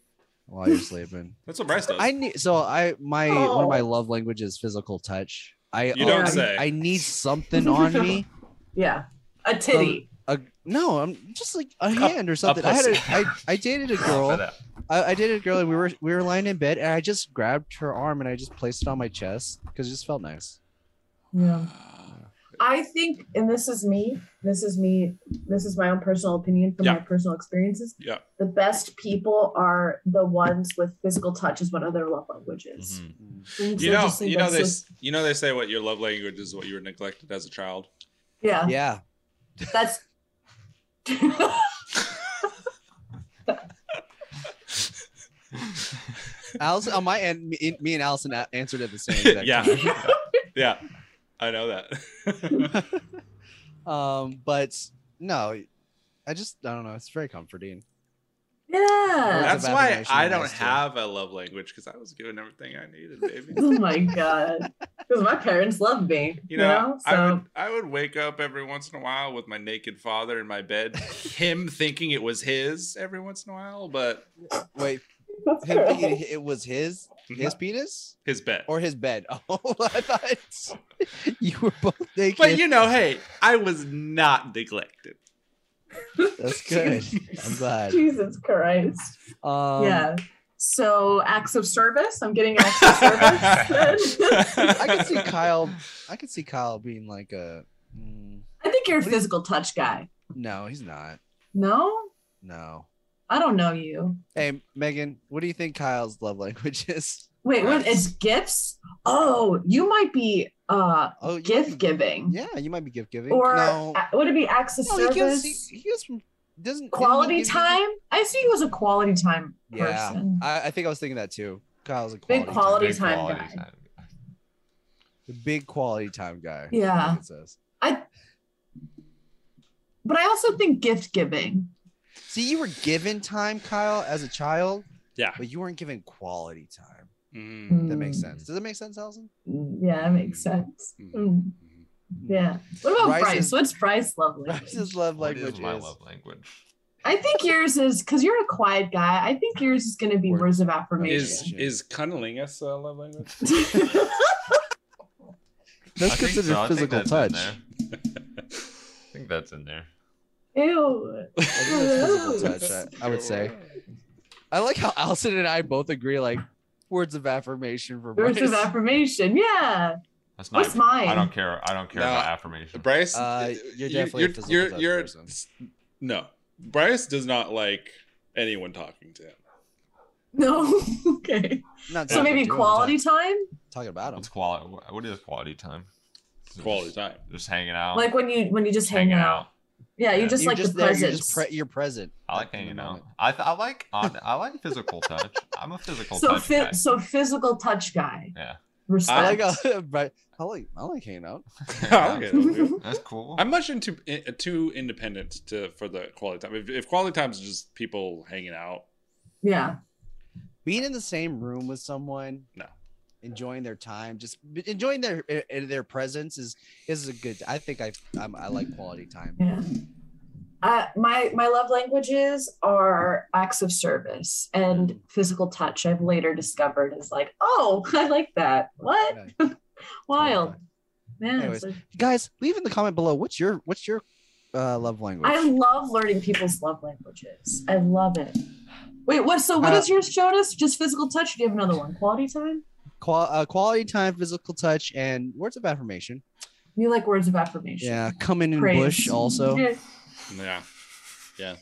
while you're sleeping.
That's what Bryce does.
I need, so I, my, one of my
Oh.
love languages is physical touch. I,
You don't
I-
say.
I need something on me.
Yeah. A titty.
A, no, I'm just like a hand or something. I had a, I, I dated a
Put
girl.
that-
I, I dated a girl and we were, we were lying in bed and I just grabbed her arm and I just placed it on my chest because it just felt nice.
Um,
Yeah. I think, and this is me, this is me, this is my own personal opinion from my
Yeah.
personal experiences.
Yeah.
The best people are the ones with physical touch is one of their love languages.
Mhm.
And
Mm-hmm. you
so
know,
just think
you know
that's
they
just-
you know they say what your love language is what you were neglected as a child.
yeah,
Yeah.
that's
Allison, on my end, me, me and Allison a- answered at the same exact
yeah.
time.
yeah. I know that.
um but no i just i don't know it's very comforting
Yeah.
That's why I don't have a love language because I was given everything I needed, baby.
oh my god. Because my parents love me.
You know, I would I would wake up every once in a while with my naked father in my bed, him thinking it was his every once in a while, but
Wait, him thinking it was his his penis
his bed.
or his bed. Oh, I thought you were both naked.
But you know, hey, I was not neglected.
that's good. I'm glad.
Jesus Christ.
Um,
yeah. So acts of service. I'm getting acts of service.
I could see Kyle. I could see Kyle being like a. mm,
I think you're a physical touch guy.
no, he's not.
No,
No.
I don't know you.
Hey, Megan, what do you think Kyle's love language is?
Wait, what is gifts? Oh, you might be uh
Oh, you
gift
might be-
giving.
Yeah, you might be gift giving.
Or
no,
uh, would it be acts of
no he
service?
gives. He, he gives. Doesn't didn't he
quality
give you-
time? I see you as a quality time
Yeah,
person.
I, I think I was thinking that too. Kyle's a quality
Big quality
Big
time
quality
guy.
time.
the big quality time guy.
Yeah.
Like it says.
But I also think gift giving.
See, you were given time, Kyle, as a child.
Yeah.
But you weren't given quality time.
Mm.
Hmm, That makes
Hmm.
sense. Does that make sense, Allison?
Mm, Yeah, that makes sense. Mm, Yeah. What about
Bryce
Bryce?
Hmm. is-
What's Bryce love language?
Bryce's love
What
language
is
is,
my love language?
I think yours is because you're a quiet guy. I think yours is going to be
Word.
words of
Is
affirmation.
is cunnilingus a love language?
I
That's
think
considered
so. I think
physical
that's in
touch.
there. I think that's in there.
Ew.
I think that's physical touch. I, I would say. I like how Allison and I both agree. Like words of affirmation for
Words of
Bryce.
affirmation. Yeah.
That's not.
What's mine?
I don't care. I don't care
No,
about
I-
affirmation.
Bryce,
Uh, you're definitely a physical touch person.
No, Bryce does not like anyone talking to him.
No. okay.
Not
So maybe
doing
quality
that.
time?
Talking about him.
What's quality? What is quality time?
Quality time.
Just hanging out.
Like when you when you just hang
hanging
out.
out.
Yeah, you
Yeah.
just
You're
like
just
the
there,
presence.
You're, just pre- you're present.
I like
in the
hanging out.
moment.
I, th- I like on, I like physical touch. I'm a physical
so
touch
fi-
guy.
so physical touch guy.
Yeah,
Respect.
I like, how- Bri- I like. I like hanging out.
I like it. dude.
that's cool.
I'm much into in- too independent to for the quality time. If, if quality time is just people hanging out,
yeah.
Being in the same room with someone.
No.
Enjoying their time, just b- enjoying their eh, eh, their presence is is a good. I think I I'm, I like quality time.
Yeah. Uh, my my love languages are acts of service and physical touch. I've later discovered is like, oh, I like that. What? Wild. Man, it's like-
Guys, leave in the comment below what's your what's your uh, love language.
I love learning people's love languages. I love it. Wait, what? So what
Uh,
is yours, Jonas? Just physical touch? Do you have another one? Quality time?
Qual- uh, quality time, physical touch, and words of affirmation.
You like words of affirmation?
Yeah, coming in
Praise.
bush also.
Yeah.
yeah, yeah.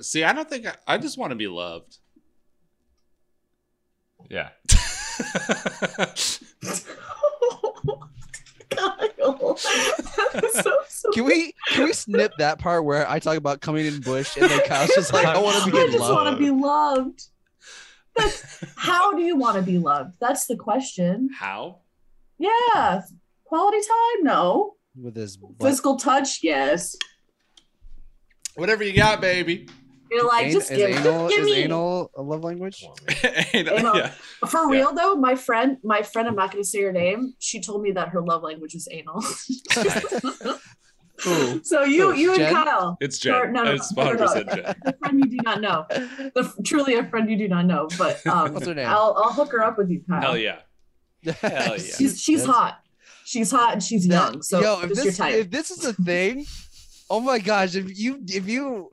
See, I don't think I, I just want to be loved.
yeah,
Kyle, that's so, so
Can we can we snip that part where I talk about coming in bush and then Kyle's just like I want to be
I
in
just want
love.
to be loved. That's how do you want to be loved? That's the question.
How?
Yeah. Quality time? No.
with his butt.
Physical touch? Yes.
Whatever you got, baby.
You're like,
An-
just
is
give,
anal,
give
is
me.
anal a love language?
And,
Anal.
yeah.
For real though, my friend, my friend, I'm not going to say her name. She told me that her love language is anal.
Ooh.
so you,
Who,
you and
Jen?
Kyle,
It's Jen.
No, no, no,
it's
no, no, no.
100% Jen.
a friend you do not know, the, f- truly a friend you do not know. But um,
What's her name?
I'll, I'll hook her up with you, Kyle.
Hell yeah. Hell yeah.
She's she's
That's-
hot. She's hot and she's
That-
young. So
yo, if
just
this
your type.
if this is a thing, oh my gosh, if you if you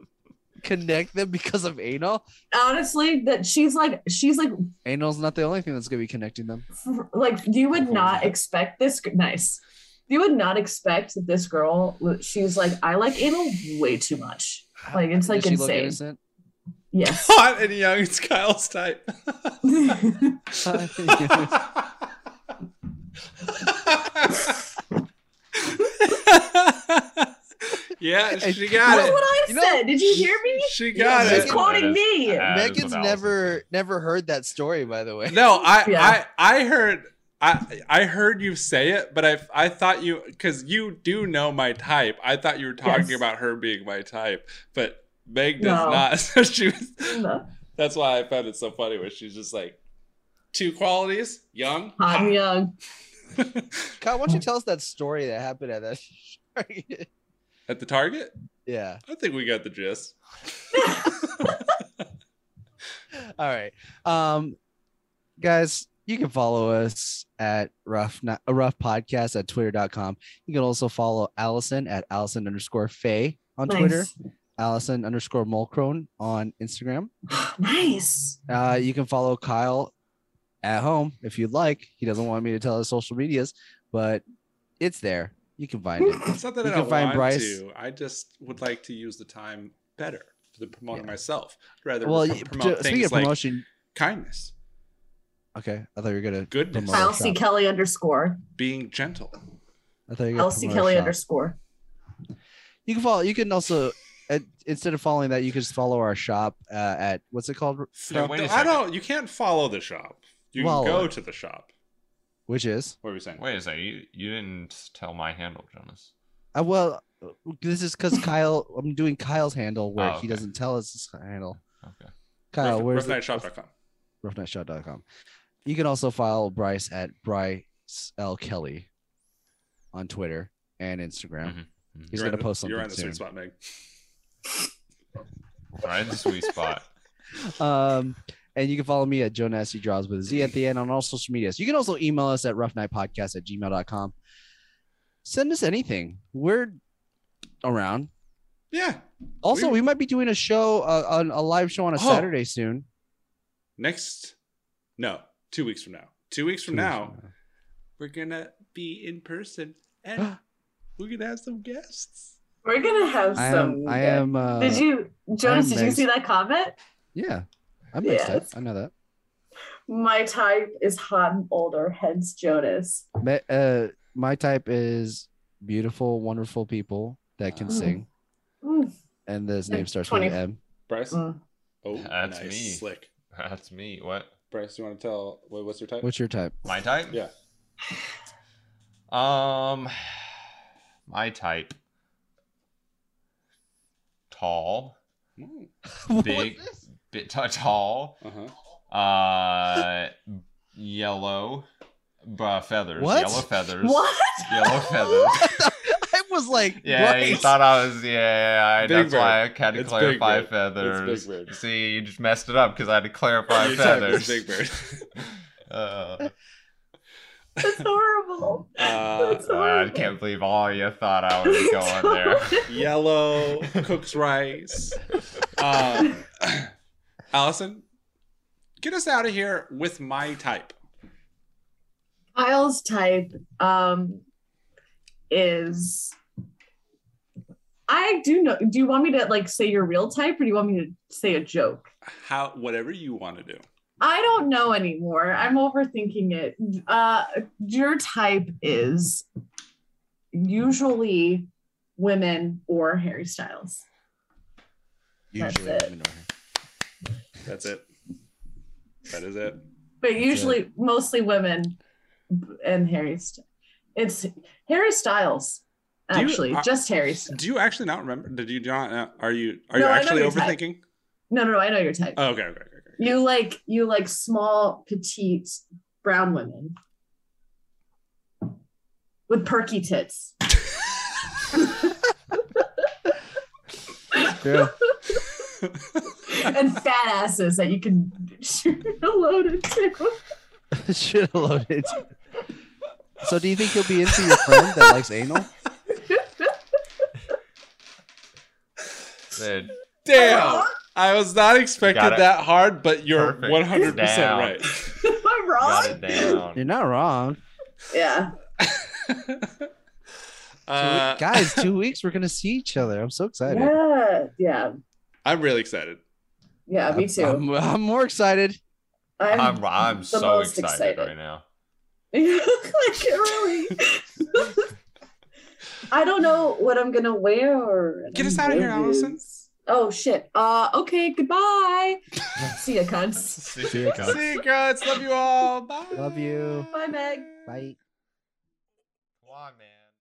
connect them because of anal,
honestly that she's like she's like
anal's not the only thing that's gonna be connecting them.
f- like you would not expect this g- nice you would not expect that this girl she's like i like anal way too much like it's like
Does she look
insane
innocent?
yes
Hot and young. It's Kyle's type. yeah, she
that's
got it.
what i
You know-
said did you hear me
She
Yeah,
got
Megan-
it.
she's quoting me
Yeah, that's
Megan's
what Allison
never
said.
never heard that story, by the way.
No, I,
Yeah.
I, I heard, I, I heard you say it, but I, I thought you, because you do know my type. I thought you were talking
Yes.
about her being my type, but Meg does
No.
not. So she was,
No.
That's why I found it so funny where she's just like, two qualities, young,
Hot and young.
Kyle, why don't you tell us that story that happened at that? Target?
at the Target.
yeah.
I think we got the gist.
All right. Um, guys, you can follow us at rough not, uh, rough podcast at twitter.com. You can also follow Allison at Allison underscore Faye on
Nice.
Twitter, Allison underscore Mulcrone on Instagram.
Nice.
Uh, you can follow Kyle at home if you'd like. He doesn't want me to tell his social medias, but it's there. You can find it.
It's not that
You
I
can
don't
find
want
Bryce.
to. I just would like to use the time better to promote myself rather
well,
than
you-
promote
speaking
things
of
like
promotion,
kindness,
okay, I thought you were gonna
goodness,
promote
Kyle
our
C.
shop.
Kelly underscore.
being gentle.
I thought you were gonna
Kyle C.
promote our
Kelly
shop.
underscore.
you can follow you can also uh, instead of following that you can just follow our shop uh, at what's it called
Wait, wait a
I
second.
don't. You can't follow the shop. You
Follow
can go
it.
to the shop.
which is
What were we saying?
Wait a second. You, you didn't tell my handle, Jonas.
uh, well this is because kyle i'm doing kyle's handle where
Oh,
he
okay.
doesn't tell us his handle
Okay.
kyle
Rough-
Uh, where's
roughnightshop.com.
the roughnightshot.com you can also follow bryce at bryce l kelly on twitter and instagram
Mhm. Mhm.
he's
Mm-hmm. You're in
gonna
the-
post
You're
something
in the
soon.
sweet spot, Meg.
Right in the sweet spot.
um and you can follow me at Joe Nasty Draws with a Z at the end on all social medias. You can also email us at roughnightpodcast at gmail.com. Send us anything. We're around.
Yeah.
Also,
We-
we, might be doing a show, uh, on a live show on a
Oh.
Saturday soon.
Next, no, two weeks from now. Two weeks from,
Two weeks
now, we're gonna be in person and we're gonna have some guests.
We're gonna have
I am,
some.
I am, uh,
did you, Jonas? Did you
amazed.
see that comment?
yeah, I'm mixed up.
Yes.
I know that.
My type is hot and older, hence Jonas.
Me- uh, my type is beautiful, wonderful people that can
Mm.
sing,
Mm,
and this name starts with
Twenty-
an M.
Bryce,
Uh,
mm.
oh,
That's
nice.
me.
Slick.
That's me. What?
Bryce, you want to tell what, what's your type?
What's your type?
My type?
Yeah.
Um, my type. Tall,
Mm,
big, bit t- tall,
Uh huh.
uh, yellow, uh, feathers,
What?
yellow feathers,
What?
yellow feathers.
I was like,
Yeah, you
Bryce.
thought I was. Yeah, yeah, yeah,
Big
that's why I
bird.
had to
It's big
clarify
bird. It's
feathers.
big bird.
See, you just messed it up because I had to clarify
Your type
feathers.
is Big Bird.
Uh,
That's horrible.
Uh,
That's
I
horrible.
can't believe all you thought I was going there.
Yellow cooks rice. Uh, Allison, get us out of here with my type.
Kyle's type um, is. I do know. Do you want me to like say your real type, or do you want me to say a joke?
How, whatever you want to do.
I don't know anymore. I'm overthinking it. Uh, your type is usually women or Harry Styles. That's
Usually,
it.
women are here.
That's it. That is it.
but usually mostally women and Harry. St- it's Harry Styles,
Do you-
actually,
I-
uh,
just Harry. Styles.
Do you actually not remember? Did you not? Uh, are you are
No,
you
I know
actually
your type.
overthinking?
No, no, no, I know your type.
Uh,
Oh, okay, okay, okay. okay.
you like you like small, petite, brown women with perky tits.
Yeah.
and fat asses that you can shoot a load into.
Should have loaded. So, do you think you'll be into your friend that likes anal?
Dude,
Damn, I was not expecting
Got it.
that hard, but you're
Perfect.
one hundred percent
Down.
right.
Am I
got
wrong?
it down.
You're not wrong,
Yeah.
Uh,
guys. Two weeks, we're gonna see each other. I'm so excited.
Yeah. Yeah.
I'm really excited.
Yeah. Me too.
I'm, I'm more excited.
I'm-
I'm, I'm
the
so
most
excited,
excited.
right now.
like really. I don't know what I'm gonna wear. Or
Get us out of here, Allison.
Oh shit. Uh, okay. Goodbye. See ya, cunts.
See you guys.
See you guys. Love you all. Bye.
Love you.
Bye, Meg.
Bye.
Come on, man.